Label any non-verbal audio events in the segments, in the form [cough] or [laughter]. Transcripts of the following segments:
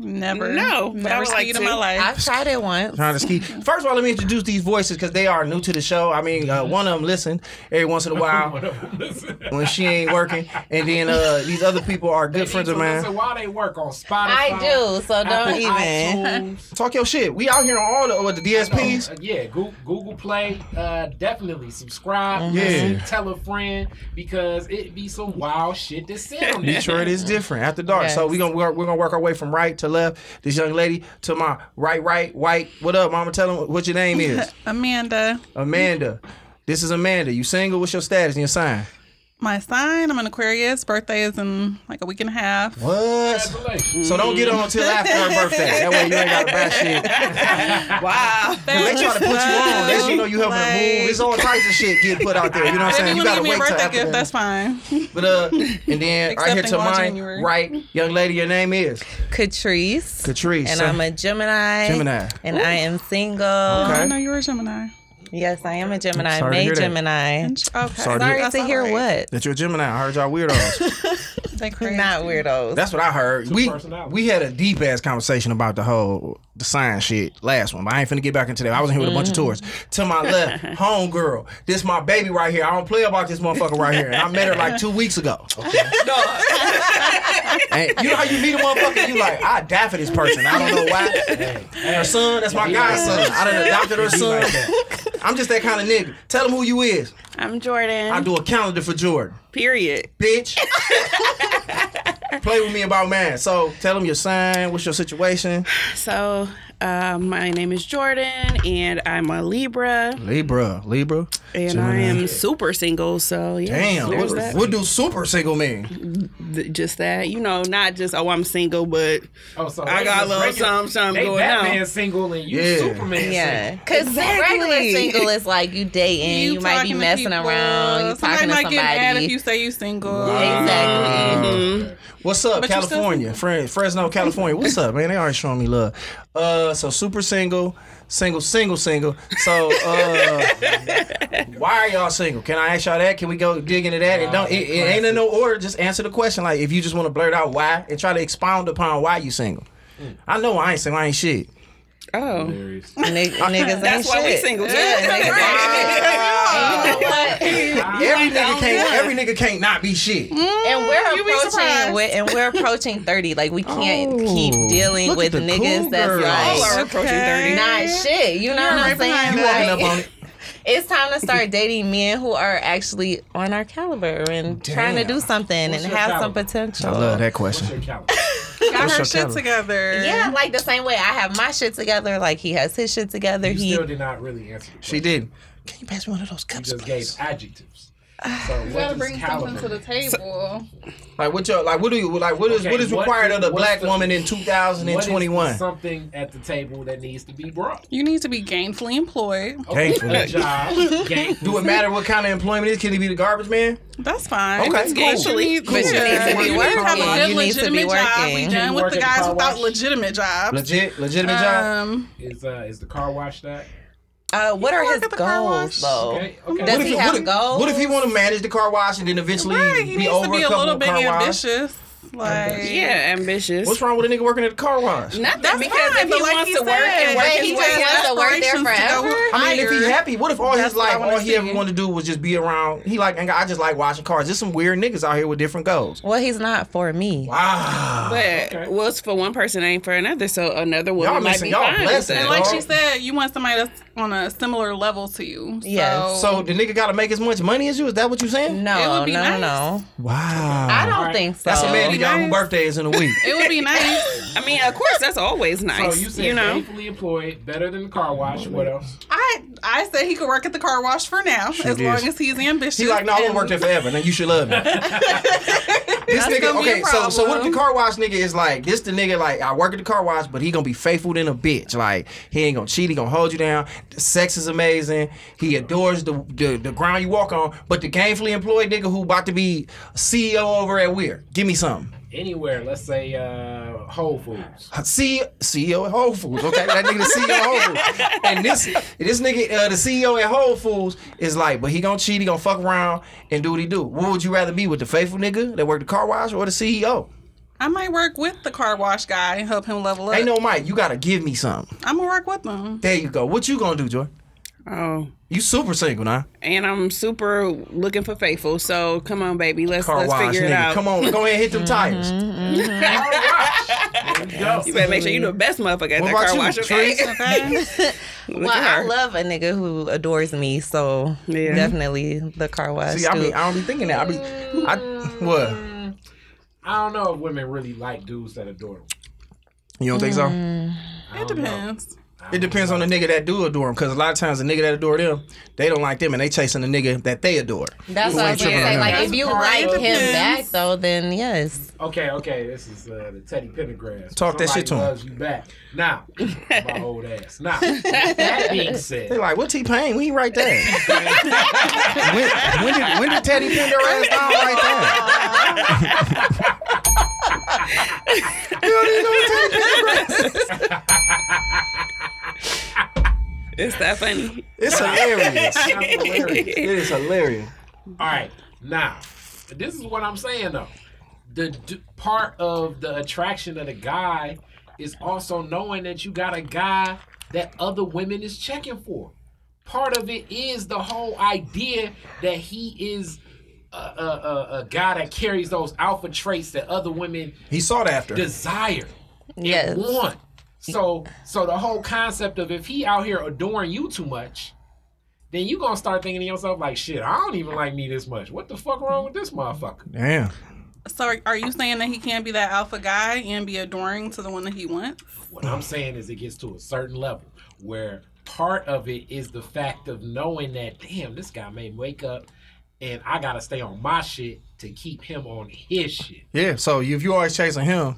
Never. No, but Never I would like skied to. in my life. I've tried it once. trying to ski. First of all, let me introduce these voices because they are new to the show. I mean, uh, one of them listen every once in a [laughs] while Listen. when she ain't working, and then uh, these other people are good friends of mine. So why they work on Spotify? I Oh, do, so Apple don't even. iTunes, Talk your shit. We out here on all the, what, the DSPs. Uh, yeah, Google, Google Play. Uh, definitely subscribe. Mm-hmm. Yeah. listen, tell a friend because it be some wild shit to sit on there. Detroit is different after dark. So Yes. we gonna work, we're gonna work our way from right to left. This young lady to my right, right, white. What up, mama? Tell them what your name is. [laughs] Amanda, Amanda. This is Amanda. You single? What's your status and your sign? my sign, I'm an Aquarius. Birthday is in like a week and a half. What? Congratulations. So don't get on until after her birthday. That way you ain't got to buy shit. Wow. They try to put you on. They should know you helping to Like- move. It's all types of shit get put out there. You know what I'm if saying? you want You to gotta give me wait a till birthday after gift, that's that. fine. But uh, and then right here Except to in mine, January. right, young lady, your name is Catrice. Catrice. And So- I'm a Gemini. Gemini. And I am single. Okay. I know you're a Gemini. Yes, I am a Gemini. Sorry to hear May that. Gemini. Okay. Sorry to hear- Sorry to hear what? that you're a Gemini. I heard y'all weirdos. They crazy. Not [laughs] weirdos. That's what I heard. We personalities. we had a deep ass conversation about the whole the science shit last one, but I ain't finna get back into that. I was in here with a bunch of Mm-hmm. tours. To my [laughs] left, homegirl. This my baby right here. I don't play about this motherfucker right here. And I met her like two weeks ago. [laughs] And you know how you meet a motherfucker, you like, I die for this person. I don't know why. Her son, that's my Be like godson. that. I done adopted her Be son. like that. I'm just that kind of nigga. Tell him who you is. I'm Jordan. I do a calendar for Jordan. Period. bitch. Play with me about man. So tell them your sign. What's your situation? So, uh, my name is Jordan, and I'm a Libra, Libra, Libra. and I am super single. So, yeah, Damn. there's What, that. what do super single mean? Th- just that, you know, not just oh, I'm single, but Oh, so I they got a just little regular- something, something they going Batman on. single and you Yeah. Superman yeah, single. because regular Exactly. single is like you dating, you, might talking be to messing people. around, you somebody talking to might somebody. get mad if you say you single. exactly. What's up, But you still California? Fre- Fresno, California. What's up, man? They already showing me love. Uh, so super single, single, single, single. So uh, why are y'all single? Can I ask y'all that? Can we go dig into that? And don't. It, it ain't in no order. Just answer the question. Like if you just want to blurt out why and try to expound upon why you single. I know I ain't single. I ain't shit. oh, Nig- niggas that's ain't why we shit. single. Yeah, niggas [laughs] ain't shit. Ah. every nigga can't. Every nigga can't not be shit. Mm-hmm. And we're You'd be approaching surprised. we're, and we're approaching 30. Like we can't Oh, keep look dealing at with the niggas cool that's girls. like Y'all are approaching Okay. not shit. You know what I'm saying? You walking up Like, on it. [laughs] It's time to start dating men who are actually on our caliber and trying to Damn. do something What's and your have some caliber? potential. I love that What's your question. calendar? Got your her shit calendar? together. Yeah, like the same way I have my shit together, like he has his shit together. You [laughs] he still did not really answer. The She question. did. Can you pass me one of those You cups, just gave please? adjectives. So You what gotta is bring something to caliber? the table. Like what your like what do you like what is Okay, what is what required the- of the what's black the- woman in What is 2021? something at the table that needs to be brought. You need to be gainfully employed. Gainfully. Good job. [laughs] Gainful. Do it matter what kind of employment it is? Can he be the garbage man? That's fine. Okay, If cool. it's gainfully, Cool. yeah, You need to be you need to have working. a good You need to be legitimate job. We working. done with Work the at the guys car without wash. legitimate jobs. Legit, legitimate job. Um, Is uh is the car wash that? Uh, what are work his at the car goals wash. Oh. though? Okay. Okay. Does What if he he- have what if- goals? What if he want to manage the car wash and then eventually right, be he needs over to be a couple little of bit car washes? ambitious. Like, Yeah, ambitious. What's wrong with a nigga working at the car wash? Not That's that because fine, if but he like wants he to work said, and work Wait, his he way just wants to work there aspirations to go forever. I mean, if he's higher. happy, what if all That's his what I life, wanna all he ever see. wanted to do was just be around? He like, I just like washing cars. There's some weird niggas out here with different goals. Well, he's not for me. Wow. But what's for one person ain't for another. So another woman Y'all might missing- be y'all fine. with blessed. that. And like she dog. said, you want somebody that's on a similar level to you. Yes. So the nigga got to make as much money as you? Is that what you saying? No, It would be no, nice. no. Wow. I don't think so. That's a man be that y'all who nice. birthday is in a week. it would be nice. [laughs] I mean, of course, that's always So nice. oh, you you, said know, gainfully employed, better than the car wash. What else? I I said he could work at the car wash for now, as is. long as he's ambitious. He like, no, I'm gonna and- work there forever. Now you should love me. [laughs] this nigga, gonna be a okay. So, so what problem. if the car wash nigga is like? This the nigga like, I work at the car wash, but he gonna be faithful than a bitch. Like he ain't gonna cheat. He gonna hold you down. The sex is amazing. He adores the the, the ground you walk on. But the gainfully employed nigga who about to be CEO over at Weir, give me something. Anywhere, let's say uh Whole Foods. C- CEO at Whole Foods. Okay, that nigga the CEO at Whole Foods. And this this nigga, uh, the CEO at Whole Foods, is like, but he gonna cheat, he gonna fuck around and do what he do. What would you rather be with the faithful nigga that worked the car wash or the E CEO? I might work with the car wash guy and help him level up. Ain't no Mike, you gotta give me something. I'm gonna work with him. There you go. What you gonna do, Joy? oh, You super single now. and I'm super looking for faithful. So come on, baby, let's Car let's wash figure it nigga. out. Come on, go ahead and hit them tires. you better make sure you the best motherfucker at What that about car you, wash. Trees? Okay, Okay. [laughs] Look Well, at I her. love a nigga who adores me, so Yeah. definitely the car wash. See, I be dude. I don't be thinking that. I be I what? I don't know if women really like dudes that adore them. You don't think so? I it don't know. depends. It depends on the nigga that do adore him, because a lot of times the nigga that adore them, they don't like them, and they chasing the nigga that they adore. That's Who what I ain't was gonna tripping say. on Like, him. if you Right, like him depends. back, though, then yes. Okay, okay, this is uh, the Teddy Pendergrass. Talk that shit to him. Somebody loves you back. Now, my old ass. Now, with that being said, They like, what T Pain? We ain't right [laughs] there. when, when did when did Teddy pin their ass down right there? [laughs] you don't even know what Teddy Pendergrass- It's that funny. It's [laughs] hilarious. that's hilarious. It is hilarious. All right, now, this is what I'm saying though. The d- part of the attraction of the guy is also knowing that you got a guy that other women is checking for. Part of it is the whole idea that he is a, a, a, a guy that carries those alpha traits that other women He sought after. desire Yes. one. So so the whole concept of if he out here adoring you too much, then you gonna start thinking to yourself like, shit, I don't even like me this much. What the fuck wrong with this motherfucker? Damn. So are, are you saying that he can't be that alpha guy and be adoring to the one that he wants? What I'm saying is it gets to a certain level where part of it is the fact of knowing that damn, this guy may wake up and I gotta stay on my shit to keep him on his shit. Yeah. So if you always chasing him,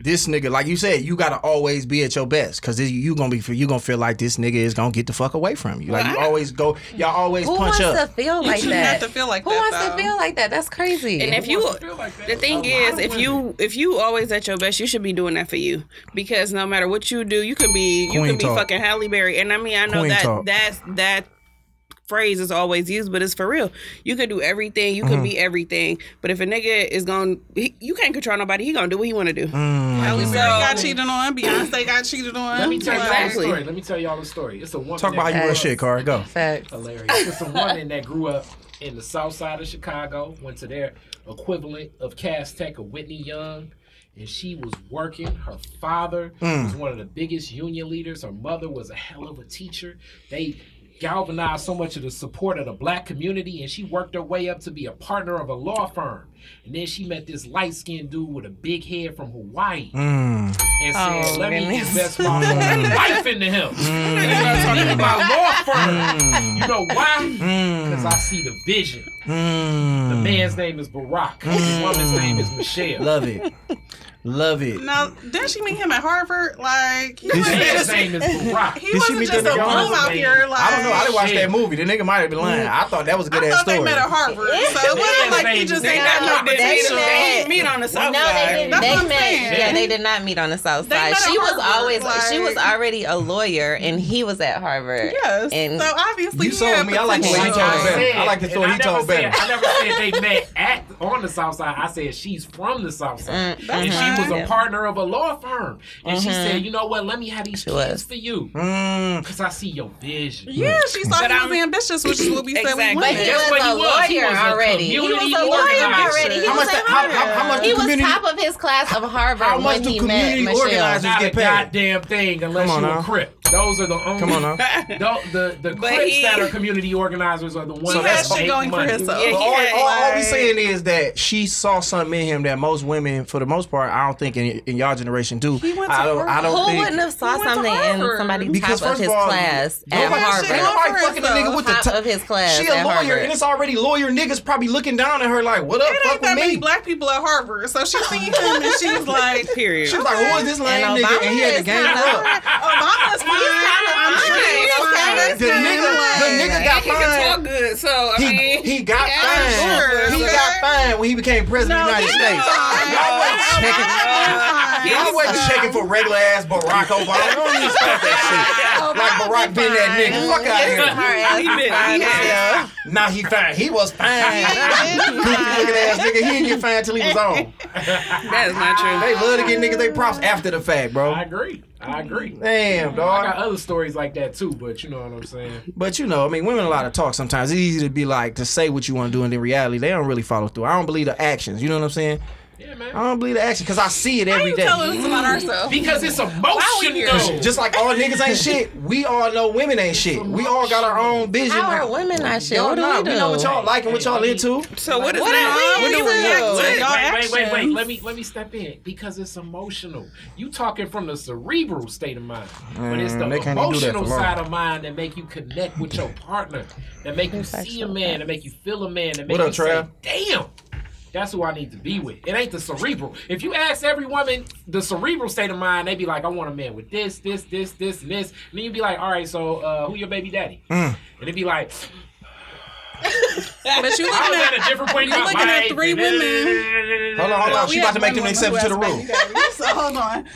this nigga, like you said, you gotta always be at your best, cause this, you gonna be you gonna feel like this nigga is gonna get the fuck away from you. Like you always go, y'all always Who punch wants up. to feel like shouldn't have that? to feel like Who that, wants to though. feel like that? That's crazy. And if you, to feel like that? the A thing lot is, of if women. you if you always at your best, you should be doing that for you because no matter what you do, you could be you Queen could be talk. fucking Halle Berry. And I mean, I know Queen that talk. that's that phrase is always used, but it's for real. You could do everything, you Mm-hmm. could be everything, but if a nigga is going, to you can't control nobody. He gonna do what he want to do. Mm, Halle Berry got cheated on. Beyonce got cheated on. Let me tell y'all Like, a story. Let me tell y'all a story. It's a woman. Talk about how that you grew run up- shit, Car. Go. Facts. hilarious. It's a woman that grew up in the south side of Chicago, went to their equivalent of Cass Tech of Whitney Young, and she was working. Her father was one of the biggest union leaders. Her mother was a hell of a teacher. They galvanized so much of the support of the black community, and she worked her way up to be a partner of a law firm. And then she met this light skinned dude with a big head from Hawaii and said, Oh, Let me goodness. invest my whole life into him. [laughs] Mm. I'm not talking about law firm. You know why? Because I see the vision. Mm. The man's name is Barack. The woman's name is Michelle. Love it. Love it. Now, didn't she meet him at Harvard? Like, he, Did The she- wasn't man's just, name is Barack. he she wasn't meet just a the bum girl? out here. Like, I don't know. I didn't watch Shit. that movie. The nigga might have been lying. I thought that was a good I ass thought story. they met at Harvard, so it wasn't like he just They ain't not got like no they meet- potential. they meet on No, the south they side. didn't. That's what They I'm saying. met. Yeah, they did not meet on the south They side. met at She was Harvard, always she was like- already a lawyer, and he was at Harvard. Yes. and so obviously, You he sold had me. I like the way potential. you told better. I like the and story I he never told better. said- I never said they met at on the South Side. I said she's from the South Side, Mm, and she was fine. a partner of a law firm. And she Mm-hmm. said, "You know what? Let me have these kids was. for you Mm, because I see your vision." Yeah, she saw But he I'm- was ambitious, which is what we said we Exactly. but wanted. he That's was what he a was. He lawyer was a already. He was community a lawyer organizer. already. He how was much? at The, how, how, how much? He the was community, top of his class of Harvard How much when do he met community Michelle. organizers- Not get a paid. goddamn thing unless Come on you're now. a Crip. Those are the only. Come on [laughs] now. The the, the But Crips he- that are community organizers are the ones He that had shit make going for money. herself. Yeah, But all, had, all, all we like- saying is that she saw something in him that most women, for the most part, I don't think in, in y'all generation do. He went to I don't. I Harvard. don't Who think. wouldn't have saw He went to something in Harvard. somebody Because top of first his of all, class at nobody- Harvard. ain't Harvard? nobody fucking a nigga with the Top of his class She a at lawyer, Harvard. and it's already lawyer niggas probably looking down at her like, "What up? It Fuck ain't that with many me." black people at Harvard, so she seen him and [laughs] she was like, Period. she was like, "Who is this lame And nigga?" Obama And he had is to gang kinda- up. Obama's fine. The nigga, the nigga got He can talk fined. good, so I He, mean, he got yeah, fined. sure. he okay? got fined when he became president of the United States. Y'all wasn't checking. Y'all wasn't checking for regular ass Barack Obama. You don't even start Oh, that shit. Like Barack been that nigga. Fuck out here. Her ass. Yeah. Now he fine. He was fine. Goofy looking ass nigga. He didn't get fined till he was on. That is not true. They love to get niggas they props after the fact, I bro. agree. I agree. Damn, I got dog. other stories like that too, but you know what I'm saying. But you know, I mean, women a lot of talk sometimes. It's easy to be like to say what you want to do, and in reality, they don't really follow through. I don't believe the actions. You know what I'm saying? Yeah, man. I don't believe the action because I see it every You day. tell us about ourselves. because it's we here? emotional. Just like all niggas ain't shit, we all know women ain't shit. We all got our own vision. How are women not shit? Y'all What do not. we do? We know what y'all like and what y'all into. So what is What that? are we doing? what- Y'all Oh, wait, wait, wait, wait. actions. Let me let me step in because it's emotional. You talking from the cerebral state of mind, but it's the Mm, they can't do that for emotional long. side of mind that make you connect with your partner, that make you see a man, that make you feel a man, that make What up, you say, Trav? "Damn." That's who I need to be with. It ain't the cerebral. If you ask every woman the cerebral state of mind, they be like, I want a man with this, this, this, this, and this. And then you be like, all right, so uh, who your baby daddy? Mm. And it be like, [laughs] But you I was looking at at a different point in You're my looking at life. three women. Hold on, hold on. We She had about to make one them an woman who exception to has the rule. baby daddies, So hold on.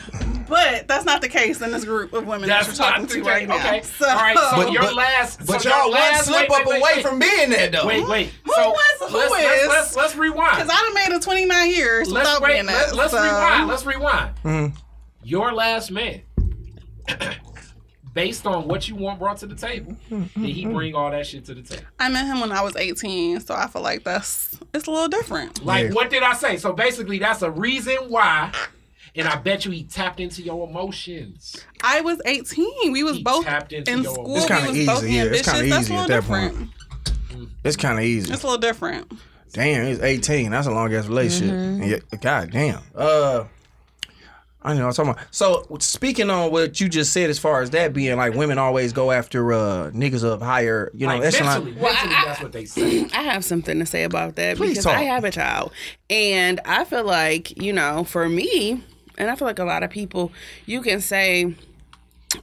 But that's not the case in this group of women That's that you're talking not the to right case. now. Okay. So, All right, so [laughs] But, Your but, last- but so y'all your last- one slip wait, up wait, away wait. from being there though. Wait, wait. Who so was- who let's, is? Let's, let's, let's rewind. Because I done made it 29 years Let's, without wait, being let, that. let's so. rewind. Let's rewind. Mm. Your last man, [coughs] based on what you want brought to the table, did he bring all that shit to the table? I met him when I was 18, so I feel like that's it's a little different. Like, Yeah. what did I say? So basically, that's a reason why. And I bet you he tapped into your emotions. I was 18. We was He both tapped into in your- school. It's we kinda was both easy, yeah, it's ambitious. kinda that's easy a little at that different. It's kind of easy. It's a little different. Damn, he's 18. That's a long ass relationship. Mm-hmm. And yet- God damn. Uh, I know what I'm talking about. So speaking on what you just said, as far as that being like women always go after uh niggas of higher, you know, Like, echelon. mentally, mentally, that's what [coughs] they say. I have something to say about that Please because talk. I have a child. And I feel like, you know, for me, and I feel like a lot of people, you can say,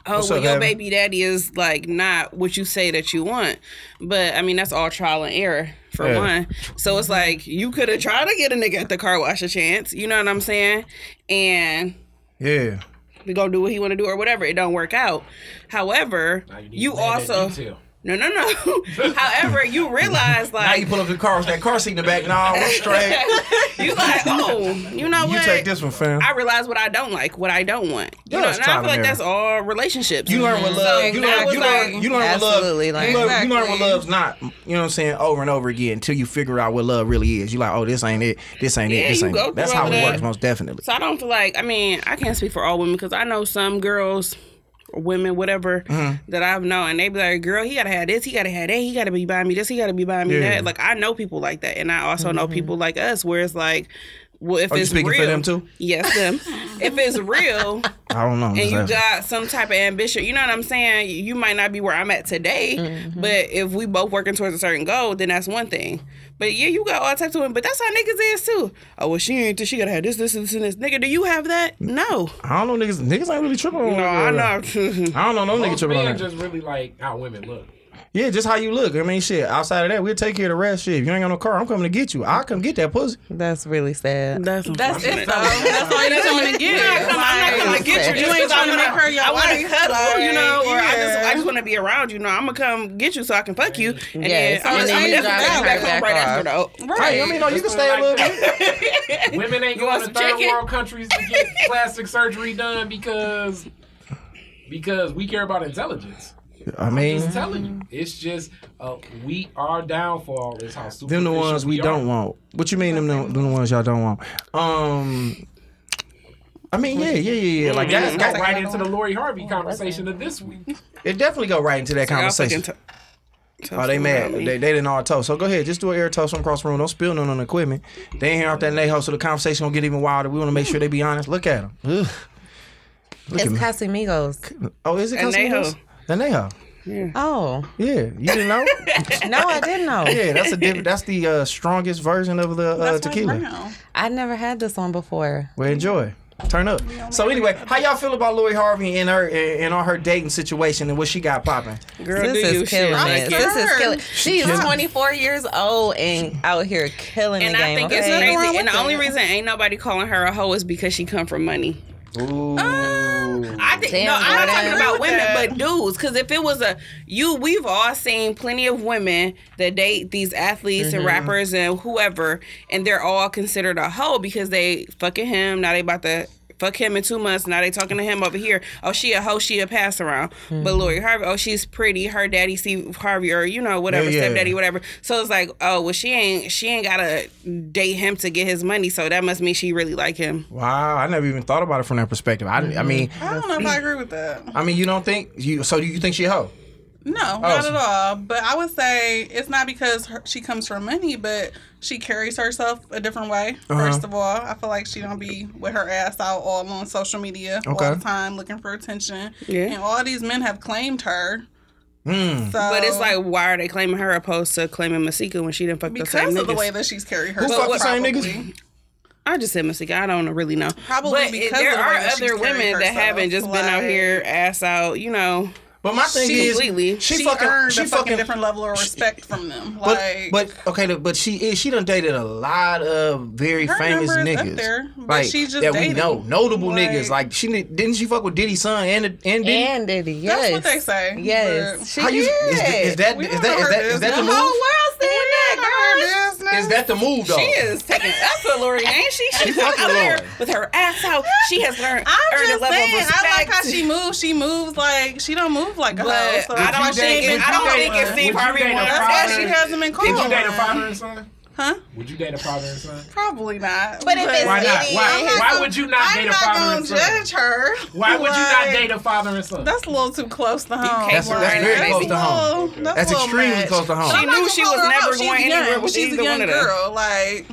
oh, What's well, up, your Gavin? baby daddy is like not what you say that you want. But I mean, that's all trial and error. For Yeah. one, so it's like you could have tried to get a nigga at the car wash a chance, you know what I'm saying? And Yeah. we go do what he want to do or whatever, it don't work out. However, Now need you to add that also detail. no no no. [laughs] However, you realize Now like you pull up to the car with that car seat in the back. Nah, we're straight. [laughs] you like, oh, you [laughs] know you what? take this one, fam. I realize what I don't like, what I don't want. You Yeah, know, it's and I trial feel like and that's all relationships. You learn what love. you I learn. was You learn. like, you learn what love. absolutely, like- you, learn, you learn what Exactly. love's not. You know what I'm saying? Over and over again until you figure out what love really is. You like, oh, this ain't it. This ain't Yeah, it. This you ain't go it. That's through how all it that. works, most definitely. So I don't feel like I mean I can't speak for all women because I know some girls or women whatever Mm-hmm. that I've known and they be like girl he gotta have this he gotta have that he gotta be buying me this he gotta be buying me Yeah. Mm-hmm. that like I know people like that and I also know people like us where it's like Well, if Are you it's speaking for real, them too? [laughs] Yes, them. if it's real I don't know. I'm and just you asking. got some type of ambition, you know what I'm saying? You might not be where I'm at today, Mm-hmm. but if we both working towards a certain goal, then that's one thing. But yeah, you got all types of women, but that's how niggas is too. Oh, well, she ain't, she gotta have this, this, this, and this. Nigga, do you have that? No. I don't know niggas. Niggas ain't really tripping on No, I know. [laughs] I don't know no nigga Most tripping on men that. [laughs] just really like how women look. yeah, just how you look. I mean, shit. Outside of that, we'll take care of the rest. Shit, if you ain't got no car, I'm coming to get you. I'll come get that pussy. That's really sad. That's That's it, though. That's all you're trying to get. I'm not gonna get you. You ain't trying to make her your I want to wife. cuddle, you know, or I just Yeah. I just want to be around you. No, I'm gonna come get you so I can fuck you, and Yes, then I'm and gonna then I'm you gonna drive definitely her back home back right off. after the. oh, Hey, I mean, no, you can stay a little bit. Women ain't want going to some third chicken? world countries to get plastic surgery done because because we care about intelligence. I mean, Just telling you, it's just uh, we our downfall is how stupid. them the ones we don't want. What you mean them the, them the ones y'all don't want? Um, I mean, yeah, yeah, yeah, yeah. Like Mm-hmm. that, Go that right into the Lori Harvey conversation of this week. it definitely go right into that Y'all fucking conversation. t- Oh, they mad. me. They, they didn't all toast. So go ahead, just do an air toast from across the room. Don't spill none on the equipment. They ain't hear off that Neho, so the conversation gonna get even wilder. We want to make sure they be honest. Look at them. Ugh. Look It's at me. Casamigos. Oh, is it And Neho. Casamigos? The Neho. Oh Yeah, you didn't know. no, I didn't know. [laughs] yeah, that's a diff- that's the uh, strongest version of the uh, That's why tequila. brown. I never had this one before. Well, enjoy. Turn up. So anyway, how y'all feel about Lori Harvey and her and all her dating situation and what she got popping? Girl, This do you is killing shit. I'm it. This is scared. killing. She's 24 years old and out here killing And the I game. think it's okay? crazy. And the only reason ain't nobody calling her a hoe is because she come from money. Ooh. Um, I think Damn, no, I'm Jordan. not talking about women, that. but dudes. Because if it was a you, we've all seen plenty of women that date these athletes Mm-hmm. and rappers and whoever, and they're all considered a hoe because they fucking him. Now they about to. Fuck him in two months. Now they talking to him over here. Oh, she a hoe. She a pass around. Hmm. But Lori Harvey. Oh, she's pretty. Her daddy Steve Harvey or you know whatever Yeah, yeah. stepdaddy whatever. So it's like oh well she ain't she ain't gotta date him to get his money. So that must mean she really like him. Wow, I never even thought about it from that perspective. I, I mean, I don't know if I agree with that. I mean, you don't think you? So do you think she a hoe? No, Oh, not at all. But I would say it's not because her, she comes from money, but she carries herself a different way. Uh-huh. First of all, I feel like she don't be with her ass out all on social media all Okay. the time looking for attention. Yeah. And all these men have claimed her. So, But it's like, why are they claiming her opposed to claiming Masika when she didn't fuck the because same of the niggas? way that she's carried Who herself. fuck the same probably. niggas? I just said Masika. I don't really know. Probably but because there of the way are that she's other carried women that herself, haven't just been out like- here ass out. You know, But my thing She is, completely- she, She, fucking, earned she a fucking, fucking different level of respect from them. But, Like, but okay, look, but she is she done dated a lot of very Her famous number is up niggas, there, but like she's just that we dating. know notable Like- niggas. Like she did- didn't she fuck with Diddy's son and and Diddy. and Diddy, yes, what they say, but- Yes, she How you, is, did. th- is that We is don't that know is her that is that the the whole move? world saying that, girl. Is that the move though? she is taking up for Lori, ain't she? She's out fucking Lori. there with her ass out. She has learned I'm earned a just level saying, of respect. I like how she moves. She moves like she don't move like a but hoe. So I don't that's why she think ain't it, been I don't called think it's one. Would Steve you Harvey date a one. That's why she hasn't been called Would you date a one. father and son? Huh? Would you date a father and son? Probably not. But if it's Why not? Diddy Why- and why his Why would you not I'm date a not father gonna and son? judge her. Why would you not Like, date a father and son? That's a little too close to home. can't That's- that's Like, very a close to home. little- a That's little extremely much. close to home. But I'm She not knew gonna she call was her never out. She's going anywhere young. with She's either a one young of them. girl. Like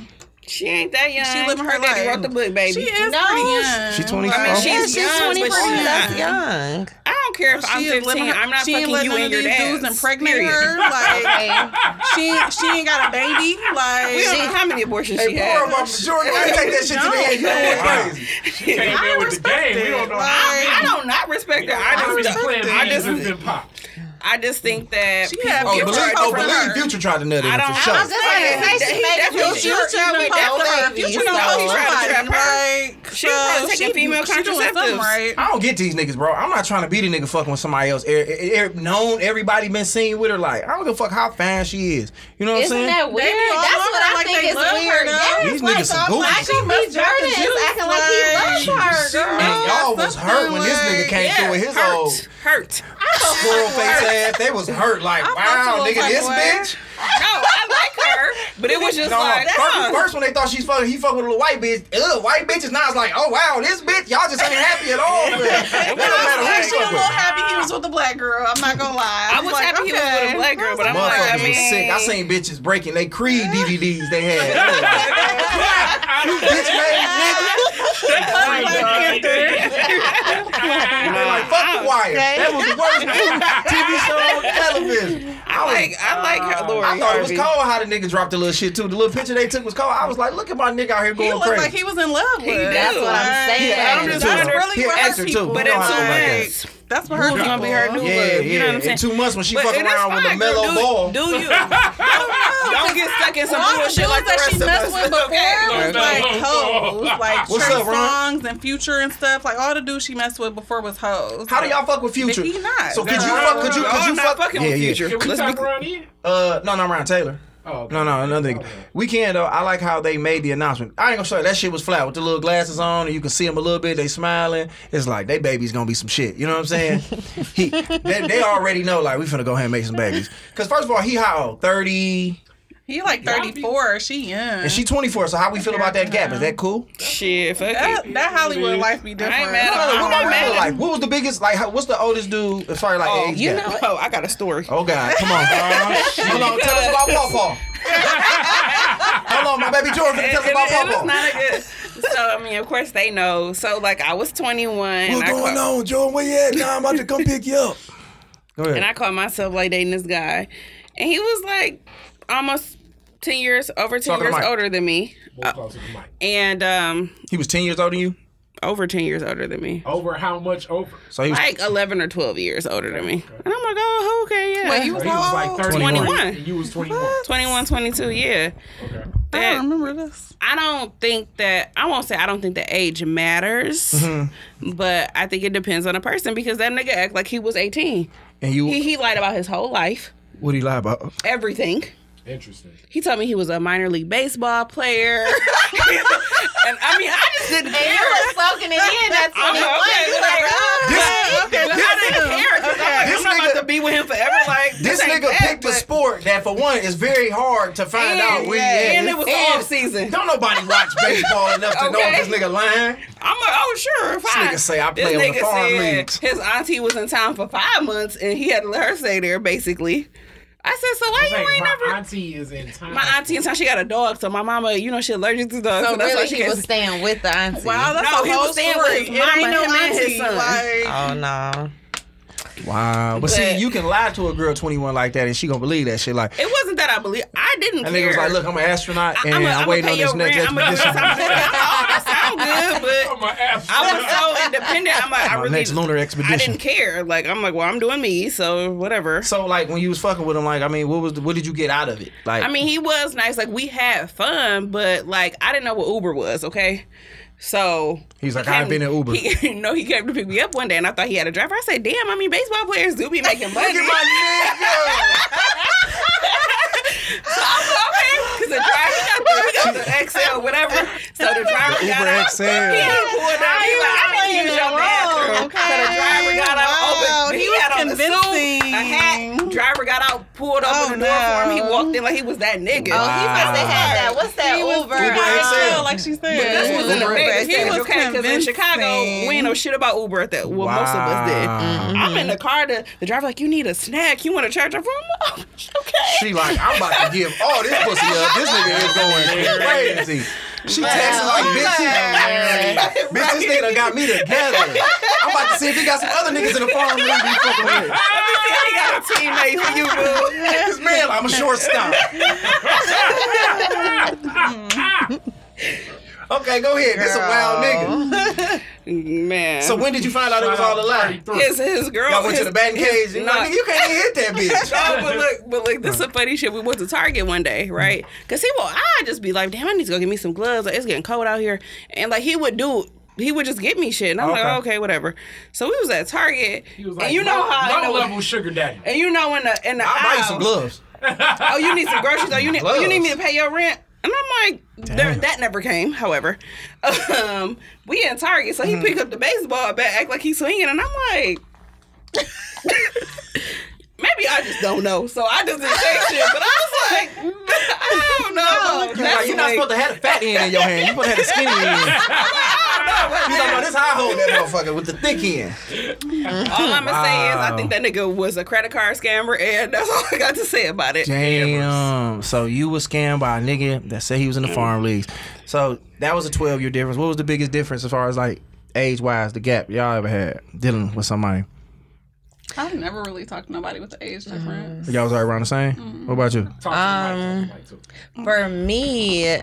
She ain't that young. she living her, her daddy life. wrote the book, baby. She is No, pretty young. she 24. Like, she's she's young, but 24. she's That's young. young. I don't care if I'm She is 15. living her- I'm not she fucking ain't letting you none and of your these dad. dudes impregnate [laughs] her. Like she, she ain't got a baby. Like We don't know how many abortions she Poor had. about Jordan, I take that shit to the end. You going crazy. she came in with the game. We don't know. Like, I don't not respect her. I I was just, playing I games and just, been popped. I just think that She had Future Oh, people give believe, her tried oh, to believe hurt. Future tried to nut in I it don't. for sure. I'm just [laughs] saying, Like, that- she he made definitely- Future she tried to definitely- fuck her. Future Future knows tried he to tried to Like, trap her. Like, She was probably so taking female Oh, she doing something contraceptives. right. I don't get these niggas, bro. I'm not trying to be the nigga fucking with somebody else. Er, er, er- known everybody been seen with her. Like I don't give a fuck how fine she is. You know what I'm Isn't saying? that weird? They be all That's over what her I like think they is love her, weird. though. Yes, These like, niggas so some I'm goofy. like, She Miss must drop Jordan the is juice, acting like he loves like, her, girl. and y'all was That's hurt when this something nigga came like- through with his old Hurt, hurt. squirrel face ass. They was hurt. Like felt wow, a little nigga, type this of way. bitch. No, I like her. But it was just No, like, no. First, uh, first when they thought she's fucking, he fucked with a little white bitch. Ugh, white bitches. Now it's like, oh wow, this bitch, y'all just ain't happy at all. Man. It don't matter who you Actually, fuck a little with. happy he was with a black girl. I'm not gonna lie. I was like, happy he was okay. with a black girl, but I'm like, I Motherfuckers mean, was sick. I seen bitches breaking they Creed DVDs they had. Ugh. you bitch made nigga. Right, dog. And they like, fuck the wire. That was the worst TV show on television. I like, I like her, Lori. I thought it was Harvey. cold how the nigga dropped the little shit too. The little picture they took was cold. I was like, look at my nigga out here He going looked crazy. like he was in love with. her. That's what I'm Like, saying. I'm He just- an That's actor. really He an what hurt actor, too. people. We But don't in have to like that. two months, That's what hurt it's people. gonna be her new Yeah, look. yeah. You know what I'm saying? In two months when she But fucking it is around with a fine, mellow girl. do, ball. Do [laughs] you? Don't get stuck in some All the bullshit dudes like the that rest she of messed us. with before was No, like no. hoes, like What's Trey up, Ron? Songz and Future and stuff. Like all the dudes she messed with before was hoes. How do y'all fuck with Future? He not. So could you No, fuck? Could you? no, Could I'm you not fuck? fucking with Future. Can we Let's talk be- around here? Uh, no, no, Ryan Taylor. Oh, okay. No, no, another nigga. We can though. I like how they made the announcement. I ain't gonna show you, that shit was flat with the little glasses on, and you can see them a little bit. They smiling. It's like they baby's gonna be some shit. You know what I'm [laughs] saying? he, they, they already know like we finna go ahead and make some babies. Cause first of all, he how old? Thirty, He like Y'all be- 34. She young. and she 24. So how we feel about that gap? Is that cool? Shit, fuck it. that, that Hollywood life be different. mad No, at no, I'm what about not mad real at- life? What was the biggest? Like, how, what's the oldest dude? As far as like Oh, age you gap? know, oh, I got a story. Oh God, come [laughs] on. Hold on, tell us about Pawpaw. Hold on, my baby Jordan, tell us It- about it- it is Pawpaw. not a good. So I mean, of course they know. So like, I was 21. and I caught- on, Jordan? Where you at? Nah, I'm about to come pick you up. Go ahead. And I caught myself like dating this guy, and he was like almost 10 years over 10 Talk to the years mic. older than me, More closer to the mic. and um he was 10 years older than you? over 10 years older than Oh. me. Over how much? Over. So he was Like 11 or 12 years older than me. And I'm like, oh, okay, yeah. Wait, you was He was how like old? 30, 21. And you was 21. 21, 22, yeah. Okay. I don't That- remember this. I don't think that I won't say I don't think the age matters, Mm-hmm. but I think it depends on a person because that nigga act like he was 18. and you He, he lied about his whole life, what do you lie [laughs] about? everything. Interesting. He told me he was a minor league [laughs] baseball player, and I mean I just didn't care. You were soaking it in. That's I'm what like, okay, You like, like, oh, This, okay, look, I didn't care. 'cause I'm, like, This I'm not nigga- about to be with him forever. Like this ain't nigga that, picked a but- sport that for one is very hard to find And, out where yeah, he at. and it was off season. Don't nobody [laughs] watch baseball enough to know if Okay. this nigga lying. I'm like, oh sure, fine. nigga say I This play on the nigga farm said leagues. His auntie was in town for five months, and he had to let her stay there. Basically, I said, so why Hey, you ain't my never? auntie is in time. My auntie in town, she got a dog, so my mama, you know, she allergic to dogs, so, So that's why really, she he can't. was staying with the auntie. Wow, that's No, a he whole was staying story. with his It ain't mama, no him and his auntie, son. Like, Oh no. Wow. But, see, But- you can lie to a girl 21 like that and she gonna believe that shit. Like, It wasn't that I believe. I didn't that care. nigga was like, look, I'm an astronaut and I'm I'm, a- I'm waiting a on pay this your next rent. I'm a- expedition. I "Oh, sound good, [laughs] Oh, but my ass. I was so independent. I'm like, I My really, next lunar I expedition. didn't care. Like, I'm like, well, I'm doing me, so whatever. So like when you was fucking with him, like I mean, what was the, what did you get out of it? Like I mean, he was nice. Like, we had fun, but like, I didn't know what Uber was. Okay. So He's like, he "I came- ain't been in Uber." He, [laughs] no, he came to pick me up one day, and I thought he had a driver. I said, "Damn, I mean, baseball players do be making money." look at my [laughs] Because the driver got the, we got the XL, whatever. So the driver nigga, got Uber out. He XL. pulled out. He like, I didn't use your bathroom. So the driver got out, Wow, opened. he He, was had on convincing. a suit, a hat. Driver got out, pulled Oh, open the door for him. He no. walked in like he was that nigga. Oh, he must have had that. What's that he was Uber? super XL. chill, like she said. This was in the Uber Vegas. He He was was okay, because in convincing. Chicago, we ain't know shit about Uber at that. Well, most of us did. Wow. I'm in the car. The, the driver like, you need a snack. You want to charge up for him? [laughs] okay. She like, I'm about to give all this pussy up. This nigga is [laughs] going crazy. She texting like, bitch, he- bitch, this nigga done got me together. I'm about to see if he got some other niggas in the farm league he fucking with. I got a teammate for you, dude. This man, like, I'm a shortstop. okay, go ahead. This a wild nigga. Man. So when did you find out it was all a lie? his his girl Y'all went to his- the batting cage. and nah. Like, nigga, you can't even hit that bitch. [laughs] [laughs] No, but look, but look, this is funny shit. We went to Target one day, right? Cause he will, I just be like, damn, I need to go get me some gloves. Like it's getting cold out here, and like he would do, he would just get me shit, and I'm Okay. like, okay, whatever. So we was at Target, He was like, and you know low, how, low you know, level sugar daddy. and you know in the in the I'll buy you some aisle, gloves. oh, you need some groceries, oh, you need, oh, you need me to pay your rent. And I'm like, there, Damn. that never came. However, um, we in Target, so he Mm-hmm. picked up the baseball bat, act like he's swinging, and I'm like, [laughs] maybe [laughs] I just don't know. So I just didn't say shit, but I was like, I don't know. You like, you're not supposed to have a fat end in your hand. You're supposed to have the skinny end. You talking about this high hole that motherfucker with the thick end. All I'm gonna say is I Wow. think that nigga was a credit card scammer, and that's all I got to say about it. Damn. So you was scammed by a nigga that said he was in the farm leagues. So that was a 12 year difference. What was the biggest difference as far as like age wise, the gap y'all ever had dealing with somebody? I've never really talked to nobody with the age difference. Y'all was all around the same? What about you? Talk to um, Mike, too. For me,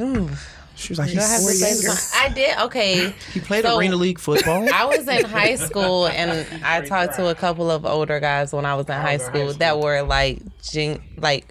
ooh, She was like, he's I, have to four say years. something. I did okay. He played So- Arena League football. [laughs] I was in high school and I talked to a couple of older guys when I was in high school that were like gen- like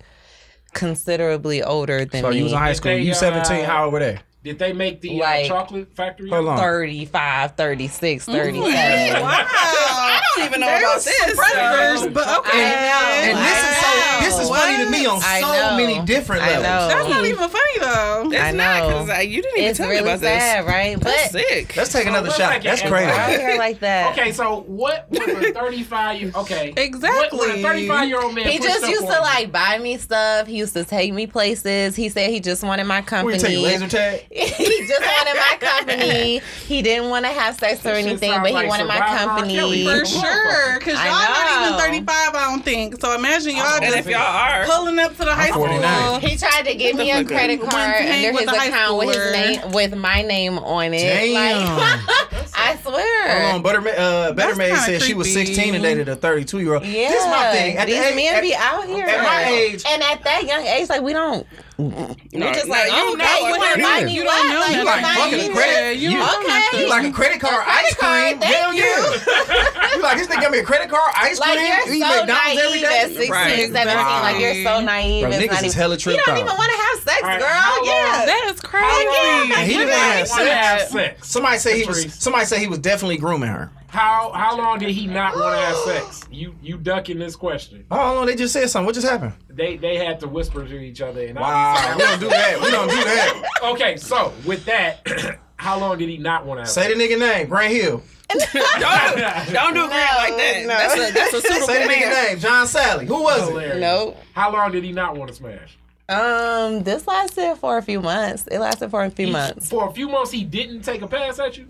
considerably older than so me. you was in high school. They, You uh, 17. How old were they? Did they make the Like- uh, chocolate factory? Hold on. [laughs] 35, 36, Mm-hmm. 37. I don't even know about this. Predators, but okay. And this is so this is funny to me on I so know. many different I levels. That's know. not even funny though. It's I not know. because you didn't even It's tell me really about this. sad, right? That's But sick. Let's take another let's shot. like That's an I don't crazy. care like that. Okay, so what was a 35 year Okay. Exactly. What would a 35 year old man He push just up used for to you? like buy me stuff. He used to take me places. He said he just wanted my We company. can take laser tag. [laughs] he just wanted my company. He didn't want to have sex or shit anything, sounds but he like wanted my Survivor company. Kelly. For Yeah. sure, because I y'all not know. even 35, I don't think. So imagine y'all And just if y'all are, pulling up to the high 49. school. He tried to give me a credit One card thing under with his the high account with his schooler. name with my name on it. [laughs] Like, Damn. I swear. Hold on, Butterma- uh, Bettermaid kinda said she was creepy. 16 and dated a 32 year old. Yeah, this is my thing. At the these age- men at- be out here. at my age- and at that young age, like we don't. no, Just no, like, you oh, know okay, you what want to they're buy doing. me You what? don't know Like, nothing. you like buy fucking me a what? credit. you don't okay. You like a credit card ice cream? card, Hell thank yeah. [laughs] you like this nigga got me a credit card ice Like cream? you're you eat so McDonald's every naive day? at 16, Right. 17. Like you're so naive. Bro, It's niggas not is even- hella You tripped don't out. even want to have sex, All right, how girl. long- Yeah. That is Heck yeah. crazy. And he didn't want to have Wanna have sex. sex. Somebody say he was. Patrice. Somebody say he was definitely grooming her. How how long did he not want to have sex? You you ducking this question. Oh, hold on, they just said something. What just [laughs] happened? They they had to whisper to each other. And Wow, I we don't do that. We don't do that. okay, so with that, [clears throat] how long did he not want to have Say the nigga name, Grant Hill. sex? Don't do Grant like that. That's a that's a suitable Say the nigga man. name, John Sally. Who was it? Hilarious. Nope. How long did he not want to smash? Um, this lasted for a few months. It lasted for a few months. For a few months, he didn't take a pass at you.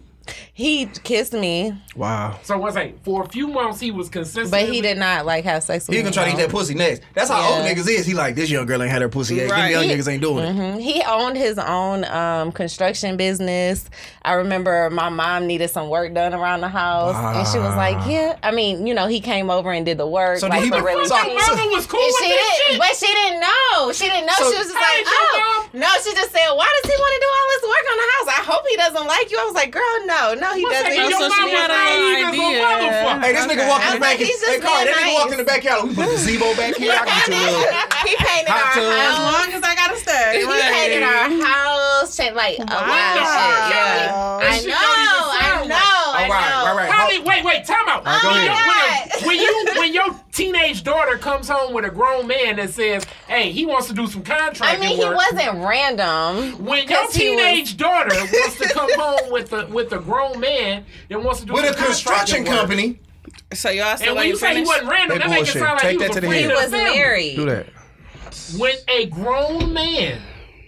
He kissed me, Wow. So what's that? For a few months, he was consistent. but he did not like have sex with He me. gonna try to eat though. that pussy next. That's how old Yeah. Mm-hmm. niggas is. He like this young girl ain't had her pussy yet. Right. Them young niggas ain't doing it. He owned his own um, construction business. I remember my mom needed some work done around the house, and she was like, "Yeah." I mean, you know, he came over and did the work. So did like, he for be- really so- cheap. so- Mama was cool And with she this didn't, shit. but she didn't know. She didn't know. So- she was just I like, ain't your "Oh, no." She just said, "Why does he want to do all this work on the house? I hope he doesn't like you." I was like, "Girl, no, no, he What's that? doesn't." Your So she mama was was like- naive as a motherfucker. Hey, this nigga walked in the I was back. like, Hey, he's just Carl, that being nigga walked in the nice. backyard. We put the gazebo back here. I [laughs] get you a little. he painted Hot tub. our As house. long as I gotta stay. He painted our house, shit, like a wild shit. Yeah. Wow. I She don't even know, I sound know, like- I All right, know. all right. How Hold- did- wait, wait, time out. right, go when, ahead. your- when a- when you when your teenage daughter comes home with a grown man that says, "Hey, he wants to do some I contracting mean, he work," wasn't random. when your 'cause he was- teenage daughter wants to [laughs] come home with a with a grown man that wants to do With some a construction contracting work, company. So y'all still and when you ain't say he finished. wasn't random, They that make it sound like bullshit. he Take was that a to the friend He of head. was the family. married. that. When a grown man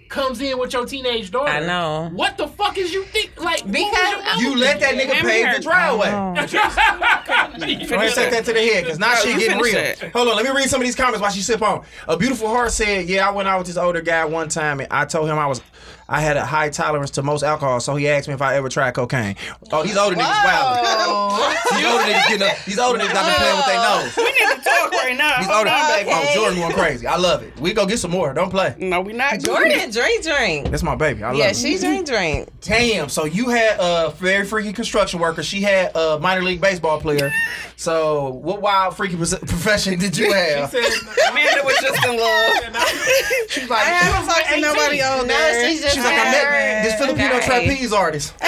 comes in with your teenage daughter, I know. What the fuck is you think? Like what was Because- your mama You let [laughs] that nigga Let me pave hear the it. driveway. Go ahead and take that to the head, cause now she you getting finish real. that. Hold on, let me read some of these comments while she sip on. A beautiful heart said, "Yeah, I went out with this older guy one time, and I told him I was, I had a high tolerance to most alcohol, so he asked me if I ever tried cocaine. Oh, these older niggas wild. these older niggas getting up. These older niggas not been playing with their nose. We need to talk right now. These older, Hold on, oh, baby. Jordan going crazy. I love it. We go get some more. Don't play. No, we not Jordan, drink, drink. That's my baby. I love Yeah, it. she drink, drink. Damn. So you had a very freaky construction worker. She had a minor league baseball player. So what wild freaky pos- profession did you have? Amanda was just in love. [laughs] She's like, I haven't talked to 18. nobody older. No, Oh, she's just she's like, I met this Filipino Nice. trapeze artist. I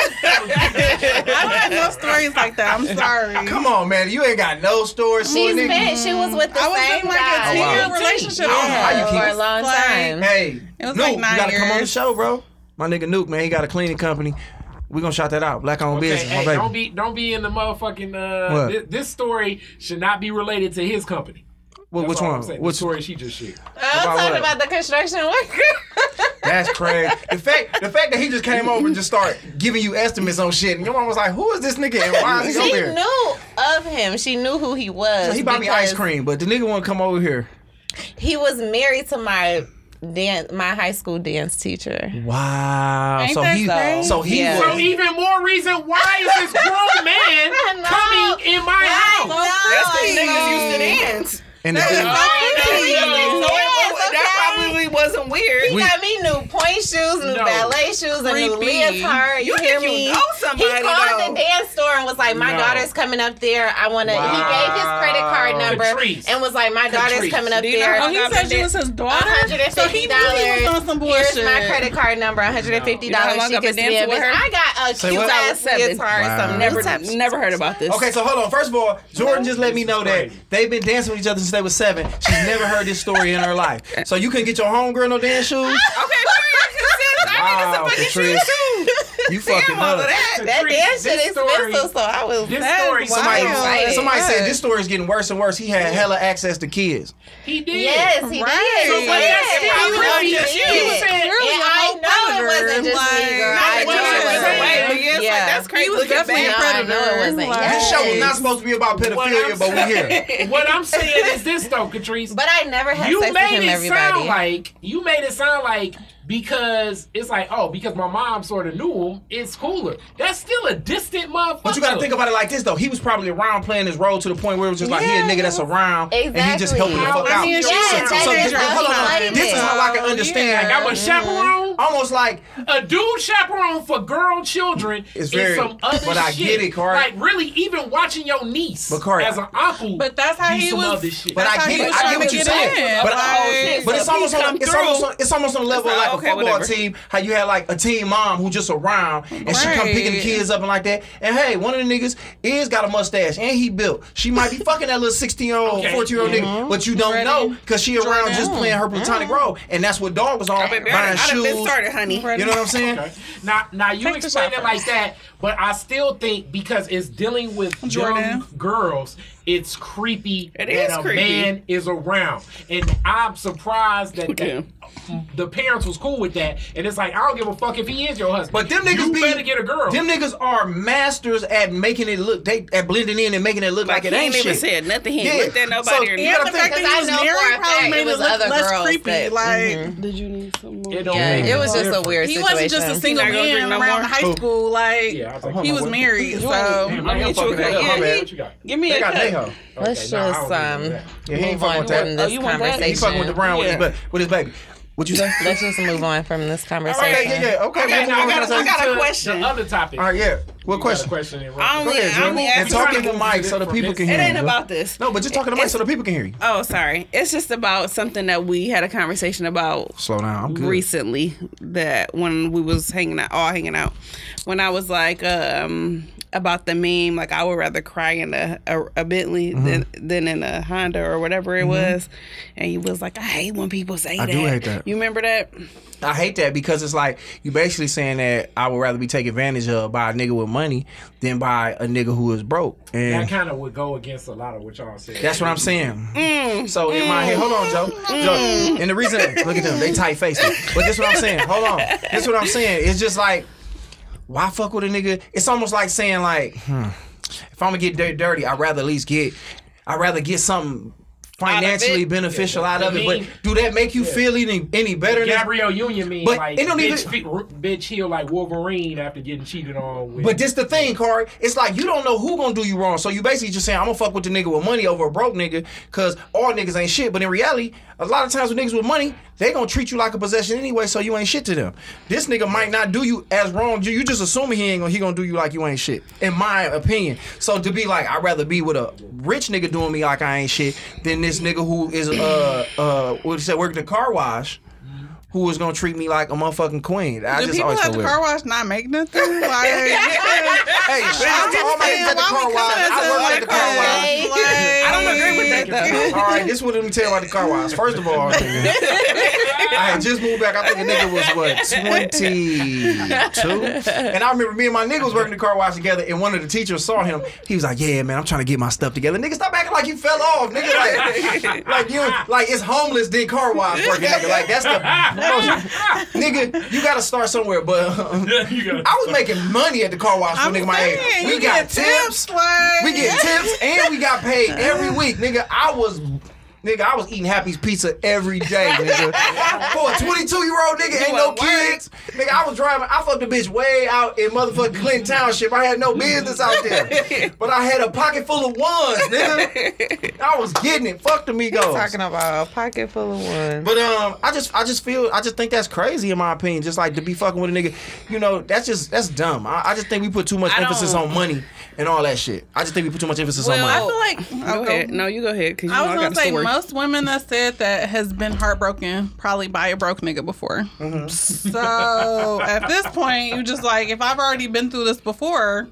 had no stories like that. I'm [laughs] sorry. Come on, man. You ain't got no stories for a She's nigga. been, she was with the I was same in like a guy. Oh, wow. ten year relationship. I don't know how you Oh, Yeah, keep- for a long Like, time. Hey, It was Nuke, like you nine gotta come on the years. show, bro. My nigga Nuke, man, he got a cleaning company. We gonna shout that out. Black owned Okay, business, my hey, baby. don't be don't be in the motherfucking. What? Uh, thi- this story should not be related to his company. Wh- That's which all one? I'm saying. The Which story she just shared. I'm about talking what? about the construction worker. That's crazy. The fact, the fact that he just came over and just started giving you estimates on shit, and your mom was like, "Who is this nigga and [laughs] why is he She over here?" knew of him. She knew who he was. He bought me ice because cream, but the nigga want to come over here. He was married to my dance, my high school dance teacher. Wow. Ain't so, that he, so? so he, Yeah. So was, even more reason why is this [laughs] grown man know. coming in my I house? know. That's because I niggas used to know. dance. and the dude- Oh, So it, Yes, wa- that okay. probably wasn't weird. He got me new point shoes, new No. ballet shoes, and new Creepy. leotard. You, You hear think you me? know somebody, he called the though. dance store and was like, "My No. daughter's coming up there. I want to." He Wow. gave his credit card number Catrice. and was like, "My daughter's Catrice. coming up Do you know there." how Oh, he I've said been you was his daughter. $150. So he knew he was on some bullshit. Here's my credit card number, $150. You know how long she I've can been see it. dancing with her? I got a Say cute what? ass Seven. Wow. guitar wow. something. Never, Never touched. never heard about this. Uh, Okay, so hold on. First of all, Jordan just let me know that they've been dancing with each other since they was seven. She's never heard this story in her life. So you couldn't get your homegirl no dance shoes? Okay, [laughs] [laughs] period. I Wow, needed some fucking shoes Patrice. too. You fucking Damn all of up. that. That Catrice, dance shit this is story- expensive, so I was this that's story, somebody- wild. Somebody said this story is getting worse and worse. He had hella access to kids. He did. Yes, he Right. did. So, He but did. that's- He he was probably just- did. he was saying- And Clearly a I whole know it wasn't predator, just me, like- girl. No, it I know wasn't. it wasn't. Right, me. but yes, like, Yeah. that's crazy. He was Look at definitely that. a No, I know it predator. wasn't. Like- This show was Yes. not supposed to be about What I'm pedophilia, but we [laughs] here. saying- What I'm saying is this though, Catrice. But I never had you sex with made him, it sound everybody. like you made it sound like because it's like oh because my mom sort of knew him it's cooler that's still a distant motherfucker But you gotta think about it like this though. He was probably around playing his role to the point where it was just like he a Yeah, nigga that's around and he just exactly. helping the fuck I out. mean, So- so- yeah, that so is this- how he hold played on. This it. is how I can Oh, understand. yeah. I'm Mm-hmm. a chaperone Almost like a dude chaperone for girl children It's is very- some other but I shit. get it, Cardi. Like really, even watching your niece But Cardi- as an uncle. But that's how be he some was- Other shit. But That's I how get, he it. was I get trying what to you're get saying. in. But, Like, but it's so almost he on, come it's almost through. on, it's almost on the level It's of like like, a okay, football whatever. team. How you had like a team mom who just around and she come picking the Right. kids up and like that. And hey, one of the niggas is got a mustache and he built. She might be fucking that little sixteen year old, Okay. fourteen year old nigga, but you don't Ready? know because she around just playing her platonic role. And that's what dog was on I've been buying been shoes. started, honey. You know what I'm saying? Okay. Now, now you explain it like that, but I still think because it's dealing with Jordan. young girls, it's creepy It that is a creepy. man is around, and I'm surprised Oh, that, Okay. that the parents was cool with that. And it's like I don't give a fuck if he is your husband, But them niggas you be better get a girl. Them niggas are masters at making it look they at blending in and making it look like, Like, it he ain't ain't even shit. said nothing. He Yeah. ain't looked at So, nobody or you nothing. And gotta the fact think- that he was Because I know for a married fact probably it made was it look other less girls creepy. that- Like Did you need some more? It don't Yeah, make it was just a difference. weird mm-hmm. he situation. wasn't just a single not gonna drink man no around more? high school. Like Yeah, I was like, he hold was on, what- married, so Damn, I am Get you fucking a that cup. up. My Yeah, bad. he- What you got? Give me They a got they cup. hoe. Let's Okay, nah, I just don't do um that. Yeah, he ain't move fucking on with that. from Oh, this you want that? conversation. He fucking with the brown with his Yeah. ba- with his baby. What you say? Let's just move on from this conversation. [laughs] Okay, yeah, yeah, okay. Okay, we'll now I move on got, to- I got To a question. The other topic. All right, yeah. What You got a question? question in I Go only, ahead, I only Jordan. And asked. talking to the mic so the From people this- can It hear. ain't you, about bro. this. No, but you're talking to the mic so the people can hear you. Oh, sorry. It's just about something that we had a conversation about Slow down. I'm good. recently that when we was hanging out all hanging out when i was like um about the meme like i would rather cry in a a, a bentley Mm-hmm. than than in a honda or whatever it was and you was like i hate when people say I that do hate that. you remember that I hate that because it's like you basically saying that I would rather be taken advantage of by a nigga with money than by a nigga who is broke. And That kind of would go against a lot of what y'all said. That's what I'm saying. So in my head, hold on, Joe. Joe. And the reason, look at them, they tight faced. But this what I'm saying. Hold on. This what I'm saying. It's just like, why fuck with a nigga? It's almost like saying like, hmm, if I'm gonna get dirt dirty, I'd rather at least get, I'd rather get something financially beneficial out of it. But do that make you feel any any better? than- Gabrielle Union mean But like it don't bitch, even- fe- r- bitch heel like Wolverine after getting cheated on with. But this the thing, Corey. It's like you don't know who gonna do you wrong. So you basically just saying I'm gonna fuck with the nigga with money over a broke nigga, cause all niggas ain't shit. But in reality, a lot of times with niggas with money, they gonna treat you like a possession anyway, so you ain't shit to them. This nigga might not do you as wrong. You, you just assuming he ain't gonna he gonna do you like you ain't shit. In my opinion. So to be like, I'd rather be with a rich nigga doing me like I ain't shit than this nigga who is uh uh what you say working the car wash. Who is gonna treat me like a motherfucking queen? I do just people always at feel the weird. car wash not make [laughs] nothing? Like Hey, shout out to all my niggas at the car wash. I work at the car wash. i don't agree with that though All right, this is what let me tell you about the car wash. First of [laughs] all, I had just moved back. I think the nigga was what twenty-two, and I remember me and my nigga was working the car wash together. And one of the teachers saw him. He was like, "Yeah, man, I'm trying to get my stuff together." Nigga, stop acting like you fell off, nigga. Like, like you, like it's homeless then car wash working. Nigga. Like that's the [laughs] nigga, you gotta start somewhere. But um, [laughs] you gotta I was making money at the car wash I'm when nigga my age. saying, We you got get tips, tips. like- we get [laughs] tips, and we got paid every week, nigga. I was. Nigga, I was eating Happy's pizza every day, nigga. For a 22 year old nigga, ain't no at work. kids. Nigga, I was driving. I fucked a bitch way out in motherfucking Clinton Township. I had no business out there, but I had a pocket full of ones, [laughs] nigga. I was getting it. Fuck the Migos. Talking about a pocket full of ones. But um, I just I just feel I just think that's crazy in my opinion. Just like to be fucking with a nigga, you know, that's just that's dumb. I, I just think we put too much I emphasis don't- on money and all that shit. I just think we put too much emphasis on money. Well, I feel like Go ahead. No, you go ahead. Cause you I know was I gonna got a say story. most women that said that has been heartbroken probably by a broke nigga before. So at this point, you just like if I've already been through this before,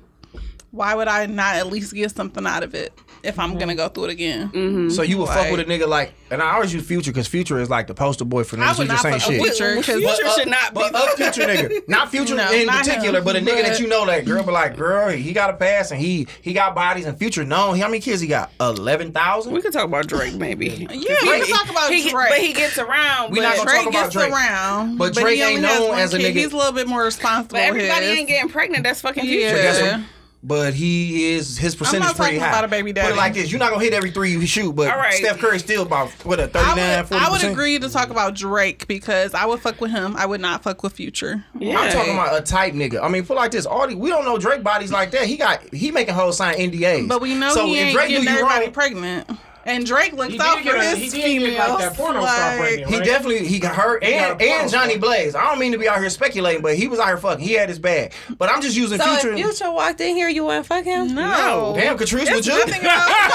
why would I not at least get something out of it if I'm gonna go through it again? so you would fuck with a nigga like, and I always use Future because Future is like the poster boy for I niggas who would not just fuck ain't a shit. future because Future should not be. But a future nigga, not future No, in not particular, him, but a nigga that but- you know that girl be like, girl, he got a pass and he he got bodies and future known. How many kids he got? Eleven We thousand. could talk about Drake, [laughs] maybe. yeah, we can talk about he, Drake. get- But he gets around. We not but, gonna talk Drake about gets Drake. around, But he Drake ain't only has known one as a kid. nigga- He's a little bit more responsible. but everybody with his. ain't getting pregnant. That's fucking Yeah. future. That's what- But he is his percentage not pretty talking high. about a baby Put daddy. it like this: you're not gonna hit every three you shoot, but All right. Steph Curry's still about what a 39, I would, 40 I would agree to talk about Drake because I would fuck with him. I would not fuck with Future. Yeah. I'm talking about a type nigga. I mean, put it like this: all the, we don't know Drake bodies like that. He got he making hoes sign NDAs. But we know so he if ain't Drake getting knew you everybody wrong, pregnant. And Drake looks He out did for get a- his he did females. get like that porno star pregnant, He right? definitely he got her and, and got a problem. Johnny Blaze. I don't mean to be out here speculating, but he was out here fucking. He had his bag. But I'm just using So future. if Future walked in here, you wouldn't fuck him? no. no, Oh, damn, Catrice with you. nothing [laughs] about- I'm to me.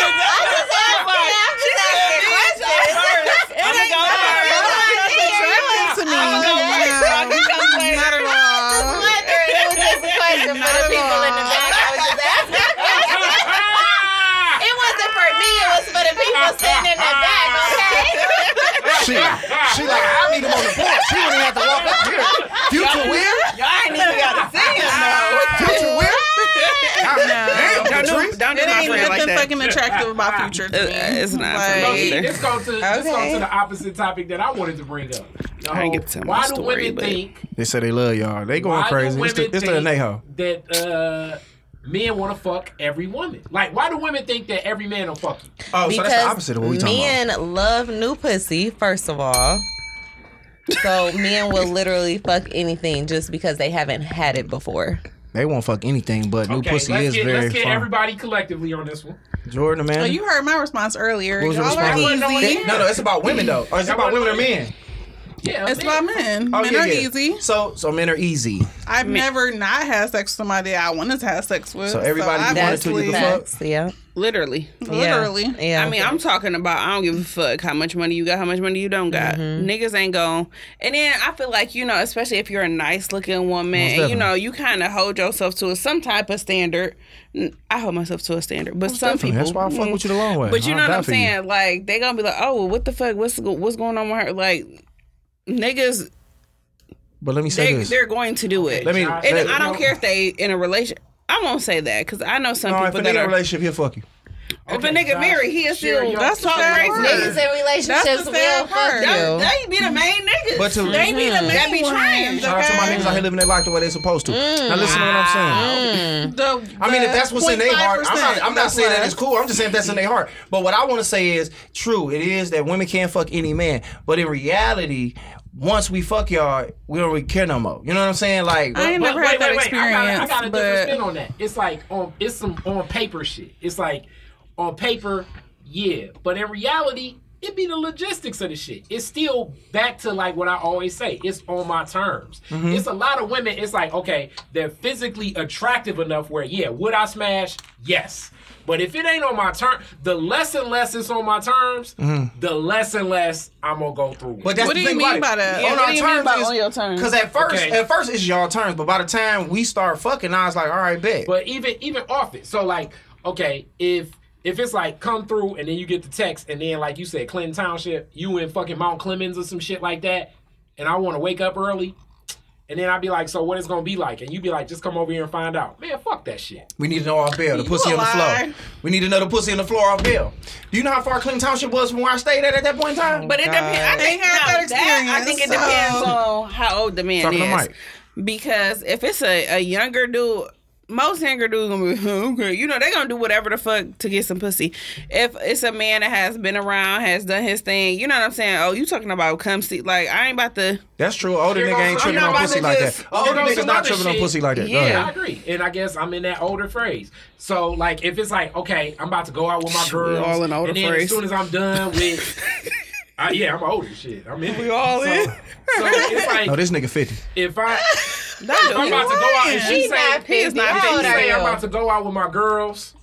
No, [laughs] not at all. [laughs] [laughs] It wasn't for me, it was for the people standing in the back, okay? She, she like I need him on the porch. She wouldn't have to walk up here. Future where? I ain't even got to see him. Future where? God, damn, Don't do- Catrice. [laughs] don't do It my ain't friend nothing like that. fucking attractive about Future to me. Uh, it's not for No, me see, either. let's go to let's go Okay. to the opposite topic that I wanted to bring up. The I whole, ain't get to tell my why do story, women but- think? They say they love y'all. They going Why crazy. do It's women the, it's the think Anejo. that uh, men want to fuck every woman? Like, why do women think that every man will fuck you? Oh, so that's the Because opposite of what we talking about. men love new pussy, first of all. So men will literally fuck anything just because they haven't had it before. They won't fuck anything, but new Okay, pussy let's is get, very let's get fun. everybody collectively on this one. Jordan, man. Well, you heard my response earlier. What was your Y'all are response? No, easy. yeah. no, no, it's about women though. Or it's That about wasn't women or me. men. Yeah, It's man. about men. Oh, men yeah, are yeah. easy. So, so men are easy. I've never not had sex with somebody I wanted to have sex with. So everybody you wanted to, you obviously- could fuck? Facts, yeah. Literally. Literally. Yeah. yeah. I mean, I'm talking about I don't give a fuck how much money you got, how much money you don't got. Mm-hmm. Niggas ain't going. And then I feel like, you know, especially if you're a nice looking woman and, you definitely. know, you kind of hold yourself to a, some type of standard. N- I hold myself to a standard, but some definitely. people. That's why I fuck Mm. with you the long way. But you I'll know what die I'm for you. saying? Like, they going to be like, oh, well, what the fuck? What's, go- what's going on with her? Like, niggas, But let me say they, this. they're going to do it. Let me. And and let- I don't care if they in a relation. I won't say that because I know some No, if people a nigga that in a are. relationship, he'll fuck you. If a nigga married, he is Share still. your- That's share all your- crazy. niggas in relationships That's the sad will fuck part. That, you. they be the main niggas. But to- they be the main that be trying. ones, Shout out to my okay? Mm. niggas out here living their life the way they supposed to. Now listen to what I'm saying. The- I mean, the if that's what's in their heart, I'm not, 0.5%, I'm not saying that that's it's cool. I'm just saying if that's in their heart. But what I want to say is true. It is that women can't fuck any man. But in reality, once we fuck y'all, we don't really care no more. You know what I'm saying? Like, I ain't But never had that I got, I experience, got a but- different spin on that. It's like on it's some on paper shit. It's like on paper, yeah, but in reality, it be the logistics of the shit. It's still back to like what I always say. It's on my terms. Mm-hmm. It's a lot of women. It's like okay, they're physically attractive enough where yeah, would I smash? Yes. But if it ain't on my term, the less and less it's on my terms, Mm-hmm. the less and less I'm gonna go through. With. But that's What do the you thing mean about by it. that? On Yeah, what our do you mean terms by is- on your terms? Cause at first, Okay. at first it's y'all terms, but by the time we start fucking, I was like, all right, bet. But even even off it. So like, okay, if if it's like come through and then you get the text and then like you said, Clinton Township, you in fucking Mount Clemens or some shit like that, and I want to wake up early, And then I'd be like, so what it's gonna be like? And you'd be like, just come over here and find out. Man, fuck that shit. We need to know off bail. The You pussy a on the floor. liar. We need another pussy on the floor off bail. Do you know how far Clinton Township was from where I stayed at at that point in time? But it depends. I think, They had no, that that, I experience, think it so- depends on how old the man Talking to is. Mike. Because if it's a, a younger dude, most younger dudes gonna be [laughs] okay. You know they gonna do whatever the fuck to get some pussy. If it's a man that has been around, has done his thing, you know what I'm saying? Oh, you talking about come see? Like I ain't about to. That's true. Older nigga ain't I'm tripping on not about pussy to like that. just- Older you know, niggas some not other tripping on shit. pussy like that. Go Yeah, ahead. I agree. And I guess I'm in that older phrase. So like, if it's like, okay, I'm about to go out with my [laughs] We girls, all in older and then phrase. as soon as I'm done with, [laughs] I, yeah, I'm older shit. I'm in. it. all in. So it's like, [laughs] No, this nigga 50. if I Don't if I'm do about to go out and she She's say, not 50. not How old she are say you? I'm about to go out with my girls,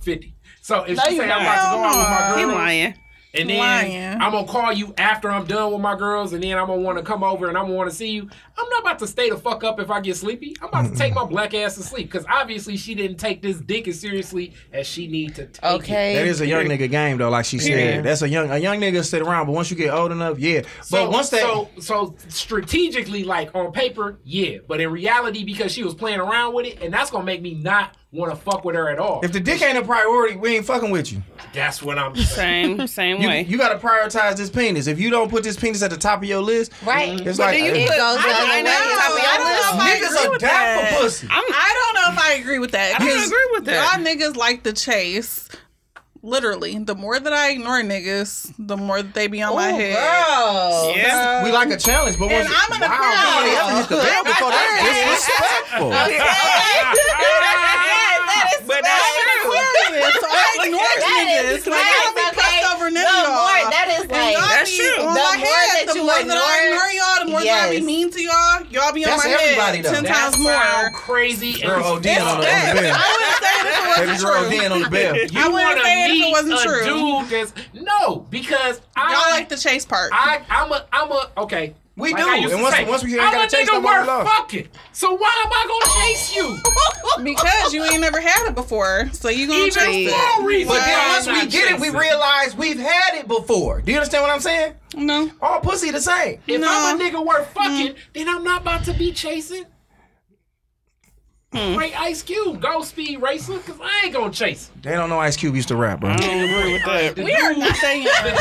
fifty. So if she you say I'm not. about to go out He with my girls, lying. and then Lying. I'm gonna call you after I'm done with my girls, and then I'm gonna want to come over and I'm gonna want to see you. I'm not about to stay the fuck up if I get sleepy. I'm about to take my black ass to sleep because obviously she didn't take this dick as seriously as she need to take it. Okay. That is a young nigga game though, like she Period. said. That's a young a young nigga sit around, but once you get old enough, yeah. So, But once that so so strategically, like on paper, yeah, but in reality, because she was playing around with it, and that's gonna make me not want to fuck with her at all. if the dick ain't a priority, we ain't fucking with you. that's what I'm saying. Same, same You, way. you gotta prioritize this penis. If you don't put this penis at the top of your list, Right. It's But like do you it put- goes I the other don't know. way. I don't know I don't know if I if I agree niggas are with that. down for pussy. I don't know if I agree with that. I don't because agree with that. Y'all niggas like the chase. Literally, the more that I ignore niggas, the more that they be on my Oh, Ooh, head. girl. yeah. We like a challenge, but once Oh, And I'm in the wow, crowd. nobody ever hit the bell before that's disrespectful. that is But that's bad. true. Aquarius, so I ignore That niggas. is Like, I don't be nice, cussed okay? over niggas. The more- that is like- y'all That's be true. On The my more head, that the you more that I ignore- ignore y'all, the more that I be Yes. mean to y'all, y'all be That's on my everybody, head though. ten That times That more. sound crazy. Girl and OD'ing on the on the bell. I wouldn't say that if it wasn't Baby girl true. OD'ing on the bell. You I wouldn't wanna say it if it meet wasn't a true. Dude that's no, because I Y'all like the chase part. I I'm a I'm a okay. We Like do. I used And to once- say, once we hear it I'm gotta a chase, nigga nobody worth loves. fucking. So why am I gonna chase you? because you ain't never had it before, so you gonna Even chase for a it. reason. But why then I'm once we not get it, we chasing. realize we've had it before. Do you understand what I'm saying? No, All pussy the same. If I'm No. a Mm. nigga worth fucking, then I'm not about to be chasing. Mm. Great Ice Cube, Go Speed Racer, because I ain't gonna chase. They don't know Ice Cube used to rap, [laughs] bro. we are not saying that.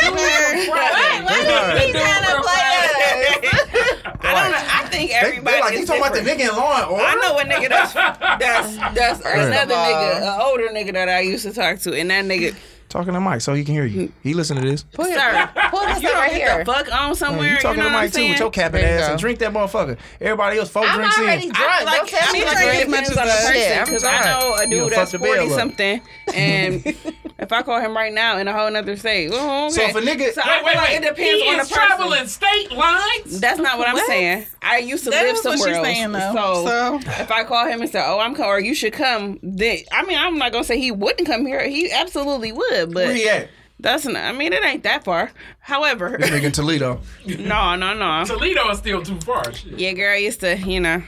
He's not a player. I don't know. I think They, everybody they like, is you talking about the different. nigga in Law and Order? I know a nigga that's that's that's another nigga, an older nigga that I used to talk to, and that nigga, Talking to Mike so he can hear you. He listen to this. Pull sir, pull this up right get here. the fuck on Man, somewhere. you talking know to what I'm Mike too saying? with your capping There you ass go. and drink that motherfucker. Everybody else, four I'm drinks already in. drunk. like, Don't tell me I'm like drinking drinking as on a the shit. person I'm because I drunk. know a You dude done that's fucked the bell forty up. something, and if I call him right now in a whole nother state, oh, okay. So if a nigga- so I feel like it depends he on the is person. traveling state lines. That's not what I'm saying. I used to That live is what somewhere she's else. saying, though. so, So- if I call him and say, "Oh, I'm coming," or you should come, then I mean, I'm not gonna say he wouldn't come here. He absolutely would, but Where he at? that's not. I mean, it ain't that far. However, Nigga in Toledo. [laughs] no, no, no. Toledo is still too far. Shit. Yeah, girl used to, you know,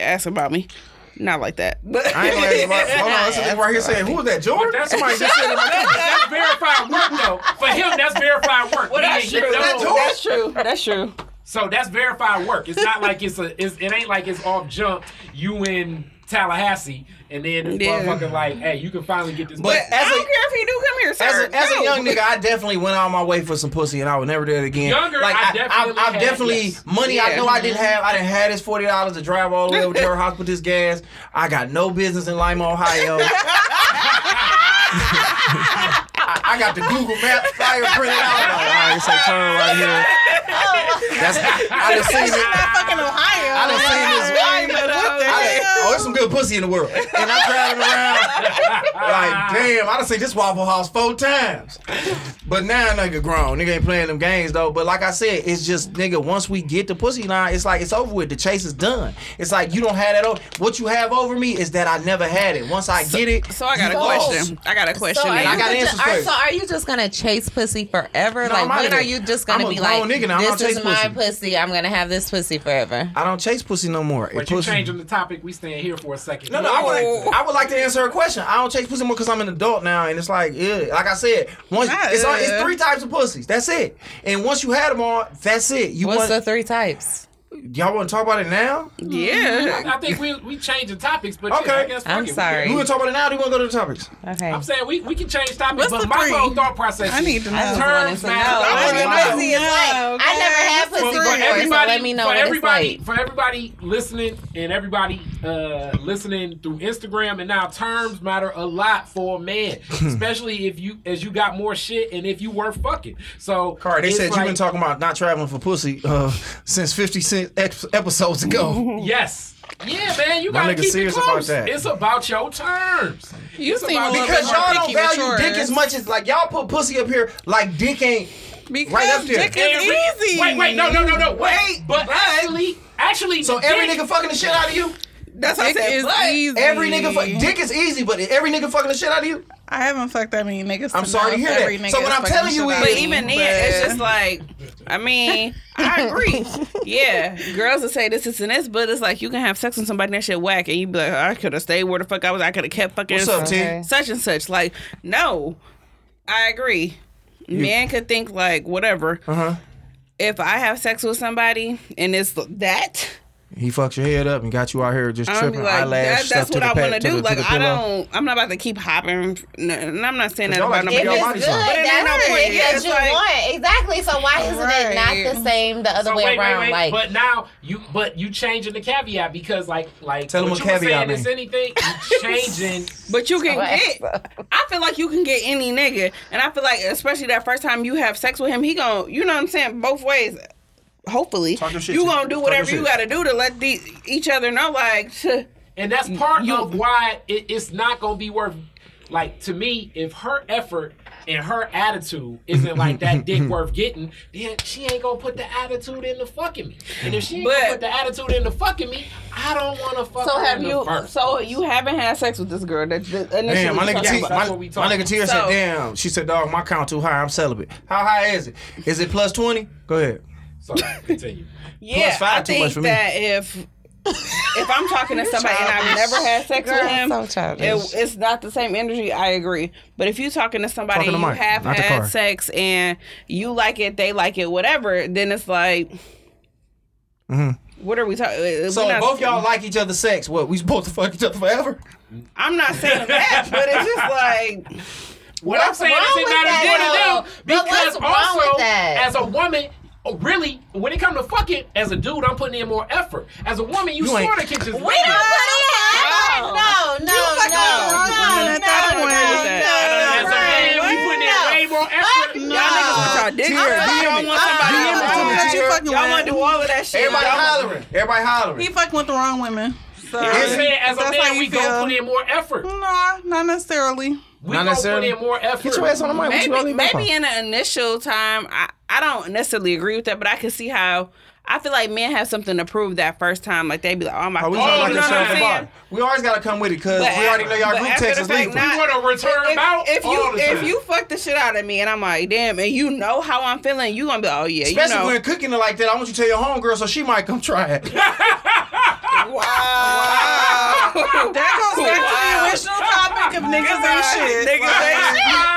ask about me. Not like that, but [laughs] I ain't [laughs] gonna ask about Hold on, this nigga right here saying, who was that, Jordan? That's Somebody just said [laughs] it. that's verified work though. For him, that's verified work. Well, He that's didn't true. get no- That's, who- that's true. That's true. So that's verified work. It's not like it's a. It's, it ain't like it's off jump. You in Tallahassee, and then this Yeah. motherfucker like, hey, you can finally get this. But pussy. I as don't a, care if he do come here, sir. as a, as No. a young nigga, I definitely went out my way for some pussy, and I would never do it again. Younger, I definitely I've had, definitely yes. money. I Yeah. know I didn't have. I didn't have this forty dollars to drive all the way over to her house with this gas. I got no business in Lima, Ohio. I, I got the Google Map flyer printed out. I'm like, all right, it's a turn right here. That's I done seen She's it. [laughs] not Ah, fucking Ohio. I done seen this. What the I done- hell? oh, there's some good pussy in the world. And I'm driving around like, damn, I done seen this Waffle House four times. But now nigga grown. Nigga ain't playing them games though. But like I said, it's just nigga, once we get the pussy line, it's like it's over with. The chase is done. It's like you don't have that over. What you have over me is that I never had it. Once I get it. so I got a you lost. question. I got a question. So are, now. I you got just, answers are, first. so are you just gonna chase pussy forever? No, I'm outta like when here. are you just gonna I'm a be grown like, nigga now. I'm this not is chasing my pussy. pussy. I'm gonna have this pussy forever. I don't chase pussy no more. but It you pussy- changing the topic. We staying here for a second. No, no, I would, I would like to answer a question. I don't chase pussy more because I'm an adult now, and it's like, yeah, like I said, once it's, all, it's three types of pussies. That's it. And once you had them all, that's it. You want What's the three types? Y'all want to talk about it now? Yeah. I think we we changing topics, but yeah, Okay. I guess fuck I'm it. We- You sorry. want to talk about it now? Or do you want to go to the topics? Okay. I'm saying we, we can change What's topics, but the my three? whole thought process. I is need to know. Terms to matter. know. I I want to wanna know. know. It's like, I never had For, pussy for before, so everybody, let me know for what it's everybody, like. for everybody listening and everybody uh, listening through Instagram and now terms matter a lot for a man, especially if you as you got more shit and if you were fucking. So, Car, they it's said like- you've been talking about not traveling for pussy uh, since 50 cent ep- episodes ago. Yes. Yeah, man, you My gotta nigga keep serious it about close. that. It's about your terms. You it's seem a about little because bit more y'all don't picky value with dick yours. as much as like y'all put pussy up here like dick ain't. Because Right up there. dick is And re- easy. Wait, wait, no, no, no, no. Wait, Wait, but but- actually, actually, So the every dick- nigga fucking the shit out of you. That's what I Dick said. is but easy. Every nigga fuck dick is easy, but every nigga fucking the shit out of you. I haven't fucked that many niggas. I'm sorry to know hear if every that. nigga So what is I'm fucking telling you shit is- out of But me, even then, but- it's just like, I mean, I agree. Yeah, girls will say this, this, and this, but it's like you can have sex with somebody and that shit whack, and you be like, I could have stayed where the fuck I was. I could have kept fucking What's up, T? such and such. Like, no, I agree. Men could think like whatever. Uh huh. If I have sex with somebody and it's that, He fucked your head up and got you out here just I'm be tripping like, that, eyelash stuff that's to what the I pat want to to the do. to Like, the I pillow. don't. I'm not about to keep hopping, n- and I'm not saying that Y'all about like to nobody. keep y'all else. bodies Good, on. But it ain't that's no the way. dick that It's you like- want. Exactly. So why isn't it Right. not the same the other So way Oh, wait, around? wait, wait. Like, but now you, but you changing the caveat because, like, like Tell 'em what what you were caveat saying is mean. anything. You [laughs] changing. But you can Right. get. I feel like you can get any nigga, and I feel like especially that first time you have sex with him, he gon' you know what I'm saying both ways. Hopefully, Talk your shit, you T. gonna do Talk whatever your you shit. gotta do to let the, each other know, like, [laughs] to, And that's part of why it, it's not gonna be worth. Like to me, if her effort and her attitude isn't like [laughs] that dick worth getting, then she ain't gonna put the attitude in the fucking me. And if she ain't gonna But- put the attitude in the fucking me, I don't want to fuck. so her have in the you? first. So you haven't had sex with this girl that, that initially Damn, my you nigga, talked T, about. my, That's what we my talking nigga T said, So- damn. She said, dog, my count too high. I'm celibate. How high is it? Is it plus 20? Go ahead. So continue. yeah, plus five I too think much for me. that if if I'm talking to somebody and I've never had sex with him, so childish. it, it's not the same energy. I agree. But if you talking to somebody Talking to you Mike, have not the had car. sex and you like it, they like it, whatever, then it's like, what are we talking? Mm-hmm. So both y'all like each other's sex. What? We supposed to fuck each other forever? I'm not saying that, but it's just [laughs] like What I'm saying wrong is it with matters that, more to them though? But because what's wrong with also that? as a woman. oh, Really, when it comes to fucking, as a dude, I'm putting in more effort. As a woman, you, You ain't- sort of can just. We don't put in effort. No, no, fucking no, the wrong no, woman at that no, point no, with that. no, I don't As a man, right, we putting in no. way more effort. y'all niggas with y'all dick. Tears, Y'all DM want it. somebody. DM it to me, Y'all Tears. want- Y'all want to do all of that shit. Everybody Y'all want- hollering. Everybody hollering. He fucking with the wrong women. So I'm saying, as a that's how man, you we feel. gonna put in more effort. Hmm. Nah, not necessarily. We Not gonna put necessarily. in more effort. Get your ass [laughs] on the mic. What you maybe, only back maybe in the initial time, I, I don't necessarily agree with that, but I can see how I feel like men have something to prove that first time. Like they'd be like, "Oh my Oh, god, we sound like you a know what shot I'm at the saying? bar. We always gotta come with it because But we already know y'all after group text the is fact, legal. not- We want a return if, bout If you all the time. if you fuck the shit out of me and I'm like, damn, and you know how I'm feeling, you gonna be like, oh yeah, Especially you know, when cooking it like that, I want you to tell your homegirl so she might come try it. wow, [laughs] That goes back to the original topic of niggas ain't shit. niggas ain't shit. Ah!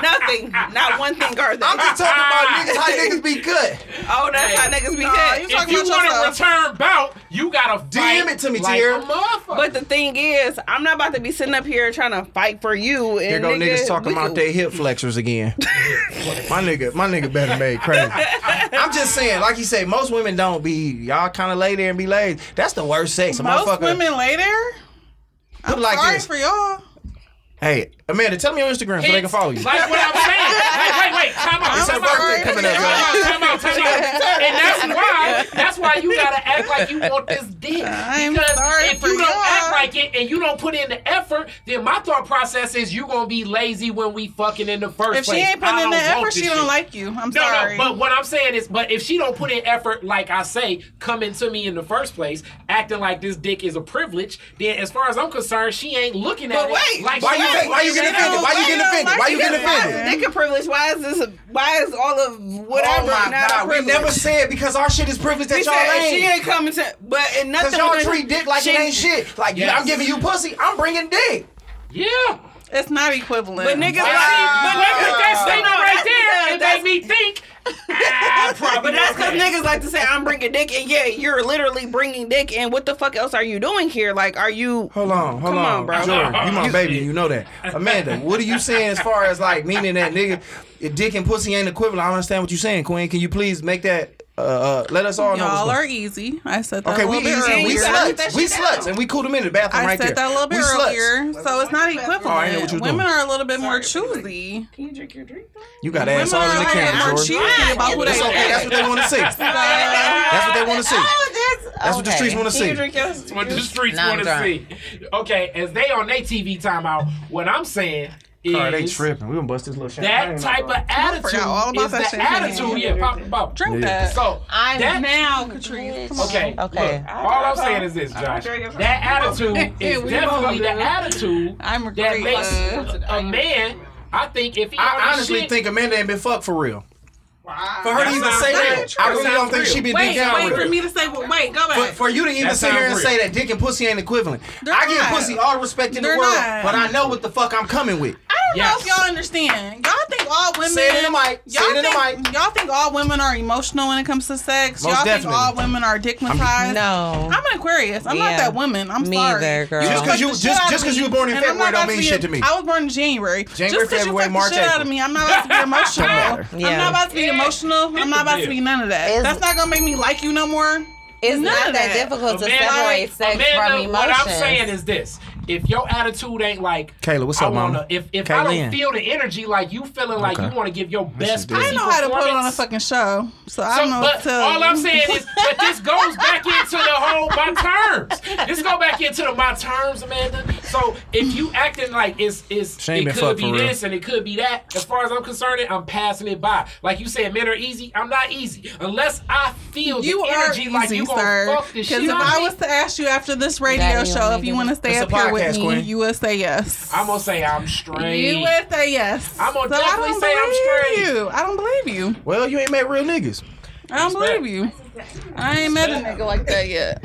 Nothing, not one thing are they. I'm just talking [laughs] about niggas how niggas be good. oh, that's how niggas be you hit. If talking you about want a yourself. return bout, you gotta DM fight it to me, like Tierra. a motherfucker. But the thing is, I'm not about to be sitting up here trying to fight for you. And Here go nigga, niggas talking we about could- they hip flexors again. my nigga, my nigga better made crazy. I'm just saying, like you say, most women don't be y'all kind of lay there and be laid. That's the worst sex. A Most motherfucker women later. put it like Sorry this. for y'all. Hey, Amanda, tell me your Instagram so they can follow you. Like what I'm saying. Wait, wait, wait. Time out. It's her Time out. birthday coming up, Time y'all. out. Time out. Time out. And that's why. That's why you gotta act like you want this dick. I'm because sorry if for you don't y'all. act like it and you don't put in the effort, then my thought process is you gonna be lazy when we fucking in the first If she place. ain't I putting in don't the want effort, this she don't shit. like you. I'm No, sorry. no, but what I'm saying is, but if she don't put in effort, like I say, coming to me in the first place, acting like this dick is a privilege, then as far as I'm concerned, she ain't looking at But wait, it. Like Why she you don't take- why you like getting it. offended? Why you getting offended? Why you getting Why offended? is nigga privilege? Why is this? Why is all of whatever Oh my not a god, we privilege? never said because our shit is privilege that We y'all said she ain't. ain't coming to, but and nothing. Cause y'all was- treat dick like she- it ain't shit. Like Yes. I'm giving you pussy, I'm bringing dick. Yeah. it's not equivalent. But niggas, But like, see, but but that- niggas, that statement right there, it that's- made me think [laughs] I probably But that's because okay. niggas like to say I'm bringing dick, and yeah, you're literally bringing dick. And what the fuck else are you doing here? Like, are you? Hold on, hold Come on, on, bro. Jordan, you my baby, you know that. Amanda, what are you saying as far as like meaning that nigga, if dick and pussy ain't equivalent? I don't understand what you're saying, Queen. Can you please make that? Uh, uh, let us all know. what's Y'all going- are easy. I said that Okay, a we little bit easy. earlier. We gotta let sluts. that We shit sluts, out. and we cool them in the bathroom I right said there. that a little we bit sluts. earlier, so it's not equivalent. Oh, I know what you're Women are doing. a little bit more choosy. You got ass all Women in are a little the bit camera, more Jordan. choosy about who It's they okay. That's date. what they want to see. That's But what they want to see. Uh, That's what the streets want to see. what the streets Nah, I'm want to see. drunk. Okay, as they on their TV timeout, what I'm saying is All right, they tripping. We gonna bust this little shit. that type of attitude all about is that shit. the attitude. Yeah, pop the bubble. drink that. So I'm that now, Catrice. Come on. Okay. Okay. Look, all I'm saying is this, Josh. That attitude is We both- definitely the attitude I'm that agreeing. makes Uh, a man. I think if he I on his honestly shit, think Amanda ain't been fucked for real. For her to That even sounds say real. that, I That really don't sounds think real. she been dick Wait, down wait with for it. me to say. Wait, go For, back. for you to even That sit here and sounds say real. that dick and pussy ain't equivalent. They're I give not. pussy all respect in the They're world, not. but I know what the fuck I'm coming with. I don't Yes. know if y'all understand. Y'all think all women. Say it in the mic. Say Y'all it in the think, Y'all think all women are emotional when it comes to sex. Most y'all definitely. think all women are dickmatized. No. I'm an Aquarius. I'm Yeah. not that woman. I'm Me sorry. either, girl. Just 'cause fucked you- the just- shit out just of 'cause me, you were born in and I'm February not don't about mean be- shit to me. I was born in January. January, just 'cause February, you fucked March, the shit out of April. me. I'm not about [laughs] to be emotional. matter. I'm Yeah. not about to be emotional. I'm not about to be none of that. It's- That's not gonna make me like you no more. It's None not of that that. difficult to Amanda- separate sex Amanda, from emotion. What I'm saying is this: if your attitude ain't like Kayla, what's I up, mama? wanna- If if I Kaylin. don't feel the energy, like you feeling like Okay. you want to give your best. is good. I pussy know how to put on a performance, fucking show, so I So, don't know what to but tell all I'm you. saying is, but this goes back into the whole my terms. This go back into the my terms, Amanda. So if you acting like it's it's She ain't been it fucked could for be real. this and it could be that, as far as I'm concerned, I'm passing it by. Like you said, men are easy. I'm not easy unless I feel You the are energy easy, like you gonna sir. fuck this shit. if up. I was to ask you after this radio Daddy, show if you you wanna want to stay It's a up here podcast, with me, Queen. you would say yes. I'm gonna say I'm straight. you would say yes. I'm gonna I definitely don't say I'm believe straight. You. I don't believe you. Well, you ain't met real niggas. I don't believe you. I ain't met a nigga like that yet.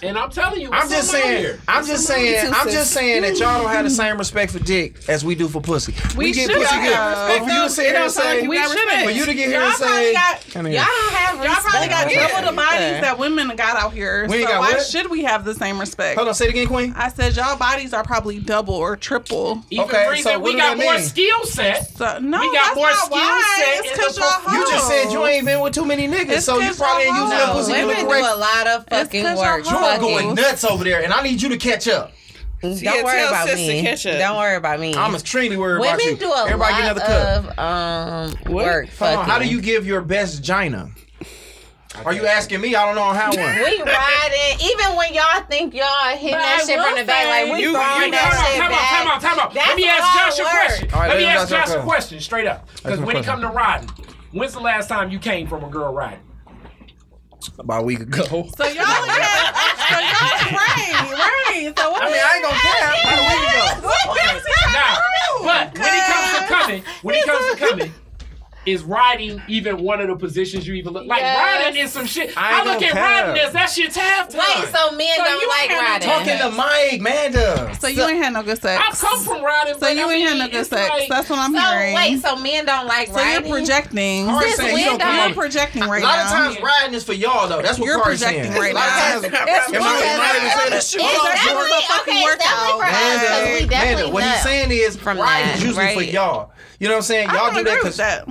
and I'm telling you, I'm just saying. Here. I'm just saying. I'm just saying that y'all don't have the same respect for dick as we do for pussy. We, get should pussy have. good. But for you to sit here and say, We shouldn't. for you to get here y'all and say, probably got, Come y'all here. don't have y'all probably got respect. double the bodies that women got out here. We so ain't got why what? should we have the same respect? hold on, say it again, Queen. I said y'all bodies are probably double or triple. Even Okay, reason so what we do got that more mean? skill set. So no, We got that's more not skill why. set It's in because the y'all prof- You hoes. just said you ain't been with too many niggas, Oh. It's so you 'cause probably ain't y'all using that hoes. no, pussy to the women do a correct. lot of fucking 'cause work. y'all hoes. I'm Fuck going you. nuts over there, and I need you to catch up. Don't Yeah, worry tell about sis to me. catch up. Don't worry about me. I'm extremely worried Women about you. do a Everybody get lot another cup. of um, work. Hold Fucking. on, how do you give your best gina? Are you asking me? I don't know on how one. [laughs] We riding, even when y'all think y'all hitting that I shit from will the back, say- like we You- throwing you- that shit time back. out, time out, time out. That's Let me a ask lot Josh a of work. question. All right, Let me let me ask ask Josh a Josh a question straight up. Because my when it question. come to riding, when's the last time you came from a girl riding? About a week ago. So y'all had, Oh, so y'all [laughs] right, right. So what I mean, I ain't gonna care. About a week ago. Now, but when it comes to coming, when it comes to coming. Is riding even one of the positions you even look like? Yes. Riding is some shit. I I, ain't look gonna at care. riding as that shit's half time. Wait, so men you don't like ain't riding. Talking to Mike, Manda. So you ain't had no good I sex. come from riding, So but you I ain't had mean, no good it's sex. like- That's what I'm so hearing. wait, so men don't like so you're riding. projecting. Kari This saying you don't window- come You're over- projecting right A lot now. of times riding is for y'all though. That's what You're Kari's projecting saying. right a lot now. Of times, It's am I, am I even saying that? it's definitely okay. It's definitely for us because we Manda, definitely what he's know. saying is from riding that, is usually for right. y'all. You know what I'm saying? I Y'all don't do agree that with because that.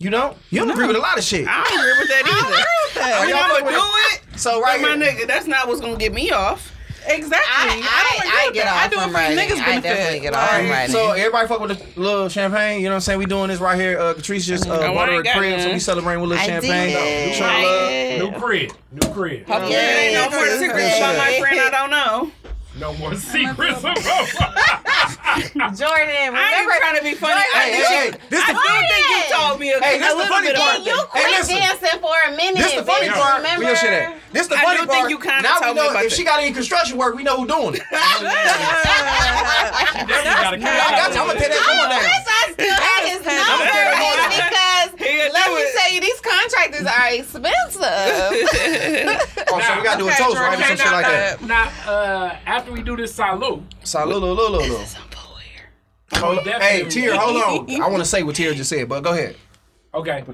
you know you don't agree with a lot of shit. I don't agree with that Are either. y'all I'm fucking gonna with do it? it. So But right my here, nigga, that's not what's gonna get me off. Exactly. I, I, I, I, don't agree with get that. off I do it from for riding. niggas' I benefit. definitely get off Like, from riding. So everybody fuck with a little champagne. You know what I'm saying? We doing this right here. Uh, Catrice just uh, No, bought her I a ain't got crib, so none. we celebrating with a little I champagne. did. Tryna love. New crib. New crib. Yeah, ain't no more yeah, secrets yeah. about my friend. I don't know. No more secrets about [laughs] Jordan, I ain't remember trying to be funny. Hey, I hey, hey, this the don't think you told me. Hey, this a the little funny bit part. about you that. quit Hey, listen. dancing for a minute. This the funny bitch, part. Remember? Where your shit at? This the I funny do think part. you kinda now we told me know about if that. she got any construction work, we know who doing it. [laughs] I got that. you. I'm gonna tell that going down. Yes, I still have his number Here, because let do me it. tell you, these contractors [laughs] are expensive. Oh, so we gotta do a toast, right? Or some shit like that. Now, uh, after we do this salute, Salute, lulu, lulu. Hold- Hey, definitely- Tier, hold on. I want to say what Tier just said, but go ahead. Okay.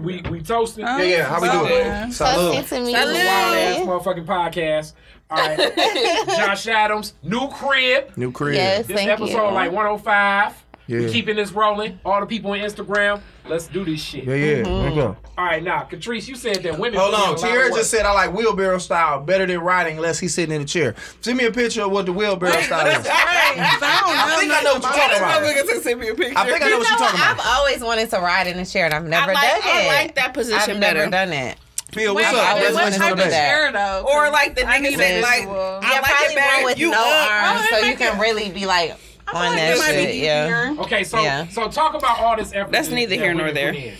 We we toasting. Yeah, yeah. How we Salud. doing? Salud. It's This me. is a wild ass motherfucking podcast. All right. Josh Adams, new crib. New crib. Yes, This thank episode you. like 105. Yeah. We keeping this rolling. All the people on Instagram, let's do this shit. Yeah, yeah. There you go. All right, now, Catrice, you said that women. Hold put in a on. lot of Tierra work. just said I like wheelbarrow style better than riding unless he's sitting in a chair. Send me a picture of what the wheelbarrow style is. I think I know what you're talking about. Motherfucker took- sent me a picture. I think I know what you're talking I've about. always wanted to ride in a chair, and I've never I like, done it. I like that I've position never better. done it. Phil, what's up? wait, That's what what type you of today. chair? though. Or like the I niggas need that like, visual. I Yeah, like probably it better. one with you no up. arms, Oh, so it you make can it- really be like on Oh, It that might be shit. Yeah. easier. Okay, so Yeah. so talk about all this effort. That's that- neither that here nor women there. put in.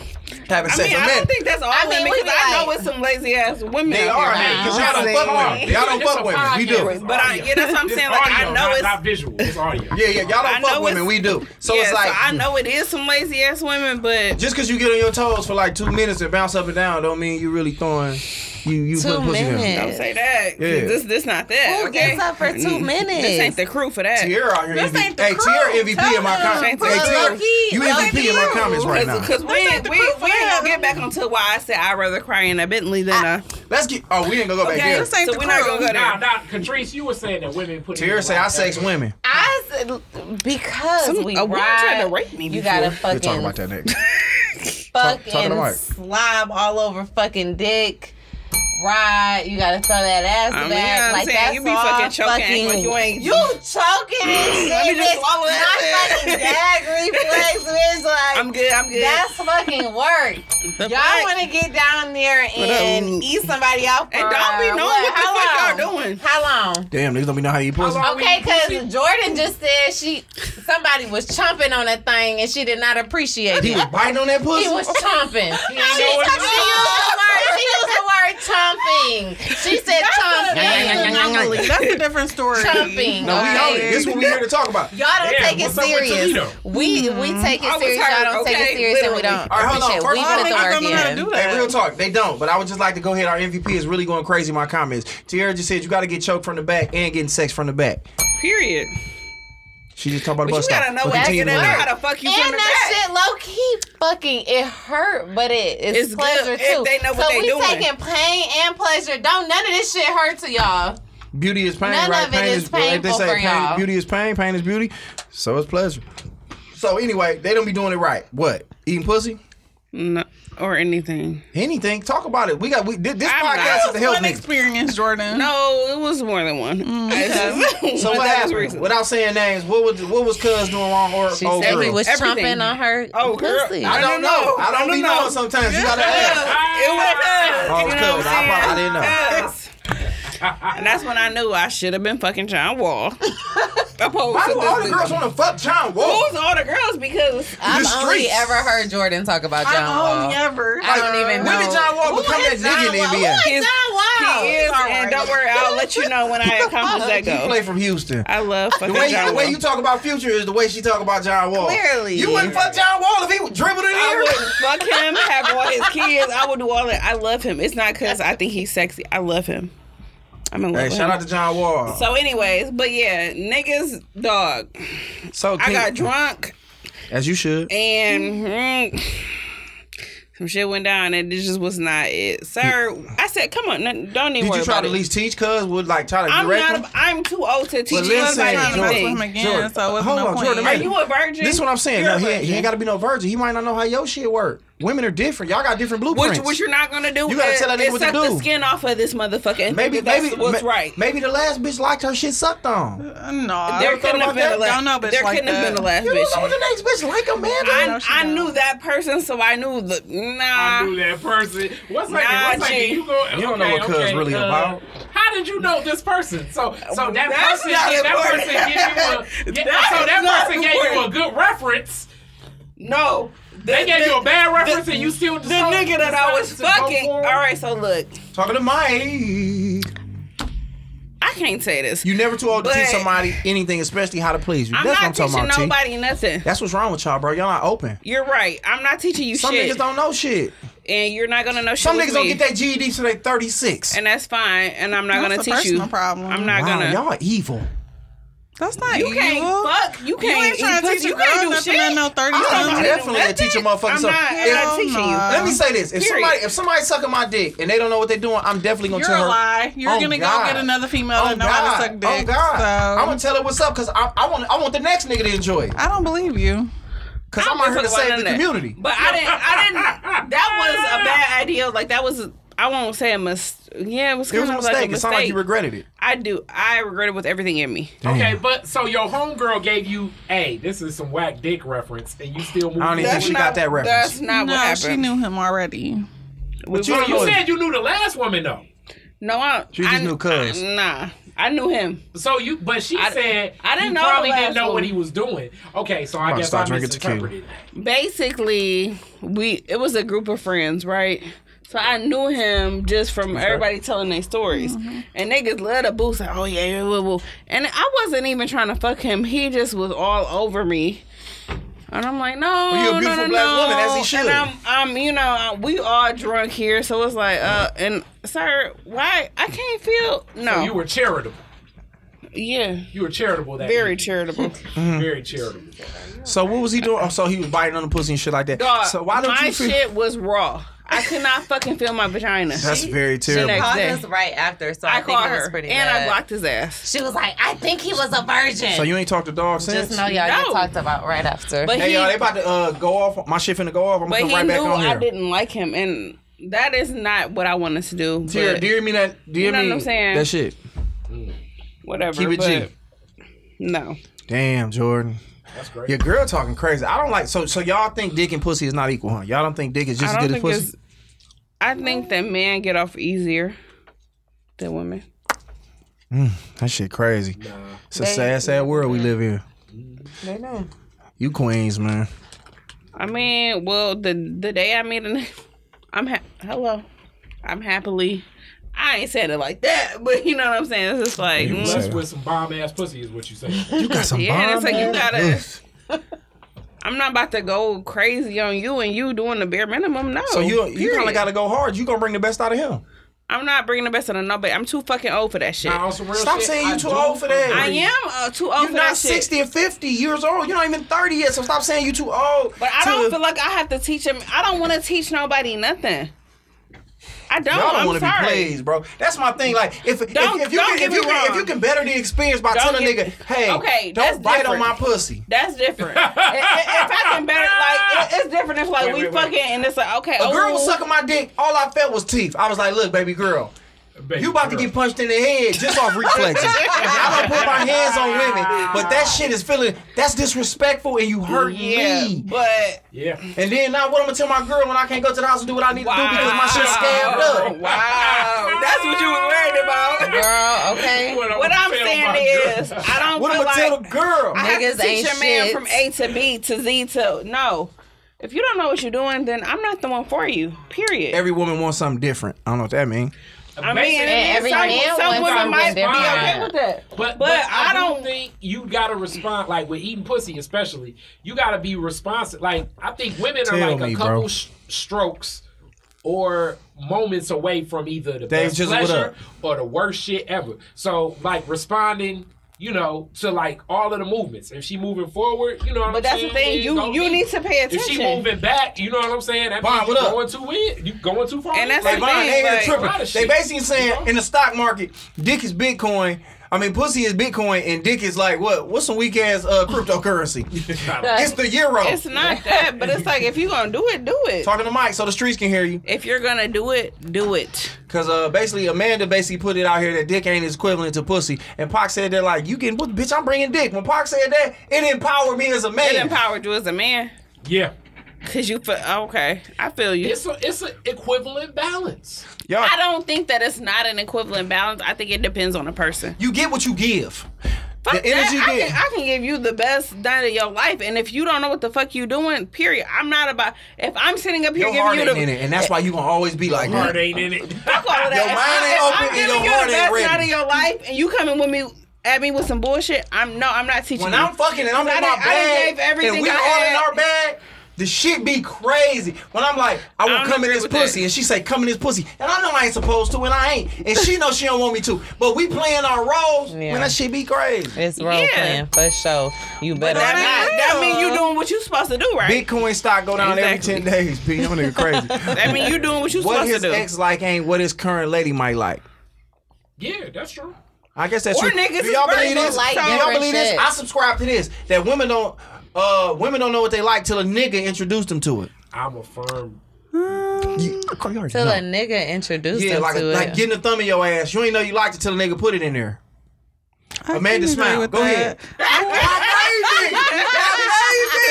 Having I sex mean, with I men. don't think that's all I mean, women we because I know like- it's some lazy ass women. They out are there. men because y'all don't It's fuck audio. women. Y'all don't It's fuck a women. We podcast. do. It's But I- audio. yeah, that's what I'm It's saying, like, I audio, know not- it's- not visual. It's audio. Yeah, yeah. Y'all I don't fuck know women. it's- We do. So yeah, it's like so I know it is some lazy ass women, but just because you get on your toes for like two minutes and bounce up and down, don't mean you really throwing you you Two putting pussy down. minutes. don't say that. 'cause Yeah. This this not that. Who okay? gets up for two minutes? This ain't the crew for that. Tierra out here. This MVP. ain't the E hey, crew. Tierra MVP in my Tell them. comments. This Hey, ain't the Tierra, crew. you This ain't MVP in my the comments crew. right now. Because we ain't ain't, the we, crew for we ain't that. gonna get back onto why I said I'd rather cry in a Bentley than a. Let's get. Oh, we ain't gonna go back Okay, there. this ain't so the we're not crew. gonna go Now, there. now, Catrice, you were saying that women put. in a Tierra say lot I of sex effort. women. I said, because Some- we a woman tried ride, to rape me you before. gotta We'll talk fucking about that next. [laughs] Talk- talk to fucking the mic. slob all over fucking dick. Ride, you gotta throw that ass I mean, back. you know what I'm like saying? that's You be all fucking choking, fucking- like you ain't- You choking and [laughs] Let me shit, just bitch. swallow My that fucking shit. gag [laughs] reflex, bitch. Like I'm good. I'm good. That's fucking work. The Y'all fuck? want to get down there and um, eat somebody out for And don't be knowing what the how fuck long? y'all doing. How long? Damn, niggas don't be know how to eat pussy. How long we Okay, eat because pussy? Jordan just said she somebody was chomping on that thing and she did not appreciate [laughs] He it. was biting on that pussy. He [laughs] was chomping. She You ain't know what you used the word. She used the word chomping. She said chomping. That's a different story. Chomping. [laughs] no, we okay? know it. This is what we here to talk about. Y'all don't Yeah, take it what's up with serious. Toledo? We we take it I was serious. Y'all hurt, don't take it okay? serious, and we Literally. don't. All right, hold on. appreciate it. First We of all, niggas put don't the know work how to in. do that. Hey, real talk. They don't, but I would just like to go ahead. Our MVP is really going crazy in my comments. Tierra just said you got to get choked from the back and getting sex from the back. [laughs] Period. She just talked about But the you bus stop. gotta know We'll what continue you to know learn. how the fuck you and from the that back. shit low key fucking it hurt, but it It's is good pleasure if too. they know what so they we doing. taking pain and pleasure. Don't none of this shit hurt to y'all. Oh, Beauty is pain, None right? of it pain is like they painful say, for pain, y'all. Beauty is pain, pain is beauty, so is pleasure. So anyway, they don't be doing it right. What? Eating pussy? No, or anything. Anything? Talk about it. We got we did this I'm podcast not- is to help One niggas. experience, Jordan. Mm, No, it was more than one. It's [laughs] just- So what but that was happened? recent. Without saying names, what was what was Cuz doing wrong or over? said it? he was Everything. chomping on her Oh, girl. pussy. I don't know. I don't be knowing sometimes. You gotta ask. It was us. Oh, it's you know Cuz. what I I'm probably saying? didn't know. Us. and that's when I knew I should have been fucking [laughs] John Wall. Opposed Why to do all the this. girls want to fuck John Wall? Who's all the girls? Because I've The only streets. ever heard Jordan talk about John I Wall. only ever. I don't even When did know. John Wall Who become that is John nigga in E the Wall? Who NBA? is He's- John Wall? he is, and don't worry, I'll let you [laughs] know when I accomplish that He goal. played from Houston. I love The fucking way, John the way Wall. you talk about future is the way she talk about John Wall. Clearly. you wouldn't fuck John Wall if he was dribbling in I here. would fuck him, have all his kids. I would do all that. I love him. It's not because I think he's sexy. I love him. I'm in love Hey, with shout him. out to John Wall. so, anyways, but yeah, niggas, dog. So I King- got drunk as you should. Mm-hmm. and mm, some shit went down, and this just was not it, sir. I said, "Come on, no- don't even Did worry you try about to at it." least teach? Cuz would like try to I'm direct not. him? I'm too old to teach you listen, trying to anybody mess with him anything. again, Jordan, so it wasn't hold no on, point. Jordan, Are man. you a virgin? This is what I'm saying. No, You're a he ain't, he virgin. ain't got to be no virgin. He might not know how your shit work. Women are different. Y'all got different blueprints. Which, which you're not gonna do. You gotta is- tell that nigga is what to suck the do. skin off of this motherfucker. And maybe maybe that's maybe what's ma- right. Maybe the last bitch liked her shit sucked on. No, there couldn't have been a last. Don't know, bitch. there like couldn't that. have been a last You don't know what bitch. the next bitch like, Amanda. I, know she I don't. knew that person, so I knew the nah. I knew that person. What's like? Nah, what's like? G. You go. You don't know what okay, cuz okay, really uh, about. How did you know this person? So, so that That's person, not important. that person [laughs] gave you a. yeah, so That's that not person gave you a important. good reference. No, They gave you a bad reference, the- and you still The nigga that I was fucking. All right, so look, Talking to Mike. I can't say this. You never too old to But- teach somebody anything, especially how to please you. I'm That's what not I'm teaching talking about. T. nobody nothing. That's what's wrong with y'all, bro. Y'all not open. You're right. I'm not teaching you Some shit, niggas don't know shit. and you're not gonna know shit. Some with niggas don't me. get that GED till they 36. and that's fine. And I'm not That's gonna a teach you. personal problem. I'm not wow, gonna. y'all are evil. That's not You can't fuck. You You can't ain't trying eat to teach pussy. a You girl can't do nothing shit. at no thirty I'm something. definitely a teacher, motherfucker. I'm So not, I'm Hell not teaching you. no. let me say this: if Uh, Period. somebody, if somebody sucking my dick and they don't know what they're doing, I'm definitely gonna You're a tell her. lie. You're Oh, gonna God. go get another female Oh and know how to God! suck dick. Oh God! So I'm gonna tell her what's up because I, I want I want the next nigga to enjoy it I don't believe you. because I'm out here to Fuck about save the none of that. community. But I didn't. [laughs] I didn't. That was a bad idea. Like that was. I won't say a mistake. Yeah, it was It kind was a of mistake. like a It sounded like mistake. you regretted it. I do. I regret it with everything in me. Okay, but so your homegirl gave you, hey, this is some whack dick reference, and you still moving. I don't even think forward. she got that reference. That's not no, what happened. she knew him already. But you So don't know you it. said you knew the last woman though. No, I. She just I, knew cuz. Nah, I knew him. So you, but she I- said I didn't you know probably the didn't last know what woman. he was doing. Okay, so I Come on, guess stop I drinking tequila. misinterpreted. Basically, we. It was a group of friends, right? So I knew him just from everybody telling their stories, Mm-hmm. and niggas love to boost. Like, oh yeah, yeah, woo, woo. and I wasn't even trying to fuck him. He just was all over me. And I'm like, no, Oh, you a no, beautiful no, black no. woman, as he should. And I'm, I'm, you know, I- we all drunk here, so it's like, uh, and sir, why I can't feel no, You were charitable. yeah, You were charitable that very evening. [laughs] charitable. very charitable. Mm-hmm. So what was he doing? Oh, so he was biting on the pussy and shit like that. Dog, so why don't my you feel? shit was raw. I could not fucking feel my vagina. That's very next- terrible. Called Called us us right after, so I, I think called it was her pretty and I blocked his ass. She was like, I think he was a virgin. So you ain't talked to dog since. Just know y'all No. get Oh, talked about right after. But Hey he, y'all, they about to uh, go off. My shit finna go off. I'm but gonna come he right back knew on here. I didn't like him, and that is not what I wanted to do. Dear, but dear me that. Dear You know me what I'm saying? that shit. whatever. Keep it but G. no, Damn, Jordan. That's great. Your girl talking crazy. I don't like. So so y'all think dick and pussy is not equal, huh? Y'all don't think dick is just I as don't good as think pussy. it's. I think that men get off easier than women. That shit crazy. It's a sad, sad world we live in. they know. You queens, man. I mean, well, the the day I meet an, [laughs] I'm ha- hello, I'm happily. I ain't saying it like that, [laughs] but you know what I'm saying. It's just like mm, Blessed with some bomb ass pussy is [laughs] what you saying. You got some Yeah, and it's like you bomb-ass gotta- pussy. I'm not about to go crazy on you and you doing the bare minimum. No, So you you kind period. of got to go hard. You gonna bring the best out of him. I'm not bringing the best out of nobody. I'm too fucking old for that shit. Now, on some real Stop shit, saying you I too do old for that. I agree. am uh, too old You're for that not shit. sixty or fifty years old. You're not even thirty yet. So stop saying you too old. But I to- don't feel like I have to teach him. I don't want to teach nobody nothing. I don't. Y'all don't I'm want to be sorry. plays, bro. That's my thing. Like, if if, Don't- if you can, don't get if me you can, wrong. if you can better the experience by Don't telling a get- nigga, hey, Okay, that's don't bite on different. my pussy. That's different. if, if I can better, like, it- it's different if, like, Wait, we wait, wait. fucking and it's like, okay, oh, A girl was ooh. sucking my dick. All I felt was teeth. I was like, look, baby girl. Baby You about to girl. get punched in the head just off [laughs] reflexes. I don't put my hands on women, but that shit is feeling that's disrespectful and you hurt Yeah, me. but Yeah. And then now what I'm gonna tell my girl when I can't go to the house and do what I need to do because my shit's scabbed up. Wow, that's what you were [laughs] worried about. Girl, okay. What, What I'm saying is, I don't What I'm feel gonna tell like the girl? I have Niggas to teach ain't a man shit. from A to B to Z to no. If you don't know what you're doing, then I'm not the one for you. Period. Every woman wants something different. I don't know what that means. I mean, and every some, man some wants women something might be different. okay with that, But, but, I, don't think you gotta respond like with eating pussy, especially. You gotta be responsive. Like I think women are Tell like me, a couple bro. sh- strokes or moments away from either the They best just what pleasure up? or the worst shit ever. So like responding, you know, to like all of the movements. If she moving forward, you know what But I'm that's the saying? thing. It You- go you deep. need to pay If she attention. moving back, you know what I'm saying? That Bond, means you what up? going too in. You going too far. And that's Like, the Vine, thing, they ain't like- tripping. A lot of They shit, basically you saying know? in the stock market, dick is Bitcoin. I mean, pussy is Bitcoin, and dick is like what? What's some weak ass uh, [laughs] cryptocurrency? it's the euro. it's not that. But it's like if you're gonna do it, do it. Talking to Mike so the streets can hear you. If you're gonna do it, do it. Cause uh, basically Amanda basically put it out here that dick ain't equivalent to pussy, and Pac said that like you getting what bitch I'm bringing dick. When Pac said that, it empowered me as a man. It empowered you as a man. yeah. Cause you feel oh, okay. I feel you. Oh. It's a it's an equivalent balance. Y'all, I don't think that it's not an equivalent balance. I think it depends on the person. you get what you give. Fuck the energy that. I get. can, I can give you the best night of your life, and if you don't know what the fuck you doing, period. I'm not about. If I'm sitting up here your heart giving you ain't the in it, and that's why you gonna always be like Heart that. ain't in it. fuck all of that. Your If mind ain't I- if open I'm and giving your you heart the ain't best ready. night of your life, and you coming with me at me with some bullshit. I'm no, I'm not teaching When you. I'm fucking and I'm I in done- my I done bag, gave everything and we I all in had. our bag, The shit be crazy. When I'm like, I will don't come in agree this with pussy, that. and she say, come in this pussy, and I know I ain't supposed to, and I ain't, and [laughs] she know she don't want me to, but we playing our roles. Yeah. Man, that shit be crazy. It's role Yeah. playing for sure. You better That, mean, that not. mean you doing what you supposed to do, right? Bitcoin stock go down Exactly. every ten days. P, I'm nigga [laughs] crazy. that mean you doing what you what supposed his to do. ex like ain't what his current lady might like. Yeah, that's true. I guess that's Or true. niggas Do y'all is believe very this? like Do y'all different believe this? shit. I subscribe to this that women don't uh women don't know what they like till a nigga introduced them to it. I'm a firm. You, I call you already Till know. a nigga introduced yeah, them like to like it. getting a thumb in your ass. You ain't know you liked it till a nigga put it in there. Amanda, can agree smile. with Go that. ahead. [laughs] Amazing! Amazing! [laughs]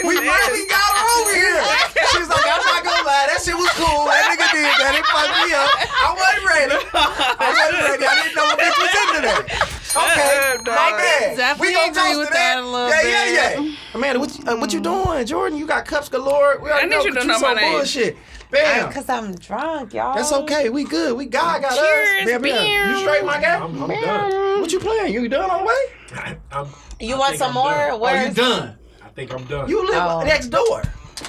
[laughs] We finally got her over here. [laughs] She's like, I'm not gonna lie, that shit was cool. That nigga did that. It fucked me up. I wasn't ready. I wasn't ready. I didn't know what bitch was into that. Okay, my bad. definitely we gonna agree toast with to that. that a little yeah, yeah, bit. yeah. Amanda, what you, uh, what you doing, Jordan? You got cups galore. We already I need know, you to but know so my name. bullshit. Bam. Because I'm drunk, y'all. That's okay. We good. We God got us. Cheers, Bam, bam. You straight, my guy? I'm, I'm done. [laughs] What you playing? You done all the way? I'm, You I want think some I'm more? Oh, done. Where's done. I think I'm done. You live Oh. next door.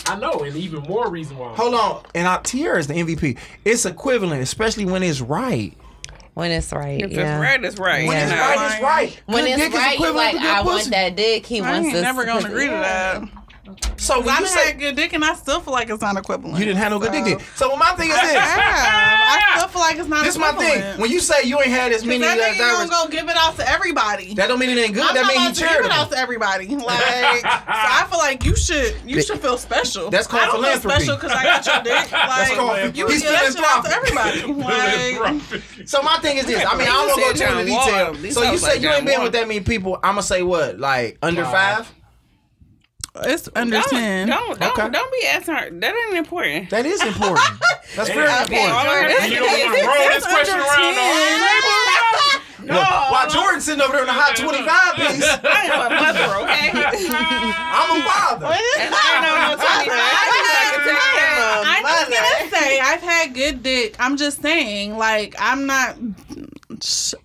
I know, and even more reason why. I'm Hold on. And I, Tierra is the MVP. It's equivalent, especially when it's right. when it's right? If yeah. it's right, it's right. When it's You know? right, it's right. When Good it's dick is right, you equivalent like to good I want pussy. that dick. He I wants ain't this. never gonna agree to that. So when I you done say had good dick, and I still feel like it's not equivalent. you didn't have no good dick, So- dick. So when my thing is this, Yeah, I still feel like it's not this is my equivalent. thing. When you say you ain't had as many that as nigga I gonna was, go give it out to everybody. that don't mean it ain't good. I'm that not mean you about to give it out charitable. to everybody. Like, so I feel like you should you should feel special. That's called I don't philanthropy. Feel special because I got your dick. Like, called- you he's give that shit out to philanthropic. [laughs] everybody. [laughs] Like, So my thing is this. I mean, I don't You want to said go too into John Wall. detail. These So you hoes say like you ain't John been Wall. with that many people. I'm gonna say what, like under five. it's under Don't, ten. don't, don't, Okay. don't be asking her. That ain't important. That is important. That's very important. all I done. heard You don't is- want to roll this question around. Look, while Jordan sitting over there in a hot 25 piece, I am a mother, [laughs] okay? I'm a father. [laughs] I don't know no I'm just gonna 25. I can tell you. say I've had good dick. I'm just saying, like, I'm not.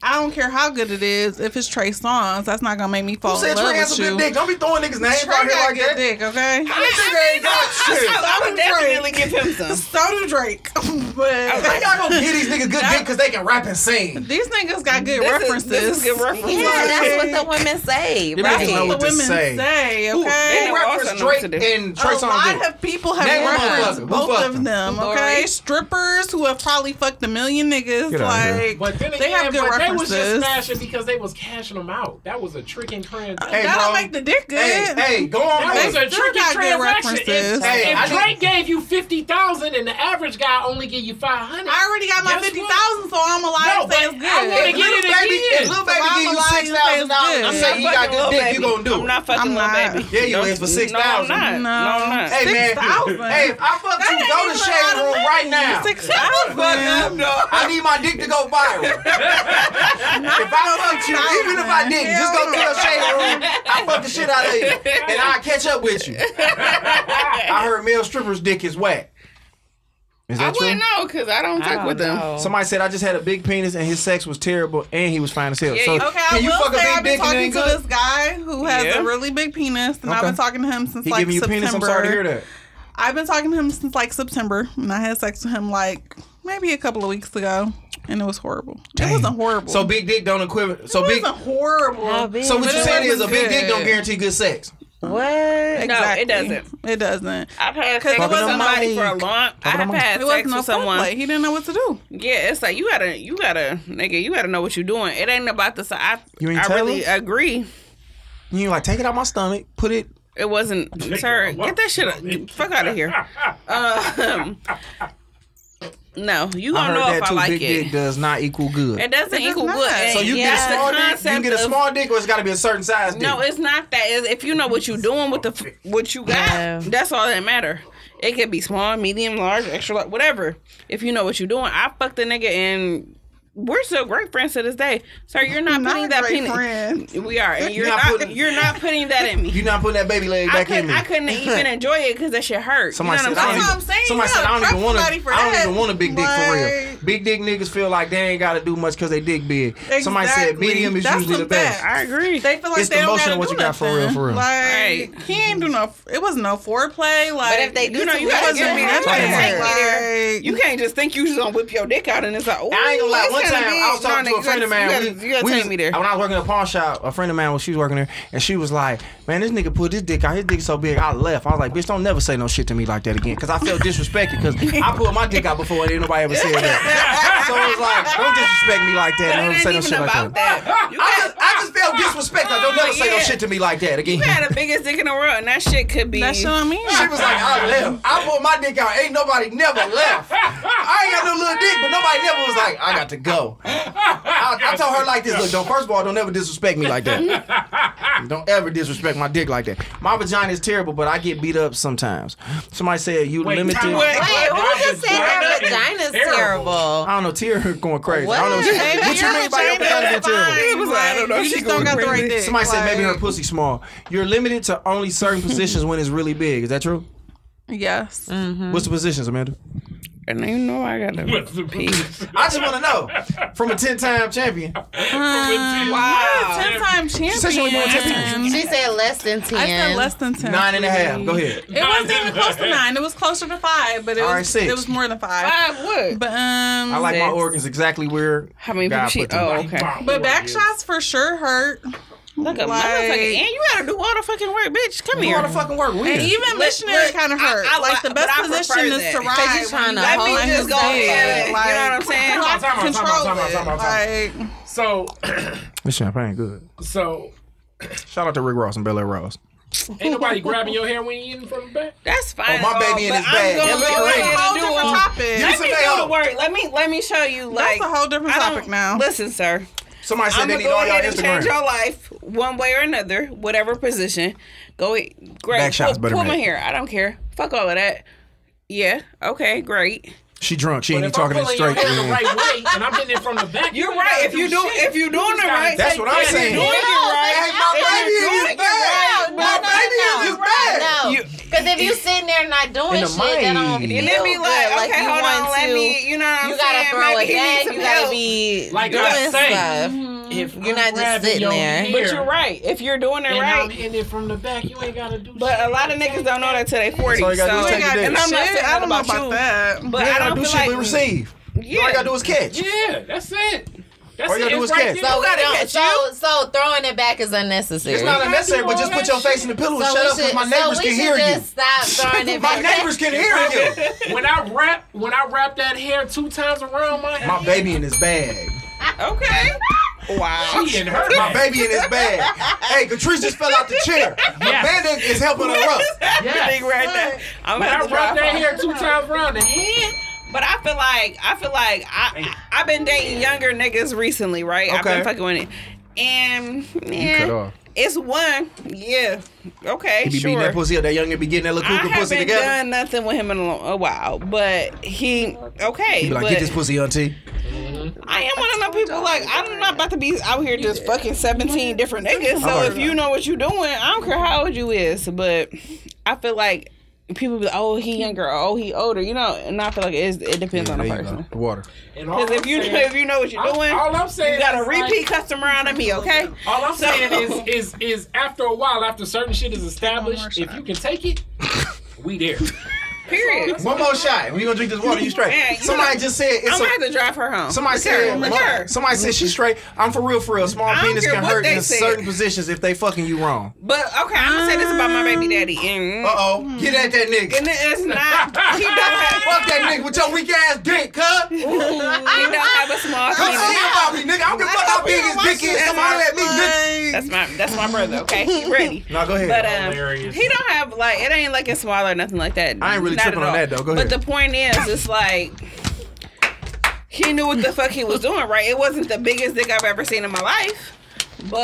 I don't care how good it is. If it's Trey Songs, that's not gonna make me fall Who said in love Trey has with a good you. dick? Don't be throwing niggas' names Trey out here got like good that. dick, okay? This nigga ain't [laughs] got shit. I would definitely give him some. So do Drake, How but y'all gonna give these niggas good dick because they can rap and sing? these niggas got good This is- references. This is good references. Yeah, that's what the women [laughs] say, Them niggas right? know the what to women say. say, okay? they Who know also referenced know what Drake to do. Oh, and Trey a Songz lot dick? of people have Name one referenced motherfucker. Who both fucked of them? them, Lori. okay? Strippers who have probably fucked a million niggas, Get out of here. like But then again, they have good but references. they was just smashing because they was cashing them out. That was a trick and transaction. Hey, that bro. don't make the dick good. Hey, hey, go on. that was Hey, a still trick got and good transaction. If, references. Hey, if I Drake gave you fifty thousand and the average guy only give you five hundred, I already got my Guess fifty what? thousand, so I'm alive. No, and say but it's I wanna good. get little it baby, again. if little baby Mama give you lying six thousand dollars and says say you got Fucking good Lil dick, you Baby. gonna do it? I'm not fucking I'm little not. baby. Yeah, you Don't- is for No, I'm 6,000. not. No, I'm not. Hey man, 6,000. hey, if I fuck you, go to shade room right now. Six thousand. I need my dick to go viral. [laughs] if I fucked you, even if I didn't, just go to a shade room. I fuck the shit out of you, and I will catch up with [laughs] you. I heard male strippers' dick is whack. Is I that true? wouldn't know because I don't I talk don't with them. know. Somebody said I just had a big penis and his sex was terrible and he was fine as hell. Yeah, so okay, Okay, I can you will fuck a say I've been big dick and it talking ain't to good? this guy who has Yeah. a really big penis, and I've Okay. been talking to him since He like giving you September. penis. I'm sorry to hear that. I've been talking to him since like September, and I had sex with him like maybe a couple of weeks ago, and it was horrible. It wasn't horrible. So big dick don't equivalent. So it big. wasn't horrible. How big? So what But you it saying is a wasn't big dick good. don't guarantee good sex. What? No, it Exactly. doesn't. It doesn't. I've had Because sex it with wasn't somebody like- for a long. I have on. had It sex wasn't with no someone. footplay. He didn't know what to do. Yeah, it's like you gotta, you gotta, nigga, you gotta know what you're doing. It ain't about the. si- I, You ain't I tell really him? agree. You like take it out my stomach, put it. It wasn't, sir. Get that shit out. Fuck out of here. Um, [laughs] no, you I gonna heard know if that I too. like big dick it. does not equal good. It doesn't equal not. good. And so you yes, get a the small dick. You can concept get a of- small dick, or it's got to be a certain size dick. No, it's not that. It's if you know what you're doing with the f- what you got, Yeah. that's all that matter. It could be small, medium, large, extra large, whatever. If you know what you're doing, I fucked a nigga and we're still great friends to this day. Sir, you're not, putting that great penis. friend. We are, and You're you're, not not. putting- you're not putting that in me. You're not putting that baby leg I back in couldn't, me. I couldn't even enjoy it because that shit hurt. Somebody you know said, what I'm I That's don't saying? what I'm even, saying, somebody you said, I gotta don't prep even want somebody to. for I don't that. even want a big dick for real. Like- Big dick niggas feel like they ain't got to do much because they dick big. Somebody said Exactly. medium is That's usually the the best. fact. I agree. They feel like It's they the don't motion gotta of what do you got for nothing. real, for real. Like Right. he ain't do no. It was no foreplay. Like, But if they do you know, you some guys good, are you gotta take like, you can't just think you just gonna whip your dick out and it's like, oh, I ain't gonna lie. One time, I was talking to a friend of mine. You gotta, we- you gotta we take was- me there. When I was working at a pawn shop, a friend of mine, when she was working there, and she was like, "Man, this nigga put his dick out. His dick so big, I left." I was like, "Bitch, don't never say no shit to me like that again," because I felt disrespected. Because I pulled my dick out before and ain't nobody ever said that. so it was like, "Don't disrespect me like that. Don't ever ain't say no even shit like about that." that. You I just, I just felt disrespected. Like, don't never say no Yeah. shit to me like that again. had the biggest dick in the world, and that shit could be. That's what I mean. She was like, I left. I pulled my dick out. Ain't nobody never left. I ain't got no little dick, but nobody never was like, I got to go. I, I told her like this. Look, don't first of all, don't ever disrespect me like that. Don't ever disrespect my dick like that. My vagina is terrible, but I get beat up sometimes. Somebody said you Wait, limited. time out. Wait, who Why just is said that vagina vagina's terrible? terrible? I don't know, tear [laughs] going crazy. I don't know What? Maybe what, what you your mean by your vagina vagina is is terrible. It was like, I don't know. You she just don't going got the crazy. right dick. Somebody said maybe her Like, pussy small. You're limited to only certain positions when it's really big. Is that true? Yes. Mm-hmm. What's the positions, Amanda? And you know I got to What's the pee. I just want to know from a ten-time champion. Wow. Ten-time She said she only won champion. 10 times. She said less than ten. I said less than ten. Nine and a half. Go ahead. It wasn't even close to nine. It was closer to five, but it All right, was six. it was more than five. what? But um, I like my Six. organs exactly where How many people God she? put them. Oh, okay. but back shots for sure hurt. Look at Like- motherfucker, and you gotta do all the fucking work, bitch. Come Do here. all the fucking work. Weird. Even missionary look, kind of hurt. I- I like the like- best but I prefer position is that. to you're 'Cause ride. trying to Let hold me just his go ahead. You know what I'm saying? Like, Time out, time out, time out, time out, time out, control it. Like, So, This champagne good. so Shout out to Rick Ross and Bel Air Ross. ain't nobody grabbing your hair when you in from the back. That's fine. Oh, my and all, baby in but his I'm bag. gonna That's go great. ahead and Whole do different them. topic. Let me Give us a do the bell. work. Let me let me show you. Like a whole different I don't- topic now. Listen, sir. Somebody said I'm they gonna need go all y'all ahead and change Instagram. your life one way or another, whatever position. Go ahead. great. Back shots pull, better pull than my that. hair. I don't care. Fuck all of that. Yeah. Okay. Great. She drunk. She ain't even But if I'm talking it pulling your straight. hair the man. right way and I'm getting it from the back, You're ain't right. gotta If you do, if you're doing just it gotta right, That's take what I'm care. saying. You're doing it right. Hey, my If baby you're in doing his it right, bag. but My if you're baby in his bag. No, You- because if you sitting there not doing In the shit, that don't mind. feel And then be like, good. okay, you hold on, want let to- me, you know what I'm you saying? gotta throw Maybe it he needs back. some You gotta help. be Like doing I say, stuff. If You're not just grabbing sitting your there. hair But you're right. If you're doing it And I'm right. in it from the back. You ain't gotta do. But shit. a lot of niggas don't know that till they 40. all you gotta do is so- take a dick. and I'm not Shit, saying I don't know about, about you, that. But Yeah, I don't do feel shit like but receive. All Yeah. you gotta do is catch. Yeah, that's it. That's All you it. gotta do It's is right catch. there. So, You gotta don't- catch so, so throwing it back is unnecessary. It's not unnecessary, but just put your face in the pillow and shut up because my neighbors so we can should hear you. just Stop throwing it My [laughs] back. neighbors can hear you. [laughs] when I wrap when I wrap that hair two times around my head, My baby in his bag. Okay. Wow. [laughs] she and her My back. baby in his bag. Hey, Catrice just fell out the chair. Yes. Amanda is helping her up. Yes. Big right there. I'm When I gonna wrap drop that that here. hair two times around the head, But I feel like I feel like I I- I've been dating younger niggas recently, right? I've Okay. been fucking with it. And yeah, cut off. it's one. Yeah. Okay. He be sure. beating that pussy up. That young nigga be getting that little I cuckoo pussy haven't together. done nothing with him in a, long, a while, but he okay. He be like, but get this pussy, auntie. I am one of them people. Like I'm not about to be out here just fucking seventeen different niggas. So Alright. if you know what you're doing, I don't care how old you is, but I feel like people be like, oh he younger, or, oh he older, you know. And I feel like it's, it depends on the person. The water. and all Because if I'm you saying- if you know what you're all- doing, all I'm saying you got is a repeat like- customer out of me, okay? all I'm So- saying is is is after a while, after certain shit is established, more if you can [laughs] take it, we there. [laughs] [laughs] Period. One more shot. We gonna drink this water. You straight. Man, you somebody know- just said I'm it's gonna have a. to drive her home. Somebody said. Mature, mature. Somebody said she's straight. I'm for real, for real. Small I don't penis care can what hurt they in said. certain positions if they fucking you wrong. But okay, I'm gonna say this about my baby daddy. And, Uh oh. Get at that nigga. and it's not he don't have Fuck that nigga with your weak ass dick, cuz. he don't have a [laughs] small Oh, Come penis. see about me, nigga. I don't give a fuck how big his dick is. Somebody let me, nigga. That's my that's my brother. Okay, he ready. No, go ahead. But um, Hilarious. he don't have like it ain't like it's smaller or nothing like that. I ain't really Not tripping at on all. that, though. Go but ahead. the point is, it's like he knew what the fuck he was doing, right? It wasn't the biggest dick I've ever seen in my life,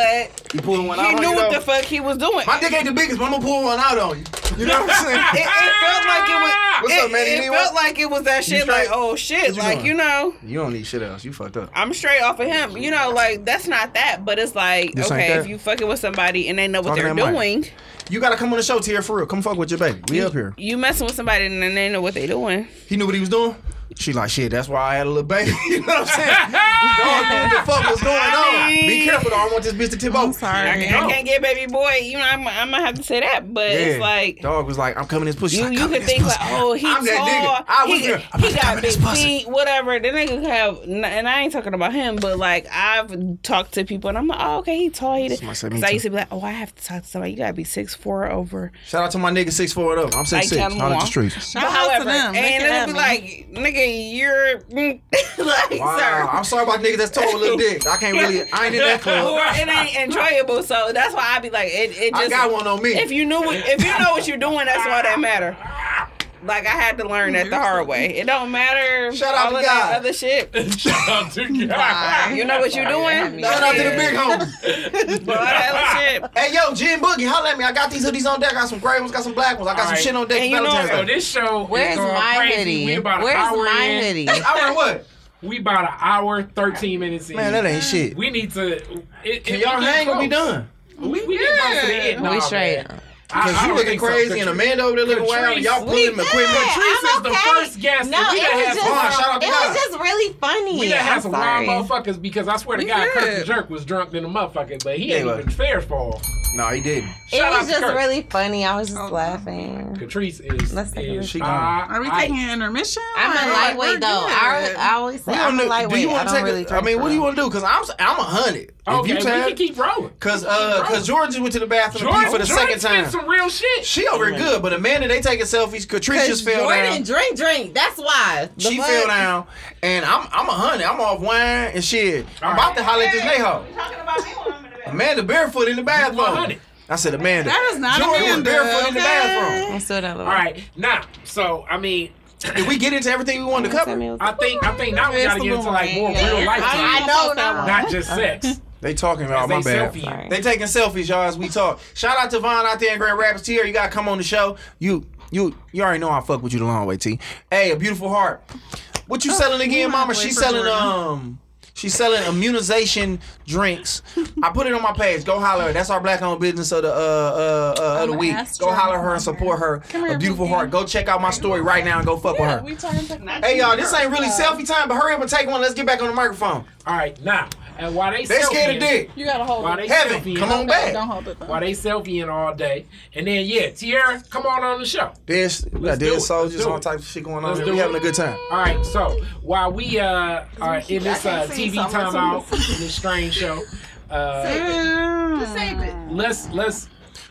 but You pulling one he out on knew you, what though? the fuck he was doing. My dick ain't the biggest, but I'm gonna pull one out on you. You know what I'm [laughs] saying? it, it felt like it was. What's Ah, it, up, man? You It need felt one? like it was that shit. straight? Like oh shit, What you like doing? you know. you don't need shit else. You fucked up. I'm straight off of him. You know, like that's not that, but it's like This ain't okay, that. if you fucking with somebody and they know what Talking they're that mic. doing, You gotta come on the show, Tier, for real. Come fuck with your baby. We up here. you messing with somebody and they know what they doing. He knew what he was doing. She like, shit, that's why I had a little baby. [laughs] you know what I'm saying? Dog knew what the fuck was going on. Be careful, though. I don't want this bitch to tip over. I, can't- I can't get baby boy. You know, I'm, I'm gonna have to say that, but it's like. dog was like, I'm coming this pussy. You, Like, you "Coming could this think pussy." like, oh, he I'm tall, that nigga. I was he, here. I'm he just coming got big this pussy. feet, whatever. The nigga have, and I ain't talking about him, but like I've talked to people, and I'm like, oh, okay, he tall, he. Somebody said me Because I too. used to be like, oh, I have to talk to somebody. You gotta be six four over. Shout out to my nigga six four and up. I'm six six. Out Like, tell of him the more. streets. Shout out to them. They can And it'll have be me. like, nigga, you're [laughs] mm," like, Wow, sir. I'm sorry about niggas that's tall with little dick. I can't really. I ain't in that [laughs] Or club. it ain't enjoyable, so that's why I be like, it, it just. I got one on me. If you knew, what, if you know what you're doing, that's why that matter. Like I had to learn that the hard way. It don't matter. Shout out all to of that God. other shit. Shout out to God. You know what you're doing. Shout out to the big homie. All [laughs] that [laughs] other shit. Hey yo, Jim Boogie, holla at me. I got these hoodies on deck. I got some gray ones, got some black ones. I got some Alright. shit on deck. And for you know- Valentine's So Day. this show Where's is going my crazy. We hoodie? about an Where's hour my in. hoodie? Oh, I wear what? We about an hour, thirteen minutes in. Man, that ain't shit. We need to. It, Can it- y'all we hang or close. we done? We, we get close to the end. Nah, we straight. man. I- I Because you don't looking think so. crazy and Amanda over there looking Patrice, wild. and Y'all we pulling him equipment. Patrice is the first guest. No, and we it done was had just, some- Vaughn, shout out to it was God. just really funny. We done I'm had some wild sorry. motherfuckers because I swear to We God, Kirk the did. Jerk was drunk than a motherfucker, but he ain't Yeah, even fair for him. No, he didn't. It Shout out was to just Kirk. really funny. I was just laughing. Patrice is. Let's take a is She uh, gone. Are we I- taking an intermission? I'm Like, a we're lightweight though. I, good. I always say We I'm don't a know- do lightweight. you I want to don't take? really a, I drink mean, what do from. you want to do? Because I'm s- I'm a hundred. Okay, if we you tired, can keep rolling. Cause uh, cause George went to the bathroom to pee Jordan, for the Jordan second time. did some real shit. she over here good, but Amanda they taking selfies. Catrice just fell down. Jordan, drink, drink. That's why. The she fuck? fell down, and I'm I'm a hundred. I'm off wine and shit. I'm about to holler at this Neho. Amanda barefoot in the bathroom. 100. I said Amanda. That is not Jordan was Amanda, barefoot in the okay? bathroom. Let's do another All one. right, now, so I mean, Did we get into everything we wanted to cover? I think I think now we gotta get into like more real life, I stuff, know now. not just sex. They talking about my [laughs] They bad. selfie you. They taking selfies, y'all, as we talk. Shout out to Von out there in Grand Rapids. Tier, you gotta come on the show. You you you already know I fuck with you the long way, T. Hey, a beautiful heart. What you selling again, Oh, my mama? boy She's for selling Jordan. um she's selling immunization drinks. I put it on my page. Go holler. her. That's our black owned business of the uh uh, uh of the I'ma week. ask Go Jordan holler to her and come support her. Come here, a beautiful Ruthie. heart. Go check out my story right now and go fuck Yeah, with we her. turned to- Hey y'all, this ain't really selfie time, but hurry up and take one. Let's get back on the microphone. All right, now, and while they They scared selfieing- of dick. You gotta hold Why it. they Heaven, selfieing- come on back. Don't hold it. though. Why they selfieing all day, and then yeah, Tierra, come on on the show. There's, Let's do it. there's soldiers, Let's do all it. types of shit going on. Let's here. do We it. having a good time. All right, so while we uh, are in this uh, TV timeout, in this strange [laughs] show, uh, let's let's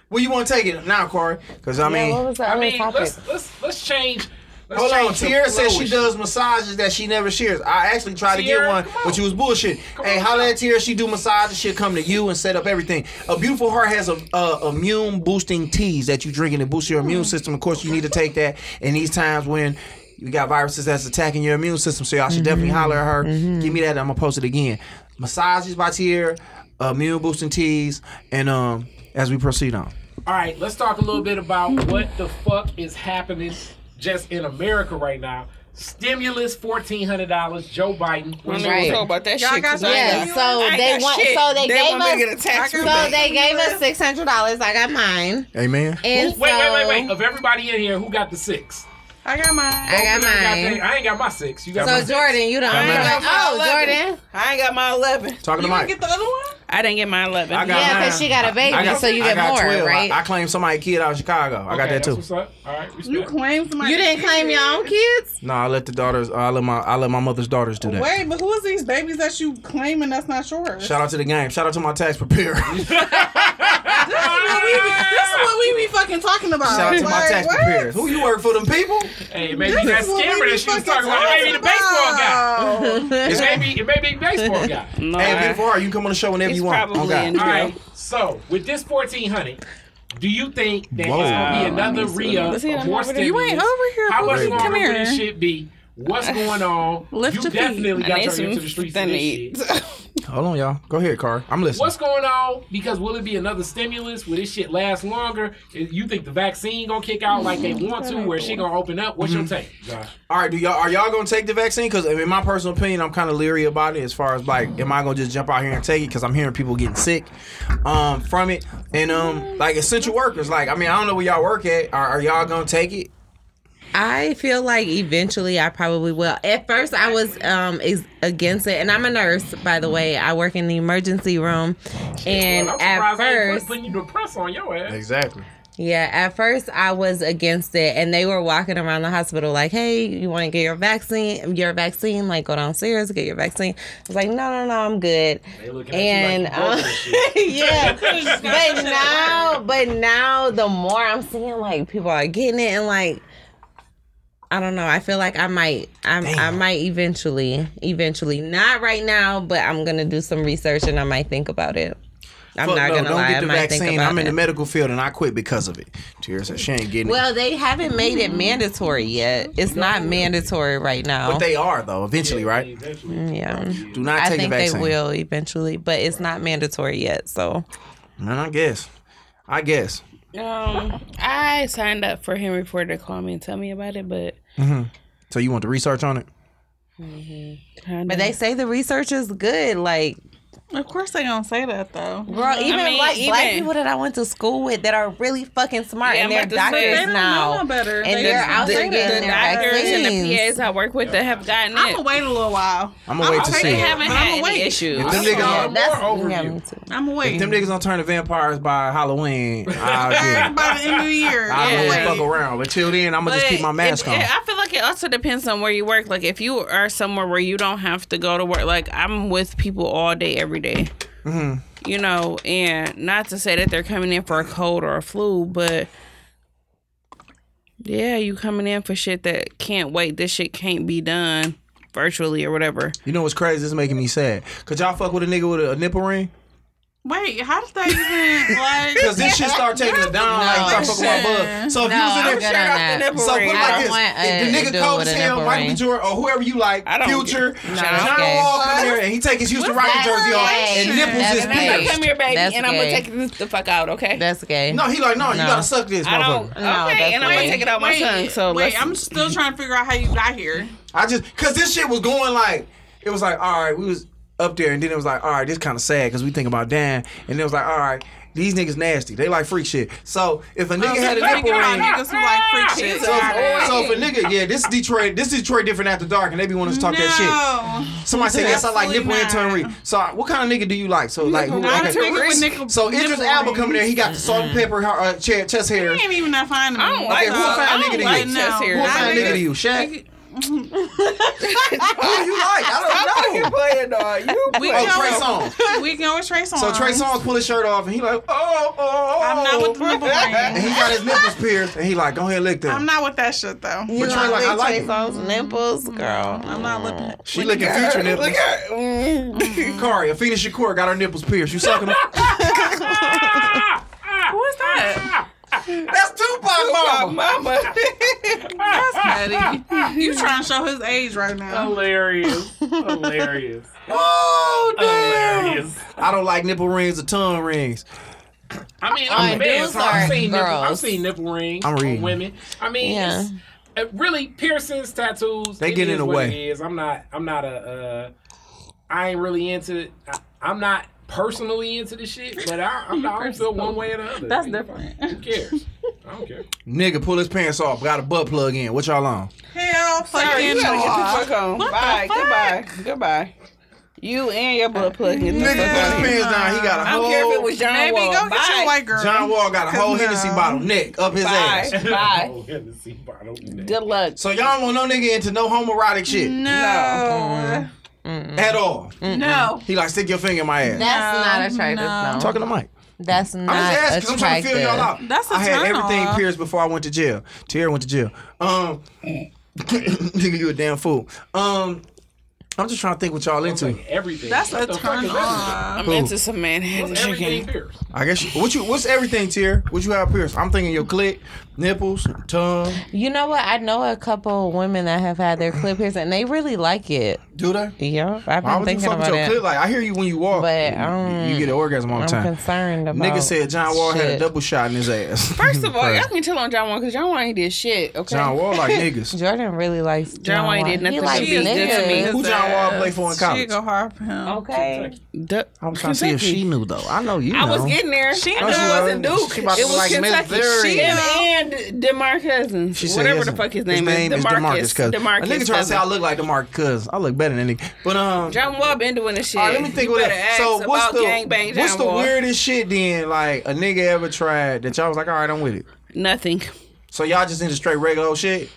Well, you want to take it now, Corey? Because I mean, What was that I other mean topic? let's let's let's change. Let's hold on. change the Tierra says flow she issue. does massages that she never shares. I actually tried to Tierra, get come one, on. but you was bullshit. hey, on, holla come at Tierra. She do massages. She'll come to you and set up everything. A beautiful heart has a, a immune boosting teas that you drinking and boost your Mm. immune system. Of course, you need to take that in these times when. You got viruses that's attacking your immune system, so Mm-hmm. y'all should definitely holler at her. Give me that. I'm gonna post it again. Massages by Tierra, immune boosting teas, and um, as we proceed on. All right, let's talk a little bit about what the fuck is happening just in America right now. Stimulus fourteen hundred dollars. Joe Biden. I What don't you know Right. talk about that Y'all shit. got 'cause that? I ain't Yeah, I got- so I ain't they got want, shit. so they, They gave want me to get a us, tax so rebate. they gave us six hundred dollars. I got mine, Amen. and Wait, wait, wait, wait. so- Of everybody in here, who got the six? I got I mine. got Who got that? mine. I ain't got my six. You got my So six. Jordan, you don't. I ain't mine. got- Oh, Jordan. I ain't got my eleven. Talking You to Mike. didn't get the other one? I didn't get my eleven. I got Yeah, mine. because she Uh-huh. got a baby, I got- so you I get got more, 12. I- right? I, claimed somebody kid out of Chicago. I got Okay, that that's too. What's up? All right, respect. You claimed my. you didn't claim your own kids. No, I let the daughters. I let my I let my mother's daughters do that. Wait, but who is these babies that you claiming that's not yours? Shout out to the game. Shout out to my tax preparer. [laughs] Shout This is what we be, this is what we be fucking talking about. out to my Like, tax what? preparer. Who you work for? Them people? hey, maybe This that is what scammer we be that she fucking was talking about. Maybe the talking baseball guy. about. It may be, it may be the [laughs] baseball guy. no, Hey, I- beautiful heart. You can come on the show whenever It's you want. Oh, probably God. in All right. So with this fourteen hundred, do you think that Whoa. it's gonna be Wow, another re-up Let's see, of I'm more over there. stimulus? You ain't over here, How much Boosie. longer Come will here. this shit be? What's going on? Lift you [laughs] your feet. definitely I got need to some into the streets thin and this eat. shit. Hold on, y'all. Go ahead, Car. I'm listening. What's going on? Because will it be another stimulus? Will this shit last longer? Is- You think the vaccine gonna kick out like they Mm, want to? Where she gonna open up? What's your take? Josh? All right, do y'all are y'all gonna take the vaccine? Because in my personal opinion, I'm kind of leery about it. As far as like, am I gonna just jump out here and take it? Because I'm hearing people getting sick um, from it, and um, like essential workers. Like, I mean, I don't know where y'all work at. Are, are y'all gonna take it? I feel like eventually I probably will. At first, I was um is against it, and I'm a nurse, by the way. I work in the emergency room, and I'm at surprised I ain't put- first, putting you to press on your ass. Exactly. yeah, at first I was against it, and they were walking around the hospital like, "Hey, you want to get your vaccine? Your vaccine? Like, go downstairs, get your vaccine." I was like, "No, no, no, I'm good." They looking at And you like you broke um, [laughs] this shit. [laughs] yeah, but now, but now, the more I'm seeing, like people are getting it, and like I don't know, I feel like I might, I'm, I might eventually, eventually, not right now, but I'm gonna do some research and I might think about it. I'm Fuck not no, gonna don't lie, get I the might think vaccine. about I'm in it. the medical field and I quit because of it. Tears said she ain't getting it. well, they haven't made it Mm. mandatory yet. It's not mandatory right now. But they are though. Eventually, right? Eventually. yeah. Do not I take think the they vaccine. will eventually, but it's not mandatory yet. So Man, I guess. I guess. [laughs] Um, I signed up for Henry Ford to call me and tell me about it, but So you want the research on it? But they say the research is good. Like, Of course they don't say that though. bro, even mean, like black even- people that I went to school with that are really fucking smart and Yeah, I'm they're about to say, doctors they don't now. know better. And They they're just- out the- there the getting their doctors vaccines. and the PAs I work with that have gotten I'm gonna it. wait a little while. I'm gonna wait to They see. haven't But had I'ma any wait. issues. If them niggas Yeah, don't- that's more yeah, overview. me too. I'm gonna wait. If them niggas don't turn to vampires by [laughs] Halloween, I'll get it. by the end of the year. I I'm don't gonna fuck wait. around. But till then, I'm gonna just keep my it- mask it- on. I feel like it also depends on where you work. Like if you are somewhere where you don't have to go to work, like I'm with people all day every day. Mm-hmm. You know, and not to say that they're coming in for a cold or a flu, but yeah, you coming in for shit that can't wait. This shit can't be done virtually or whatever. you know what's crazy? This is making me sad. Could y'all fuck with a nigga with a, a nipple ring? Wait, how did they even like? [laughs] Because this shit start taking us down. like, start fucking my bud. So if you was in I'm there, good on that. So put it like I this: want if a- a the dude nigga cold with as a hell, nipple Michael ring. Jordan, or whoever you like, I don't Future, that's John gay. Wall come here and he take his Houston Rockets jersey off, and nipples That's is gay. pierced. Come here, baby, That's and I'm gay. gonna take this the fuck out, okay? That's gay. No, he like, no, you No. gotta suck this, I don't. motherfucker. Oh, Okay, No, that's and I'm gonna gay. take it out my tongue. So wait, let's- I'm still trying to figure out how you got here. I just because this shit was going like it was like all right, we was up there, and then it was like all right, this kind of sad because we think about Dan, and then it was like all right, these niggas nasty, they like freak shit. So Oh, if a nigga had a Figure nipple out ring. niggas who like freak shit. So, so if a nigga, yeah, this is Detroit, this is Detroit different after dark, and they be wanting to talk that No, shit. Somebody said, yes, I like nipple Absolutely and tongue ring. not. So I- what kind of nigga do you like? So like, who, not a okay. nigga with nickel. So Idris nipple Alba rings. coming there, he got the salt and pepper uh, che- chest He hairs. ain't even that fine to me. I don't like who those- fine I nigga don't to like you? chest No. hair. What Nah, kind of nigga nigga- do you, [laughs] Shaq? Who do you like? I don't know. you playing, dog? You We Oh, can Trey always- Songz. We can always Trey Songz. So Trey Songz pull his shirt off and he like, oh, oh, oh. I'm not with the nipple And ring. he got his nipples pierced and he like, go ahead and lick that. I'm not with that shit though. you But Trey like, I like it. those nipples, girl. I'm Mm-hmm. not looking. at she licking future nipples. Look at [laughs] Kari, Afina Shakur got her nipples pierced. You [laughs] sucking them? What's that? That's Tupac mama. Mama. [laughs] Ah, That's [laughs] petty. You trying to show his age right [laughs] now? Hilarious. Hilarious. Oh, damn. [laughs] Hilarious. I don't like nipple rings or tongue rings. I mean, I'm a Oh, man, dudes so I've are seen nipple, I've girls. seen nipple rings I'm reading. on women. I mean, Yeah. it's, it really piercings, tattoos. They it get in is the what way. It is. I'm not. I'm not a. Uh, I ain't really into. it. I, I'm not personally into the shit, but I, I'm not. I don't feel one way or the other. That's different. Who cares? I don't care. Nigga pull his pants off, got a butt plug in. What y'all on? Hell, fucking You gotta no. get the fuck on. Bye. Goodbye. Goodbye. You and your blood plug. Get the Mm-hmm. fuck Nigga pull out. his pants down. He got a I don't care if it whole. was John Baby, Wall. go Bye. get your white girl. John Wall got a whole Cause Hennessy no. bottle neck up his ass. [laughs] Bye. Bye. Oh, Hennessy bottle. Good luck. So y'all don't want no nigga into no homoerotic shit No, at all. no. He like stick your finger in my ass. That's No, Um, not attractive. No. Talking to Mike. That's not I'm just asking. 'cause I'm trying to attractive. feel y'all out. That's a I had turn everything off. pierced before I went to jail. [coughs] Tierra went to jail. Um, nigga, you a damn fool. Um, I'm just trying to think what y'all into. Like everything. That's a What the fuck turn is everything? on. I'm into some man-handed Everything chicken. Pierce. I guess you, what you what's everything tier? What you have pierced? I'm thinking your clit, nipples, tongue. You know what? I know a couple of women that have had their clip pierced and they really like it. Do they? Yeah, I've Why been would you thinking fuck with about your it. clit? Like I hear you when you walk, But, you- um, you get an orgasm all the I'm time. concerned about. Nigga said John Wall had a shit. double shot in his ass. First of all, y'all can tell on John Wall because John Wall ain't did shit. Okay. John Wall like niggas. Jordan really likes John Wayne did nothing. He likes She is good to me. niggas. Who John Wall play for in She college? go hard for him. Okay. Duh. I'm trying to see if she knew though. I know you. I know. was getting there. She No, she wasn't wasn't. Duke. She It about to was like Miss Kentucky. Berry. She and Demar Cousins. She said whatever yes. the fuck his his name, is. Demarcus. Cousins. Demarcus. A nigga trying to say I Cousins. look like Demarcus Cousins. I look better than that nigga. But um, John Wall been doing this shit. All right, let me think you what better that. So ask what's about gangbang the John what's the Wall. weirdest shit then like a nigga ever tried that y'all was like, all right, I'm with it. Nothing. So y'all just into straight regular old shit.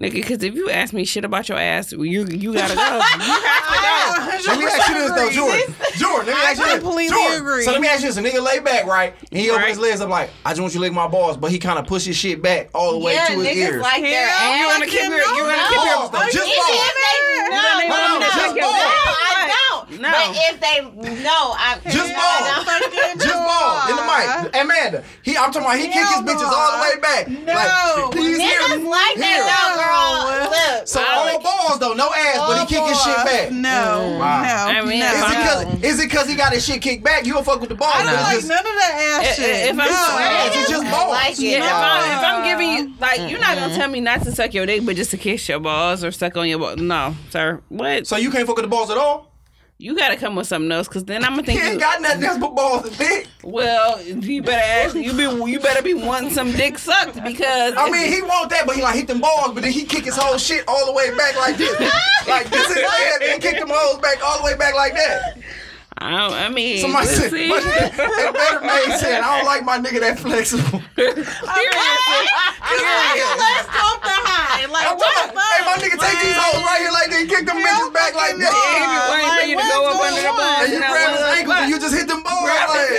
Nigga, because if you ask me shit about your ass, you you gotta [laughs] go. You have to go. Let me ask you this though, Jordan. Jordan, let me ask you this. completely Jordan. agree. So let me ask you this: a nigga lay back, right? And he open Right. his legs up like, I just want you to lick my balls, but he kind of pushes shit back all the way Yeah, to his niggas ears. like their Yeah, ass. you You're gonna keep your. You're gonna keep your. balls, though, just balls. no, they no, don't no, just no, balls. I don't. No. But if they no, I Just no, balls. no. Just balls in the mic, Amanda. He, I'm talking about he kick his Hell bitches no. all the way back. No. like, please hear Niggas me. like Here. that though, girl. Look, So all balls though, no ass, but he kick his shit back. Mm. No, Wow. no, I mean, no. if Is I- it cause is it cause he got his shit kicked back? You don't fuck with the balls. I don't it's like just- none of that ass If- shit. if I'm no. sorry. It's just balls. Like If, it. I'm, if I'm Uh, giving you, like, you're not gonna tell me not to suck your dick, but just to kiss your balls or suck on your balls. No, sir. What? So you can't fuck with the balls at all? you gotta come with something else, cause then I'm gonna He think. ain't [laughs] you- got nothing else but balls and dick. Well, you better ask. You be. You better be wanting some dick sucked because. I mean, he want that, but he like hit them balls, but then he kick his whole shit all the way back like this. like this is that, and kick them hoes back all the way back like that. I, don't- I mean, Somebody let's said, see. but it better made sense. I don't like my nigga [laughs] that flexible. Let's talk the high. Like I'm talking what about, hey, my the nigga take these hoes right here like they kick them bitches back like He be that. wanting for you to go up under the balls And you and I grab wanna- his ankle, and you just hit them balls like.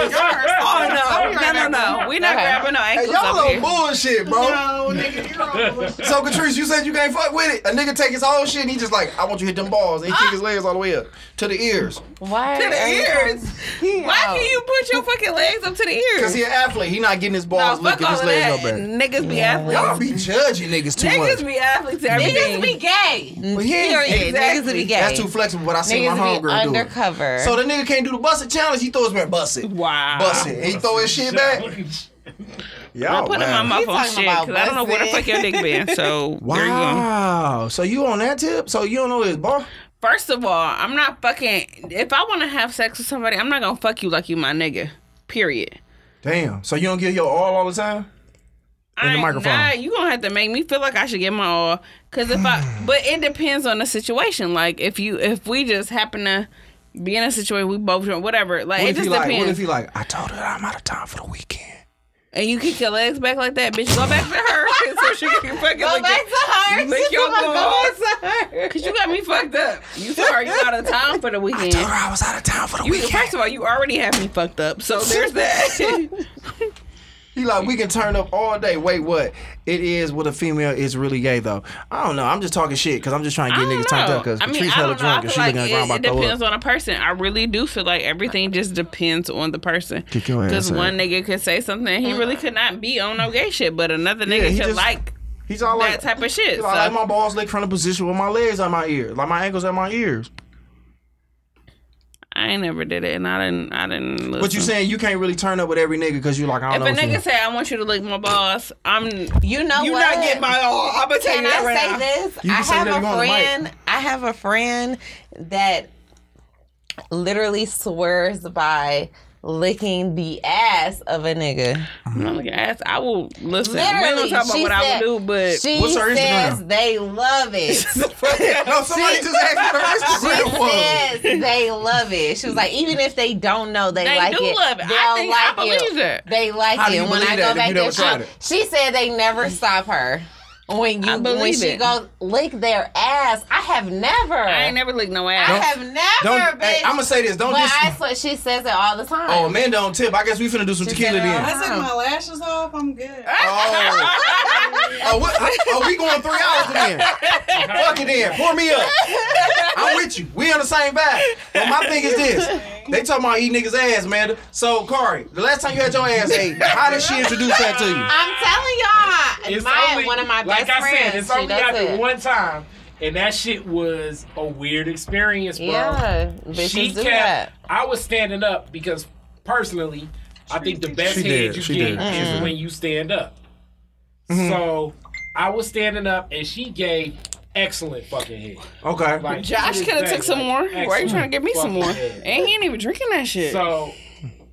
[laughs] Oh no, no, no, no. We're not Okay. grabbing no Hey, ankles y'all up on here. bullshit, bro. fuck? So Catrice, you said you can't fuck with it. A nigga take his whole shit and he just like, I want you to hit them balls. And he Ah. kick his legs all the way up to the ears. Why? To the are you- ears. Why can you put your fucking legs up to the ears? Cause he an athlete. He not getting his No, balls fuck looking all his of legs that. up there. Niggas be Y'all athletes. be judging niggas too Niggas much. be athletes. to Niggas Everything. be gay. But he ain't- Period. Exactly. Niggas would be gay. That's too flexible, but I seen my Niggas be homegirl do it. undercover. So the nigga can't do the bust it challenge. He throws me at bust it. Wow. Bust it. And he throw his shit back. I Y'all put him on my He phone talking shit about because I don't know where the busting. fuck your dick been. [laughs] So there you go. Wow. So you on that tip? So you don't know his ball? First of all, I'm not fucking. If I want to have sex with somebody, I'm not gonna fuck you like you my nigga. Period. Damn. So you don't give your all all the time? I the ain't- microphone. Nah, you gonna have to make me feel like I should get my all. Cause if [sighs] I, but it depends on the situation. Like if you, if we just happen to be in a situation we both drunk, whatever. Like What it if just he like? What depends. if he like? I told her I'm out of time for the weekend. and you kick your legs back like that, bitch. Go back to her [laughs] so she can fucking Go lick back your- to her. lick She's your about to balls. go back to her. Cause you got me fucked up. You sorry you out of time for the weekend. Told her [laughs] I was out of time for the You, weekend. first of all, you already have me fucked up. So there's that. He like, we can turn up all day. Wait, what? It is with a female is really gay though. I don't know. I'm just talking shit because I'm just trying to get niggas turned up because I mean, Patrice I hella don't know. I drunk feel and she like looking at the ground it, about it to throw depends up. on a person. I really do feel like everything just depends on the person. Kick your ass Because out. one nigga could say something he really could not be on no gay shit, but another Yeah, nigga he could just- like He's all like, that type of shit. he's So. all like my balls licked from the position with my legs at my ears, like my ankles at my ears. I ain't never did it, and I didn't. I didn't. Listen. But you saying you can't really turn up with every nigga because you like I If don't a know. nigga what you- say I want you to lick my balls, I'm You know you what? not get my all. I'm gonna tell you Can that I right say now. this? You I can say have whatever a you want on the friend. I have a friend that literally swears by licking the ass of a nigga. I'm not looking ass. I will listen. we Literally, ain't gonna talk about she what I said- would do, but She What's her says Instagram? they love it. [laughs] no, somebody just asked [laughs] what her Instagram was. Yes, they love it. She was like, even if they don't know, they, They like do it. love it. I They'll think- I believe that. They like How do you it. When believe I that go if back you never there, tried she, it? she said they [laughs] never stop her. When you when believe she it. go lick their ass, I have never. I ain't never licked no I ass. have never. Don't. bitch. Hey, I'm gonna say this. Don't. but Dis- I swear she says it all the time. oh, man, don't tip. I guess we finna do some tequila said it then. all. I took my lashes off. I'm good. Oh. oh, what, are we going three hours again? Fuck it then. Pour me up. I'm with you. We on the same vibe. But my thing is this. They talking about eating niggas' ass, man. So, Kari, the last time you had your ass ate, how did she introduce that to you? I'm telling y'all, It's my only- one of my like best I friends. said, it's she only does happened it. one time, and that shit was a weird experience, bro. Yeah, bitches she do kept. that. I was standing up because personally, I think the best She head did, you she get did. Mm-hmm. is when you stand up. So I was standing up, and she gave excellent fucking head. Okay. Like, to Josh this could have day, took some like, more. Why are you excellent trying to give me some fucking more? head. And he ain't even drinking that shit. So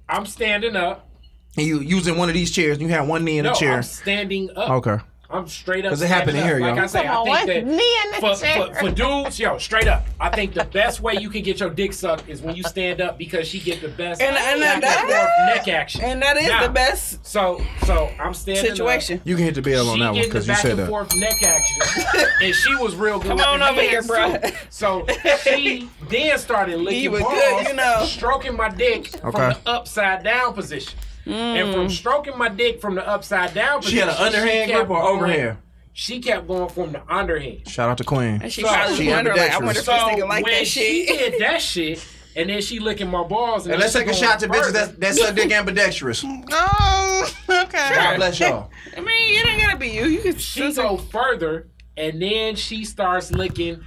I'm standing up. And you using one of these chairs, you had one knee in No, the chair. I'm standing up. Okay. I'm straight up. 'Cause it happened standing here, up. y'all. Like I say, Come on, I what? think that Knee in the for, For, chair. for dudes, yo, straight up. I think the best way you can get your dick sucked is when you stand up because she get the best And- and back that- forth neck action. and that is Now, the best So, so I'm standing situation. Up. You can hit the bell on She that one getting the because you back said and that. forth neck action, and she was real good. Come with on the over here, hands, bro. too. So she then started licking was balls, good, you know. stroking my dick from Okay. the upside down position, and Mm. from stroking my dick from the upside down She position, had an underhand kept grip or going- overhand? She kept going from the underhand. Shout out to Queen. And she So, probably she wonder like, I wonder if ambidextrous. this nigga like when that she shit. did [laughs] that shit, and then she licking my balls, and, And let's take a shot to bitches that, that suck dick [laughs] ambidextrous. Oh, okay. God bless y'all. I mean, you don't gotta be you. You could she go further, and then she starts licking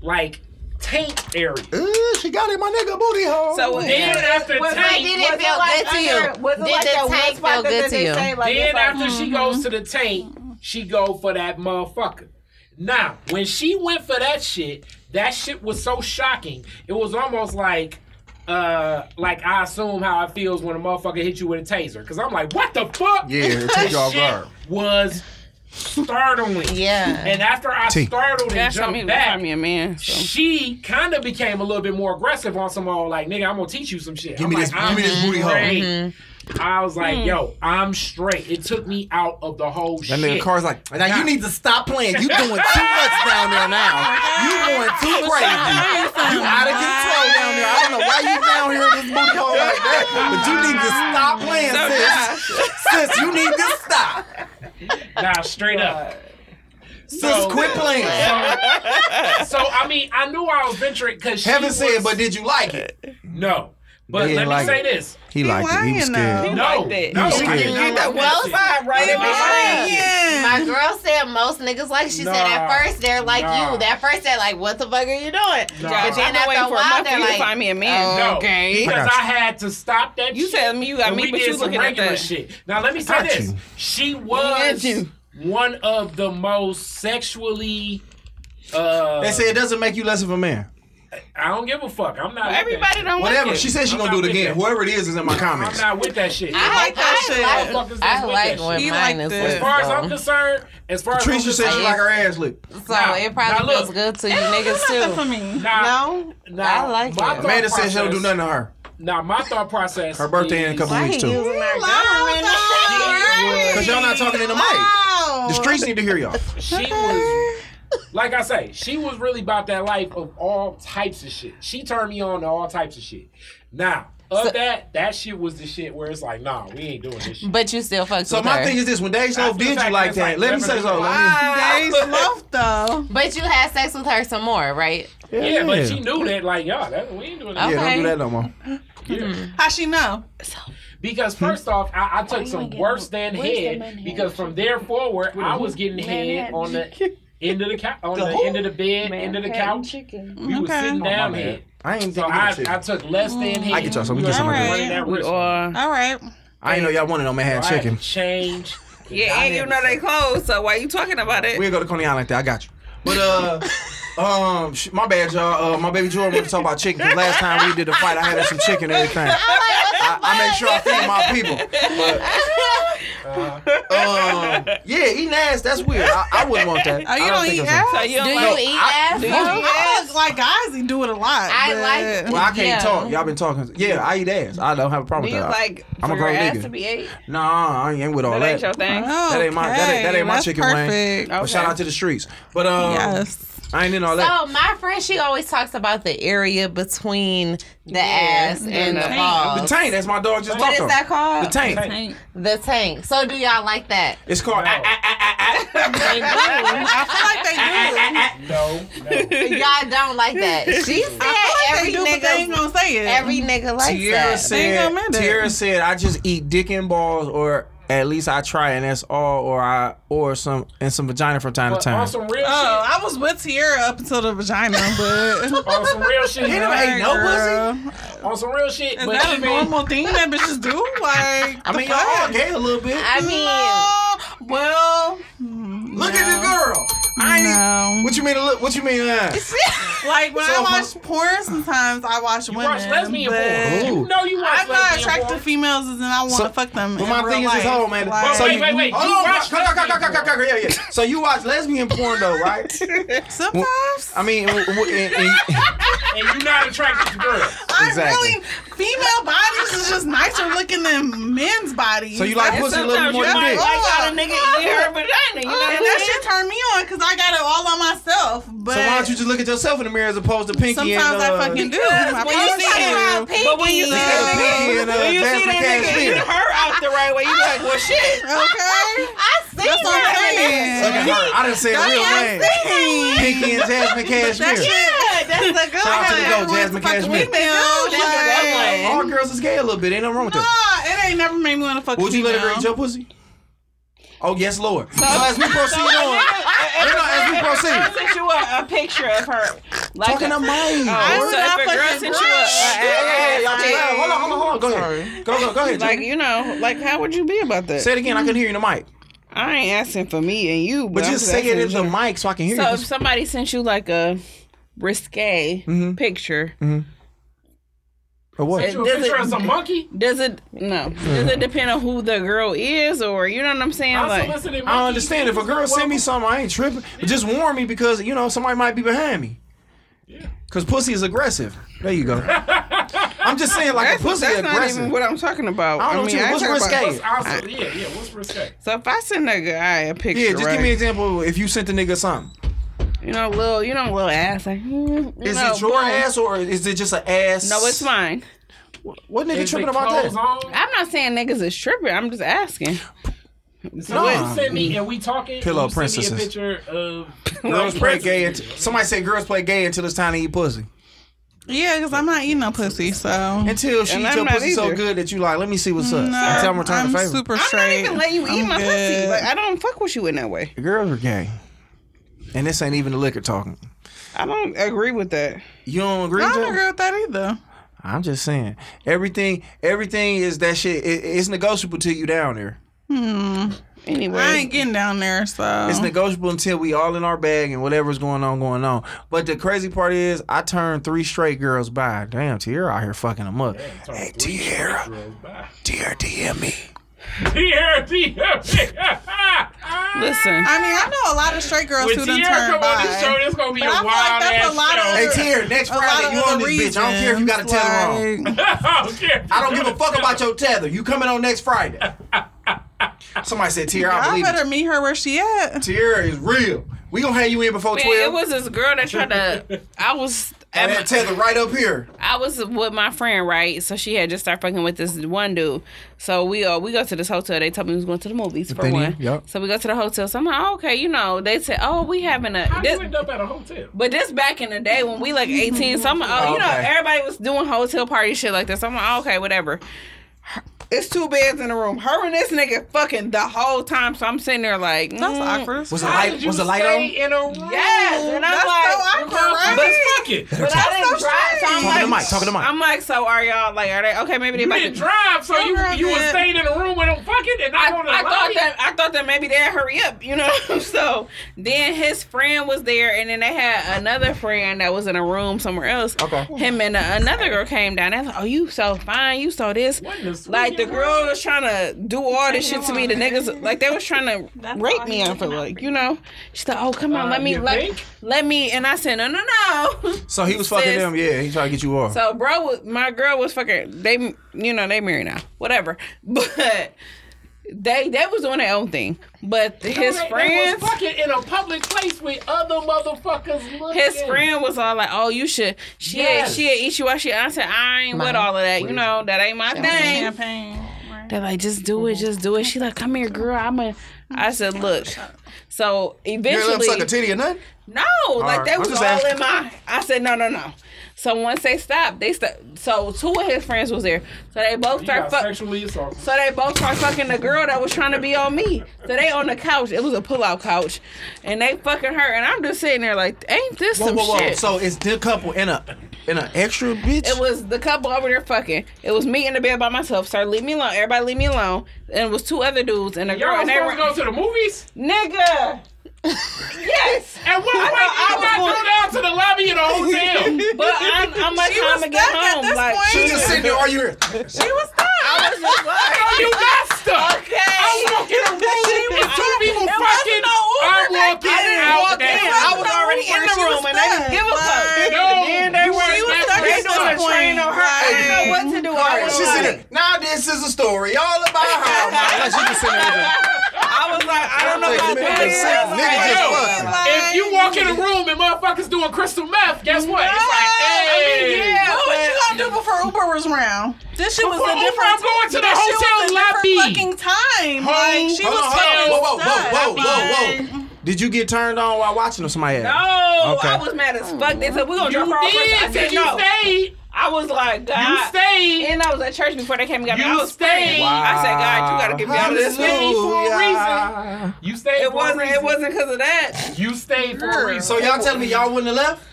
like tank area. Ooh, she got in my nigga booty hole. So Then after Did tank, it feel good to you? Was it Did like the that tank one spot feel that good they to you? say, like, it's then like, after she goes to the tank, she go for that motherfucker. Now, when she went for that shit, that shit was so shocking. It was almost like. Uh, like I assume how it feels when a motherfucker hit you with a taser, cause I'm like, what the fuck? Yeah, [laughs] it took This you off shit guard. was startling. Yeah. And after I T. startled and that's me jumped to find back, me a man. So. she kind of became a little bit more aggressive on some old like, nigga, I'm gonna teach you some shit. Give I'm me like, this- give I'm me this booty hole. straight. I was like, yo, I'm straight. It took me out of the whole That shit. nigga Car's like, now you need to stop playing. You doing too much down there now. Oh You going too crazy. You out of control down there. I don't know why you down here in this booty hole like that, but you need to stop playing, sis. Sis, you need to stop. Nah, straight up. Sis, So- quit playing. So I mean, I knew I was venturing because she Heaven was, said, but did you like it? no. But They let ain't me like say it. this. He liked it. He was lying, scared. though. No, like that. no, He was I scared. did not like Well, that fine, shit. right? I did not like it. [laughs] My girl said most niggas like she said Nah. at first they're like Nah. you. At first they're like, what the fuck are you doing? Nah. But Josh, I've then been after waiting a for a while month for they're you to like, find me a man. No, Okay. because I had to stop that. "Oh, You shit, telling me you got and me, we but did you some looking at regular that. shit. Now let me say Got this: you. she Got was you. one of the most sexually. Uh, They say it doesn't make you less of a man. I don't give a fuck. I'm not. Everybody with don't Whatever. like it. She said she I'm gonna do not it with again. that. Whoever it is is in my that. I'm comments. not with that shit. I that like that shit. shit. Motherfuckers is I with like that when shit. He mine liked is it. As far as I'm though. concerned, as far Patricia as said I'm she concerned, like her ass licked. So Nah, it nah, probably look. feels good to you niggas Nothing for too. me. nah, No, nah, I like my it. thought Amanda said she don't do process- nothing to her. Nah, my thought process. Her birthday in a is- couple Why weeks he using too. our She girl? Cause y'all not talking in the mic. The streets need to hear y'all. She was, like I say, she was really about that life of all types of shit. She turned me on to all types of shit. Now, of that, that shit was the shit where it's like, nah, we ain't doing this shit. But you still fucked So with my her. thing is this: when Dave Loaf After the did you fact, like it's that? Let like, me remember say the- so. Let me- [laughs] Days left though. but you had sex with her some more, right? Yeah, Oh. but she knew that, like, y'all, that, we ain't doing that. Okay. Yeah, don't do that no more. How she know? Because first off, I, I took some worse than head because from there forward, I was getting head on the end of the couch, on the, end of the bed, end of the couch. We was Okay. sitting down Oh, bad. head. I ain't So thinking I, about shit. I took less than head. I get y'all some. We get Mm. some. Right. of this. Right. That We risk. are. All right. I ain't know y'all wanted no Manhattan I had to chicken. Change. the Yeah, and you know they dynamics. closed, so why you talking about [laughs] it? We'll go to Coney Island like that. I got you. But uh, um, sh- my bad, y'all. Uh, my baby Jordan wanted to talk about chicken. 'cause last time we did the fight, I had her some chicken and [laughs] everything. I, I make sure I feed my people. But, um, yeah, eating ass. That's weird. I, I wouldn't want that. Oh, you I don't, think eat that's a- ass? So you Do don't you like eat I- ass? do though? you- I feel like guys he do it a lot. I but- like- Well, I can't Yeah. talk. Y'all been talking. Yeah, I eat ass. I don't have a do problem you with that. like I'm for a your grown ass nigga. to be ate? Nah, I ain't with all That that. ain't your thing. Oh, Okay, ain't my- that ain't- that ain't my that's chicken wing. perfect. But Okay. shout out to the streets. But um, Yes. I ain't in all that. So my friend, she always talks about the area between the ass and the the balls. The tank. That's my dog just What talked is on. that called? The tank. Ain't- The tank. So do y'all like that? It's called. ah, ah, ah, ah, ah. I feel like they do. No, no. y'all don't like that. She said I every feel like they do, but they ain't nigga, gonna say it. every nigga likes Tierra that. said. gonna admit it. Tierra said, "I just eat dick and balls, or at least I try, and that's all, or I or some and some vagina from [laughs] time to But on time." some real Oh, I was with Tierra up until the vagina, but shit. [laughs] On some real shit. nobody man. know pussy. On some real shit. Is but that a even- normal thing that bitches do? Like, I mean, y'all all gay a little bit. I mean, no. [laughs] Well, Look at the girl. I ain't. no. What you mean? Look. What you mean? Uh, Like when So, I watch porn, sometimes I watch You women. watch lesbian but porn. You know you watch I'm not lesbian attracted porn. to females, and I want to So- fuck them. but in my real thing is life. this whole man. Like, wait, wait, wait. You Hold on. watch Cut, cut, cut, lesbian cut, cut, cut, cut, Yeah, yeah. So you watch lesbian porn though, [laughs] right? sometimes I mean, w- w- and- and- And you're not attracted to [laughs] girls. I exactly. really female bodies is just nicer looking than men's bodies. So you like That's pussy a little bit Sometimes more you than might dick. like how the nigga eat her vagina. You know And what that I'm shit turned me on because I got it all on myself. But So why don't you just look at yourself in the mirror as opposed to pinky sometimes and I uh, fucking do. I promise see you. it saying? But when you see that Pinky and, uh, nigga, when you see Jasmine that nigga Cashmere. eating her out the right way, you be like, well, shit. Okay. I see That's what I'm saying. Look at her. I done said That real name. Pinky and Jasmine That Cashmere. shit. That's a good Shout out to the one. goat, Jasmine Cashmere. Female. Like, All girls is gay a little bit. Ain't nothing wrong with that. nah, it ain't never made me want to fuck. Would you let a girl female. eat your pussy? Oh yes, Lord. So as we proceed on, no, no, as we proceed, Sent you a, a picture of her. Like, talking to Mike. so I'm not if a girl fucking sent you a, Hey, hey, hey, y'all chill out. a, Hold on, hold on, hold on. Go ahead. Go, go, go ahead. like, Jimmy. you know, like, how would you be about that? Say it again. I couldn't hear you in the mic. I ain't asking for me and you, but, But I'm just say it in asking the you. mic so I can hear So you. if somebody sent you like a risque Mm-hmm. picture, Or what? it- You a Does picture of [laughs] some monkey? does it no? Does Mm-hmm. it depend on who the girl is, or you know what I'm saying? I'm Like, soliciting I monkey. understand if a girl send me something, I ain't tripping. But just warn me because you know somebody might be behind me. Cause pussy is aggressive. There you [laughs] go. I'm just saying, like that's, a pussy that's not aggressive. even what I'm talking about. I don't know what you- ain't what's talking risque? about- What's- I was- Yeah, yeah. What's respect? So if I send a guy a picture, yeah, just give me an right? example. If you sent a nigga something, you know, little, you know, little ass. Like, mm, you is know, it your boom. ass or is it just an ass? No, it's mine. What nigga Is tripping it about clothes that? on? I'm not saying niggas is tripping. I'm just asking. So No. you send me and we talking. Pillow and you send princesses. Me a picture of Girls play gay. Until, somebody said girls play gay until it's time to eat pussy. Yeah, because I'm not eating no pussy, so. Until she And eats I'm your not pussy so either. good that you like, let me see what's up. No, Until I'm returning I'm the favor. super I'm not straight. even letting you eat I'm my pussy. good. Like, I don't fuck with you in that way. The girls are gay, and this ain't even the liquor talking. I don't agree with that. You don't agree? I don't Joe? agree with that either. I'm just saying, everything, everything is that shit. It, it's negotiable till you down there. Anyway, I ain't getting down there, so. It's negotiable until we all in our bag and whatever's going on, going on. But the crazy part is, I turned three straight girls by. Damn, Tierra out here fucking them up. Hey, Tierra, Tierra, DM me. [laughs] listen. I mean, I know a lot of straight girls When who done Tierra come turned on this show, by. it's gonna be But a I wild feel like that's ass a lot of- [laughs] Hey, Tierra, next A lot Friday of you on other this bitch. I don't care if you got a reasons, tether on. like- show. I don't give a fuck about your tether. You coming on next [laughs] Friday? Somebody said Tierra, I I believe better it. meet her where she at. Tierra is real. We gonna have you in before Man, it twelve. was this girl that tried to. I was. And that tether right up here. I was with my friend, right? So she had just started fucking with this one dude. So we uh, we go to this hotel. They told me we was going to the movies for Bithynia, one. yup. So we go to the hotel. So I'm like, oh, okay, you know. They said, oh, we having a. How this- you end up at a hotel? but this back in the day when we like [laughs] 18, so I'm like, oh, you know, Okay. everybody was doing hotel party shit like this. I'm like, oh, okay, whatever. Her- It's two beds in the room. Her and this nigga fucking the whole time. So I'm sitting there like, That's mm, awkward. Was the How light? did you Was the light stay on? in a room? Yes, and I'm That's like, so awkward, right? Let's fuck it. But I didn't so drive. So I'm Talking to like, Mike. Talking to Mike. I'm like, so are y'all like, are they okay? Maybe they You about didn't to. drive, so you You're you were good. staying in a room with them fucking and I, not on the I thought lobby? that I thought that maybe they'd hurry up, you know. [laughs] so then his friend was there, and then they had another friend that was in a room somewhere else. Okay. Him and uh, another girl came down. That's like, oh, you so fine, you so this. What in the like the sweet girl was trying to do all this shit to me. The niggas like they [laughs] was trying to rape me. I feel like you know. She's like, oh come on, Uh, let me you let, think? let me, and I said no no no. [laughs] So he was fucking Sis. them. Yeah, he tried to get you off. So, bro, was- my girl was fucking. They, you know, they married now. Whatever. [laughs] But They they was doing their own thing, but his They- they friends, was fucking in a public place with other motherfuckers looking. his friend was all like, "Oh, you should." She Yes. she eat you out your auntie. I ain't with all of that. You know that ain't my thing. Champagne. right? They're like, just do it, just do it. She like, come here, girl. I'm a. I said, look. So You ain't let him eventually, suck a titty or nothing? no, like right, they I'm was just all asking. in my. I said, no, no, no. So once they stopped, they st- so two of his friends was there. So they both You got start fuck. sexually assaulted. So they both start fucking the girl that was trying to be on me. So they on the couch. It was a pull out couch, and they fucking her. And I'm just sitting there like, ain't this Whoa, some whoa, whoa. shit? So it's the couple in a in an extra bitch? It was the couple over there fucking. It was me in the bed by myself. Started leave me alone. Everybody leave me alone. And it was two other dudes and a girl. Y'all And they supposed to were go to the movies? [laughs] nigga. yes. And what why I know, I did you not was going- go down to the lobby of the [laughs] hotel? But I'm, I'm like, She time was to get stuck at home. this like, point. She just sitting there, are you here? She was stuck. I was just like, you got stuck. okay. I'm walking around with two It people wasn't fucking. no Uber I'm back walking then. didn't out walk in. that- I was already in the She was room and they didn't stuck. give a fuck. Like, No, Then they you were was stuck back there at this doing a train on her. I didn't know what to do. I was She's like, sitting there. Now this is a story all about [laughs] how my she just sitting there. I was like, I don't know Like, about man, that. nigga just Yo, fucking. If you walk in a room and motherfuckers doing crystal meth, guess what? It's like, hey, yeah, What was you gonna do before Uber was around? This shit was Before a Uber, different. I'm going to the this shit was hotel a different lobby. Fucking time. Like she Hold was on, fucking hold on. Whoa, stuck. whoa, whoa, whoa, Like, whoa, whoa. Did you get turned on while watching somebody else? No, Okay. I was mad as fuck. They said we gonna You drop her off. first." I did, said and you no. stayed. I was like, God. You stayed. And I was at church before they came and got me. You I was praying. stayed. I said, God, you gotta get me out of this. Hallelujah. thing." for a Hallelujah. You stayed. It for a wasn't. It reason. wasn't because of that. You stayed for a reason. So y'all telling me y'all wouldn't have left?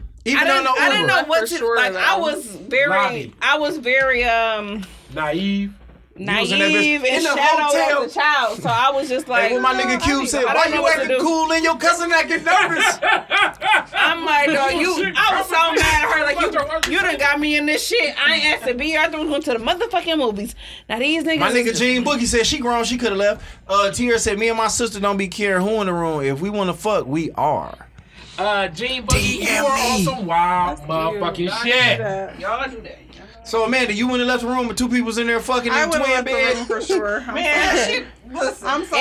I Even though didn't, no I didn't Uber. know what to For sure, like. I though. was very. Lobby. I was very um naive. was in that bitch- naive in and the shallow hotel. as a child. So I was just like, Like when my nigga Cube said, "Why I don't know you what to acting do." cool and your cousin acting nervous?" I'm like, no, [laughs] you. I was so mad at her. Like you, you done got me in this shit. I ain't asked to be. here. I thought we was going to the motherfucking movies. Now these niggas. My is nigga Gene Boogie said she grown, she could have left. Uh, Tierra said, "Me and my sister don't be caring who in the room. If we want to fuck, we are." Uh, Gene Boogie, you were on some wild motherfucking shit. Y'all do that. So Amanda, you went and left the room with two people's in there fucking I in would twin have left the room bed. for sure. I'm Man, sorry. she- I'm sorry. In college,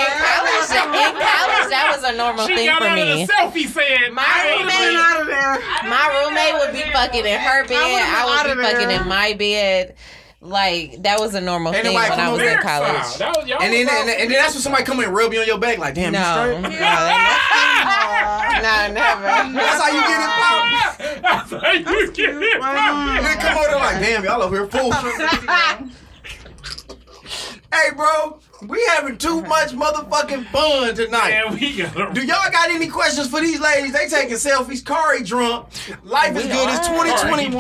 in college, that was a normal She thing got for out me. of the selfie saying, My I ain't roommate- leaving. out of there. My roommate would be fucking in her bed. I would would've be been fucking outta in my bed. Like that was a normal Ain't thing nobody when I come was over in there, college. That was y'all. And then, was and, and then [laughs] that's when somebody come and rub you on your back, like, "Damn, you No, no, straight." [laughs] that- no, never. That's how you get it popped. That's how you get it. And then come over there, like, "Damn, y'all over here fool." hey, bro, we having too much motherfucking fun tonight. And we got Do y'all got any questions for these ladies? They taking selfies. Kari drunk. Life is good. It's 2021.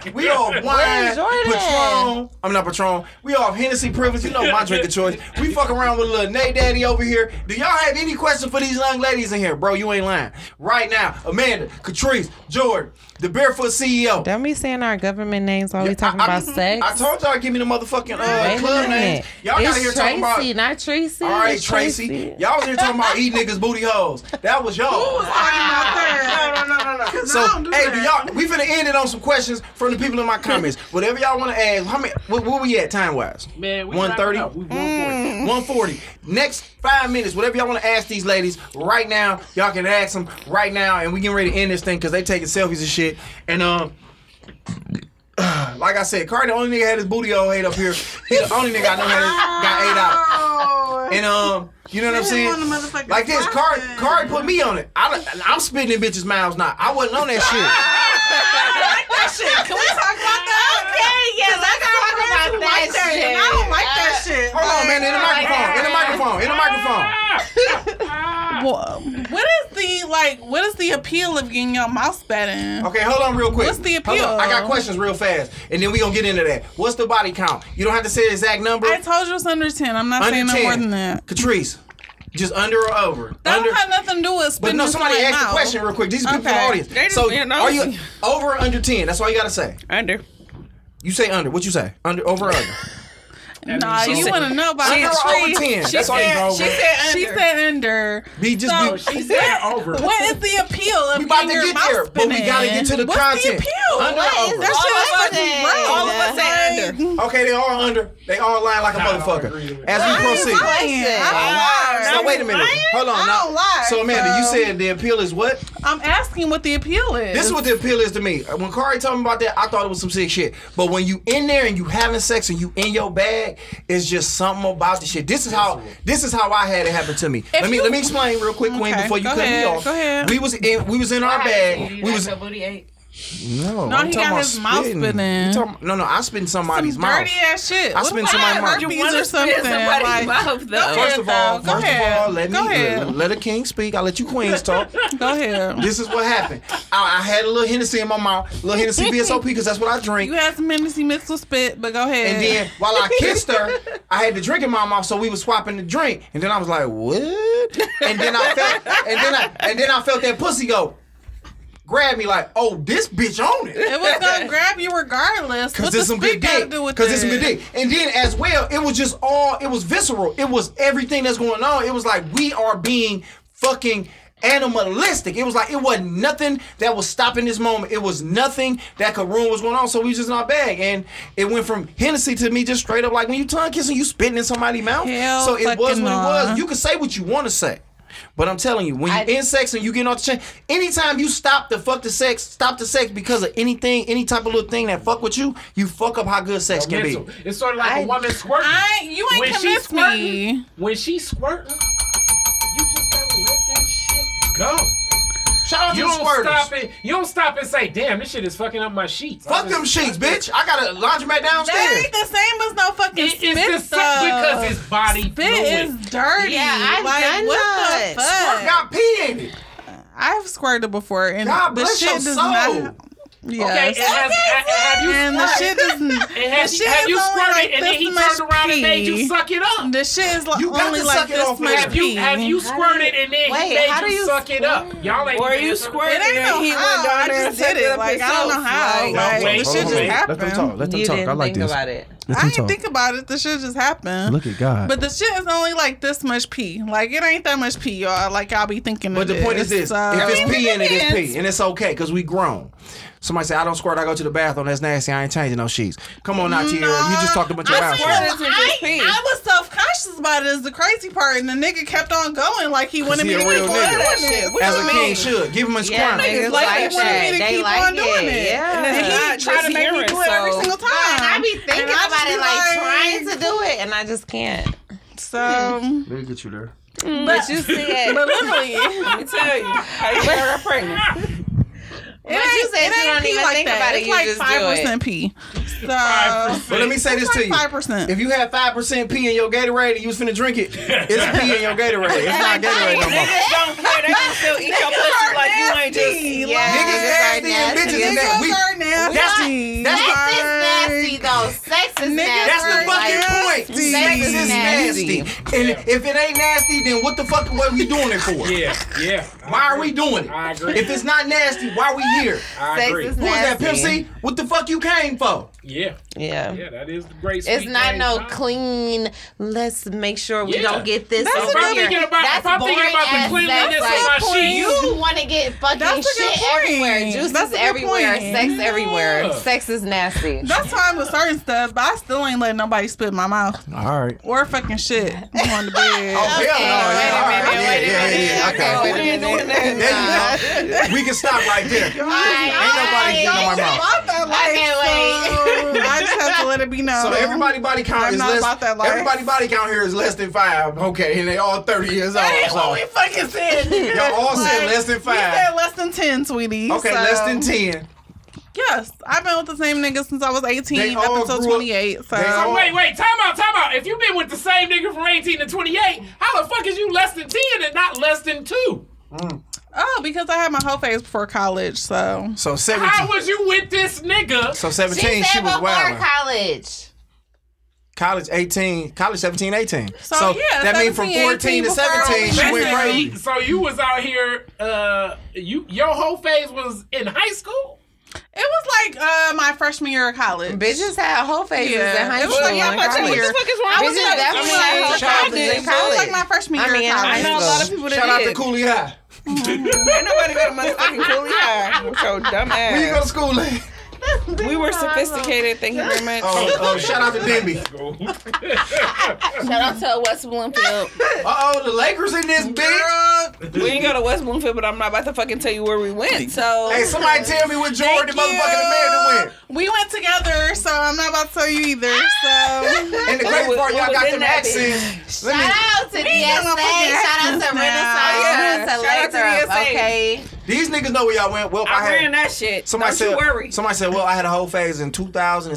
Kari We off wine. Where's Jordan? Patron. I'm not Patron. We off Hennessy Privilege. You know my drink of choice. We fuck around with a little Nate Daddy over here. Do y'all have any questions for these young ladies in here? Bro, you ain't lying. Right now, Amanda, Catrice, Jordan, the Barefoot CEO. Don't be saying our government names while we talking I- about I, sex. I told y'all give me the motherfucking uh, Wait a club names. minute. Y'all it's got here Tracy, talking about not Tracy. all right, It's Tracy. Y'all was here talking about eat niggas booty hoes. That was y'all. [laughs] No, no, no, no, no. So, I don't do hey, do that. y'all, we finna end it on some questions from the people in my comments. Whatever y'all want to ask, how many? What, what we at time wise? Man, we one thirty, wrapping up. We 140. one forty. Next five minutes, whatever y'all want to ask these ladies right now, y'all can ask them right now, and we getting ready to end this thing because they taking selfies and shit. And um. [sighs] Like I said, Cardi the only nigga had his booty all ate up here. He the only nigga I know had his, got ate out. Oh. And um, you know what I'm She saying? didn't want the motherfucking Like this, Card, plastic. Card put me on it. I, I'm spitting in bitches' mouths now. I wasn't on that shit. that [laughs] shit. Can we talk about that? Okay, yes, I can talk about Like that that, Uh, shit. and I don't like that shit. Hold on, man, in the like microphone, in the microphone, in the microphone. Wha- What is the like? What is the appeal of getting your mouth spat in? Okay, hold on real quick. What's the appeal? Hold on, I got questions real fast, and then we gonna get into that. What's the body count? You don't have to say the exact number. I told you it's under ten. I'm not under saying no more than that. Catrice, just under or over? That under. don't have nothing to do with but spitting. no, in somebody somebody's asked the mouth. question real quick. These are people in Okay. the audience. They just- so, you know. are you over or under ten? That's all you gotta say. Under. [laughs] You say under. What you say? Under, over, or under. Nah, you want to know about Under the or over tree. 10. That's all you said- go over. She said under. She said under. Be just So be- She said over. What is the appeal of We about to getting your get there, mouth but we gotta spinning? get to the What's content. the appeal? Under or What is over? that All shit was of us fucking said wrong. All of us said Like, Okay, they all under. They all lying like a Nah, I don't agree motherfucker. with As we I ain't proceed. Mm. lying. I don't lie. So wait a minute. Hold on. I now. don't lie, So Amanda, you so- said the appeal is what? I'm asking what the appeal is. This is what the appeal is to me. Uh, When Kari told me about that, I thought it was some sick shit. But when you in there and you having sex and you in your bag, it's just something about the shit. This is how this is how I had it happen to me. let me you- let me explain real quick, Queen, Okay, before you go cut ahead, me off. go ahead. We was in we was in our bag. We was no. No, I'm he talking got about his mouth spitting. spinning. You talking- No, no, I spit in somebody's some mouth. dirty ass shit. I What spit in about somebody's mouth. herpes You or something? somebody's Like, mouth though. First of all, Go first ahead. of all, let me Go ahead. let, let a king speak. I let you queens talk. Go [laughs] ahead. This is what happened. I, I had a little Hennessy in my mouth, little Hennessy VSOP because that's what I drink. You had some Hennessy mixed with spit, but go ahead. And then while I kissed her, I had the drink in my mouth, so we was swapping the drink. And then I was like, what? And then I felt, and then I, and then I felt that pussy go, grab me like, oh, this bitch on it it. was gonna grab you regardless. Cause What this the some good spit gotta dick. do with Cause this some it? good dick. And then as well, it was just all, it was visceral. It was everything that's going on. It was like we are being fucking animalistic. It was like it wasn't nothing that was stopping this moment. It was nothing that could ruin what's going on. So we was just in our bag. And it went from Hennessy to me just straight up like when you tongue kissing, you spitting in somebody's mouth. Hell so it was fucking what it nah. was. You can say what you want to say. But I'm telling you, when you in sex and you getting off the chain, anytime you stop the fuck the sex, stop the sex because of anything, any type of little thing that fuck with you, you fuck up how good sex can Mental. be. It's sort of like a woman squirting. I ain't- you ain't when she convinced squirting, me. When she squirting, you just gotta let that shit go. Shout out You to the don't squirters. stop it. You don't stop and say, "Damn, this shit is fucking up my sheets." Fuck I them just- sheets, bitch. I got a laundromat That downstairs. ain't the same as no fucking It- spit it's the though. because it's body spit fluid. is dirty. Yeah, I've like, done what that. the fuck? Got pee in it. I've squirted before, and God the bless shit your does soul. not. Okay, Yes. and has, ha- have you and the squirted? shit doesn't. And have, the shit have you is only squirted like and then this he much turned around and made you pee. suck it up? The shit is like You got only to like suck it this off much later. Have you pee. have you squirted and then Wait, he made how you, do you suck it up? Y'all ain't Or been you to the- squirted It ain't and no he how. went down I there and just did sucked it. it up Like, I don't know himself. how. Like, Like, wait, the shit hold just on. Let them happened. talk. Let them You talk. I didn't like think this. about it. Let I them didn't talk. think about it. The shit just happened. Look at God. But the shit is only like this much pee. Like it ain't that much pee, y'all. Like y'all be thinking. uh, But the point is this: if it's pee in it, it's pee, It and it's okay because we grown. Somebody say I don't squirt. I go to the bathroom. That's nasty. I ain't changing no sheets. Come on, now, Tierra. You just talked about your I, mouth. feel shit. like It's I, just pee. I was self conscious about it. Is the crazy part, and the nigga kept on going like he wanted me he a to keep on real doing nigga. it. What As you a mean? king should give him a squirm. Niggas like, like they wanted that. me to They keep like on it. doing it. Yeah. And It's he tried not to just make me hearing, do it every so- single time. And I be thinking And I about just it, be like trying to do it, and I just can't. So, Let me get you there. But you see it. but literally, Let me tell you, I got [laughs] her pregnant. But you said you don't even think about it. It's you like just five do it. percent pee. So. But let me say this to you: Five percent. If you had five percent pee in your Gatorade and you was finna drink it, it's pee in your Gatorade. It's not Gatorade no more. Niggas don't care. They can still eat your pussy like you ain't just. Yeah, Niggas it's like nasty and nasty. bitches and that. We, are nasty. that's Sex the- is nasty though. Sex is Niggas nasty. that's the Like, fucking nasty. point. Sex is Nasty. nasty. And if it ain't nasty, then what the fuck? What are we doing it for? Yeah, yeah. I Why are agree. we doing it? I agree. If it's not nasty, why are we here? I Sex agree. is Who is that, Pimp Nasty. C? What the fuck you came for? Yeah, Yeah. yeah. That is the great. It's sweet not thing. no Time. clean. Let's make sure we Yeah. don't get this That's over another here. thing about- That's if I'm thinking boring about the ass cleanliness sex, of like, my sheets. You want to get fucking That's a good shit point. everywhere, juices That's a good everywhere, point. sex everywhere. Yeah. Sex is nasty. That's fine with certain stuff, but I still ain't letting nobody spit in my mouth All right. or fucking shit [laughs] on the bed. Oh, hell no. yeah, wait a all right. minute, Yeah, wait a yeah, minute. yeah, okay. Okay, wait a minute. There you go. We can stop right there. Ain't nobody Alright. getting on my mouth. About that life, I can't wait. so [laughs] I just have to let it be known. So everybody body count I'm is not less. about that life. Everybody body count here is less than five. Okay, and they all thirty years old. That's so what we fucking said. nigga. Y'all all said Like, less than We five. said less than ten, sweetie. Okay, so- less than ten. Yes, I've been with the same nigga since I was They eighteen up all until grew up- twenty eight. So they all- Wait, wait, time out, time out. If you've been with the same nigga from 18 to 28, how the fuck is you less than 10 and not less than 2? oh, because I had my whole phase before college, so So How seventeen. was you with this nigga? So She seventeen, she, said was before wild. college. College eighteen, college 17, 18. So, yeah, that means from 17, fourteen 18 to before I seventeen, was she went Basically, crazy. So you was out here, uh, you your whole phase was in high school? It was like uh, my my freshman year of college. Bitches had whole faces Yeah. in It high was school. like, yeah, and but you- college. what the fuck is wrong Bitches with [laughs] that? definitely I mean, had whole shout out faces to- in So it was college. like my freshman I year mean, of I college. I know a lot of School. people that Shout out did. to Cooley High. Ain't nobody got a motherfucking coolie [laughs] high with your dumb Where you go ass. to school at? We were sophisticated. Thank you very much. Oh, [laughs] oh, shout out to Denby. Shout out to West Bloomfield. Uh oh, the Lakers in this bitch. we didn't go to West Bloomfield, but I'm not about to fucking tell you where we went. So Hey, somebody tell me what Jordan, the Thank you. motherfucking Amanda We went together, so I'm not about to tell you either. [laughs] So went. And the great was- part, we y'all was got in them that accents. Let me- Shout out to DSA. Shout out to Renaissance. yeah. Shout Shout out out to to Lathrop. DSA. Okay. These niggas know where y'all went. Well, I, I ran had. that shit. Somebody Don't said. you worry. Somebody said. Well, I had a whole phase in 2016 and I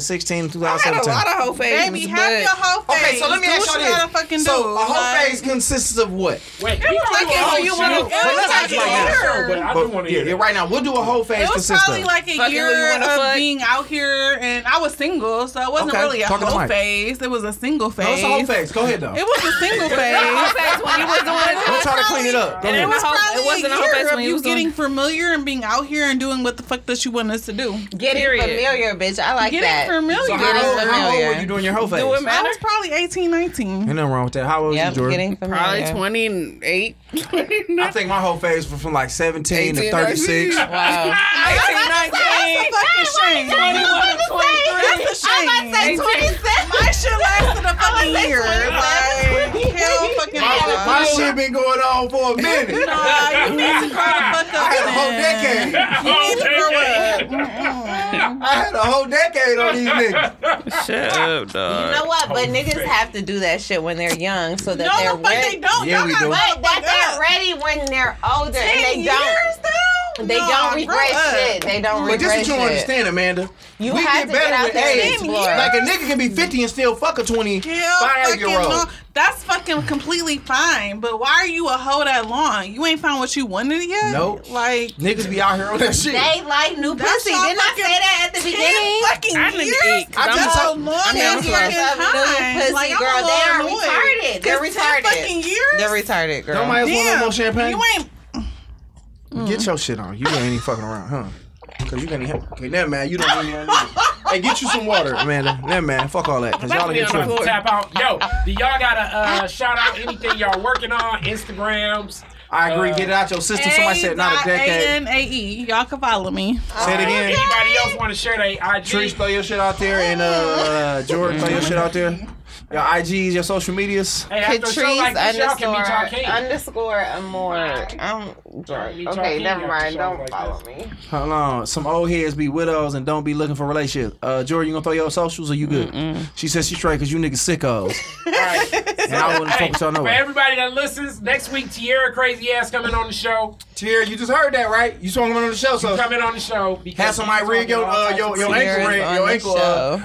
had a 2017. lot of whole faces, baby, have your but whole face. okay, so let me do ask what y'all you gotta fucking this. So do. a whole Like, phase consists of what? Wait, we gonna do a looking for whole you show. when I'm But done. let's Like do a whole here. show, But I do want to yeah, hear. yeah, [laughs] it. right now we'll do a whole phase It was consist probably of. like a Fucking who you year of wanna fuck? being out here, and I was single, so it wasn't Okay, really a talk to the whole mic. phase. It was a single phase. no, it's a whole phase. Go ahead though. It was a [laughs] single whole phase. face when you was [laughs] doing Don't try to clean it up. Go Then it It ahead. was whole- probably it wasn't a a whole year phase of when you you was doing- getting familiar and being out here and doing what the fuck that you want us to do. Getting Period. familiar, bitch. I like Getting that. familiar. So Getting how, old, how old familiar. were you doing your whole phase? Do it I matter? was probably 18, 19. Ain't nothing wrong with that. How old Yep, was you, Jordan? getting familiar. Probably 28, I think my whole phase was from like 17 to 18, 36. [laughs] Wow. That's a fucking shame. That's a shame. I'm about to say 27. My shit lasted [laughs] a fucking say year. 27. Like, hell fucking no. [laughs] my shit been going on for a minute. Nah, you need to grow the fuck up. I had a whole then. decade. You need to grow up. I had a whole decade on these niggas. Shut up, dog. You know what? But niggas have to do that shit when they're young so that No, they're the fuck they ready. don't. Yeah, Oh, Y'all we gotta do. grow But the fuck that they're up. ready when they're older and Ten they don't. years, though? They Nah, don't grow regret up. shit. They don't But this regret is what you don't shit. understand, Amanda. You we have get to get better out with there and age. explore. Like a nigga can be 50 and still fuck a Hell 25 fucking year no. old. That's fucking completely fine. But why are you a hoe that long? You ain't found what you wanted yet? Nope. Like, Niggas be out here on that shit. They like new That's pussy. y'all Didn't I say fucking that at the beginning? ten fucking I need to years? eat, 'cause I I'm just just- so long ass I'm here for fucking some new time. pussy, like, I'm girl. a little They are annoyed. retarded. They're 'Cause retarded. Ten fucking years? They're retarded, girl. Don't my ass want no Damn. more champagne? You ain't. Get your shit on. You ain't even fucking around, huh? Cause you can't even. Okay, never mind. You don't need that. Hey, get you some water, Amanda. Never mind. Fuck all that. Cause y'all Y'all don't be get on our tripping. tap out. Yo, [laughs] do y'all got to uh, shout out anything y'all working on? Instagrams. I agree. Get it out your system. Somebody said not a decade. A-N-A-E. E. Y'all can follow me. Say it again. Anybody else want to share their IG? Trees, throw your shit out there, and uh, Jordan, throw your shit out there. Your IGs, your social medias. Hey, after a show Patrice like this, y'all can meet y'all underscore king. underscore Amore. I'm drunk. Meet y'all Okay, king never after mind. shows Don't like follow this. me. Hold on. Some old heads be widows and don't be looking for relationships. Uh, Jordan, you gonna throw your socials or you good? She says she straight cause you niggas sickos. All right. and I wouldn't Hey, focus on no for one. everybody that listens, next week Tierra Crazy Ass coming on the show. Tier, you just heard that, right? You saw him on the show, so Coming on the show because Have somebody we rig your, talking all uh, types of your- your shit. ankle Aaron's ring, on your the ankle, uh, show.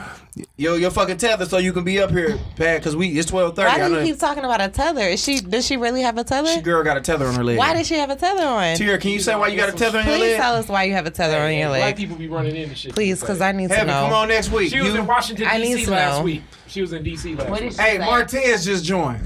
your your fucking tether so you can be up here, Pat, cause we it's twelve thirty. Why I do know you keep talking about a tether? Is she? Does she really have a tether? she girl got a tether on her leg. Why does she have a tether on? Tier, can you say why you got a tether on your Please leg? tell us why you have a tether on your Black leg, people be running into shit. please, because I need to Heaven, come know. on next week. She was You- in Washington I need D.C. to last know. week. She was in D.C. last week. Hey, Martez just joined.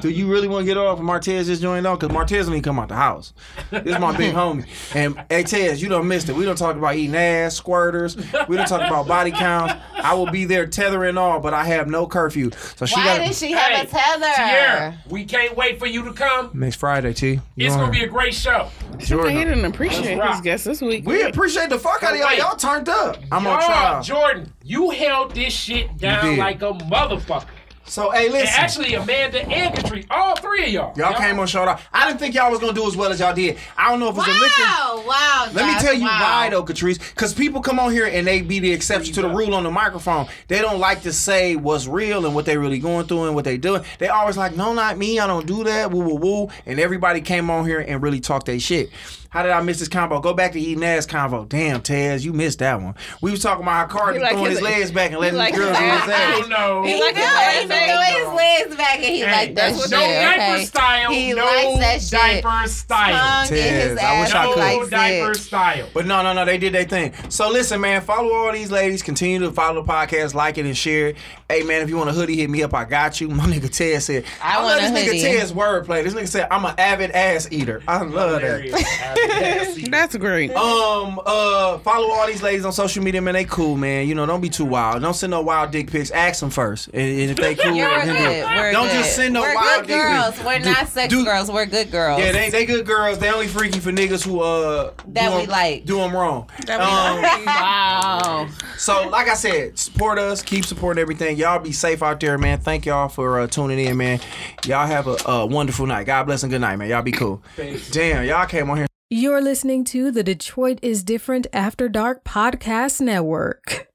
Do you really want to get off? when Martez just joined off because Martez didn't even come out the house. This is my big homie. And hey, Tez, you don't missed it. We don't talk about eating ass, squirters. We don't talk about body counts. I will be there tethering all, but I have no curfew. So she Why got does she Hey, have a tether? Tierra, we can't wait for you to come. next Friday, T. You It's gonna on. be a great show. Jordan. He didn't appreciate rock. his guest this week. We appreciate the fuck out of y'all. Wait. Y'all turned up. I'm on Oh, trial. Jordan, you held this shit down did. like a motherfucker. So hey, And listen. actually, Amanda and Katrina, all three of y'all. y'all came on short. off. I didn't think y'all was gonna do as well as y'all did. I don't know if it's a liquor. Wow, wow. Let me Josh, tell you wow. why though, Catrice. Because people come on here and they be the exception to the rule on the microphone. They don't like to say what's real and what they really going through and what they doing. They always like, no, not me. I don't do that. Woo, woo, woo. And everybody came on here and really talked their shit. How did I miss this combo? Go back to eating ass convo. Damn, Taz, you missed that one. We was talking about how Cardi like throwing his, his- legs back and letting like the girls his do his ass. I ass. don't know. He like Hey, that. He threw his legs back and he like that that's shit. no diaper okay? style. He no likes that shit. diaper style. Tongue in Tez, his I wish ass. I he could. No likes diaper it. style. But no, no, no, they did their thing. So listen, man, follow all these ladies. Continue to follow the podcast, like it and share it. hey man, if you want a hoodie, hit me up. I got you. [laughs] My nigga Ted said, I I, want love a this nigga hoodie. Ted's wordplay. This nigga said, I'm an avid ass eater. I love that. That's great. Um, uh, follow all these ladies on social media, man. They cool, man. You know, don't be too wild. Don't send no wild dick pics. Ask them first, and, and if [laughs] they cool, You're then do good. it. We're don't good. just send no We're wild good dick girls. pics. We're Do- not sex do- girls. We're good girls. Yeah, they, they good girls. They only freaky for niggas who uh That do we 'em- like. do them wrong. That we Um, [laughs] like. wow. So, like I said, support us. Keep supporting everything. Y'all be safe out there, man. Thank y'all for uh, tuning in, man. Y'all have a, a wonderful night. God bless and good night, man. Y'all be cool. Damn, y'all came on here. You're listening to the Detroit is Different After Dark Podcast Network.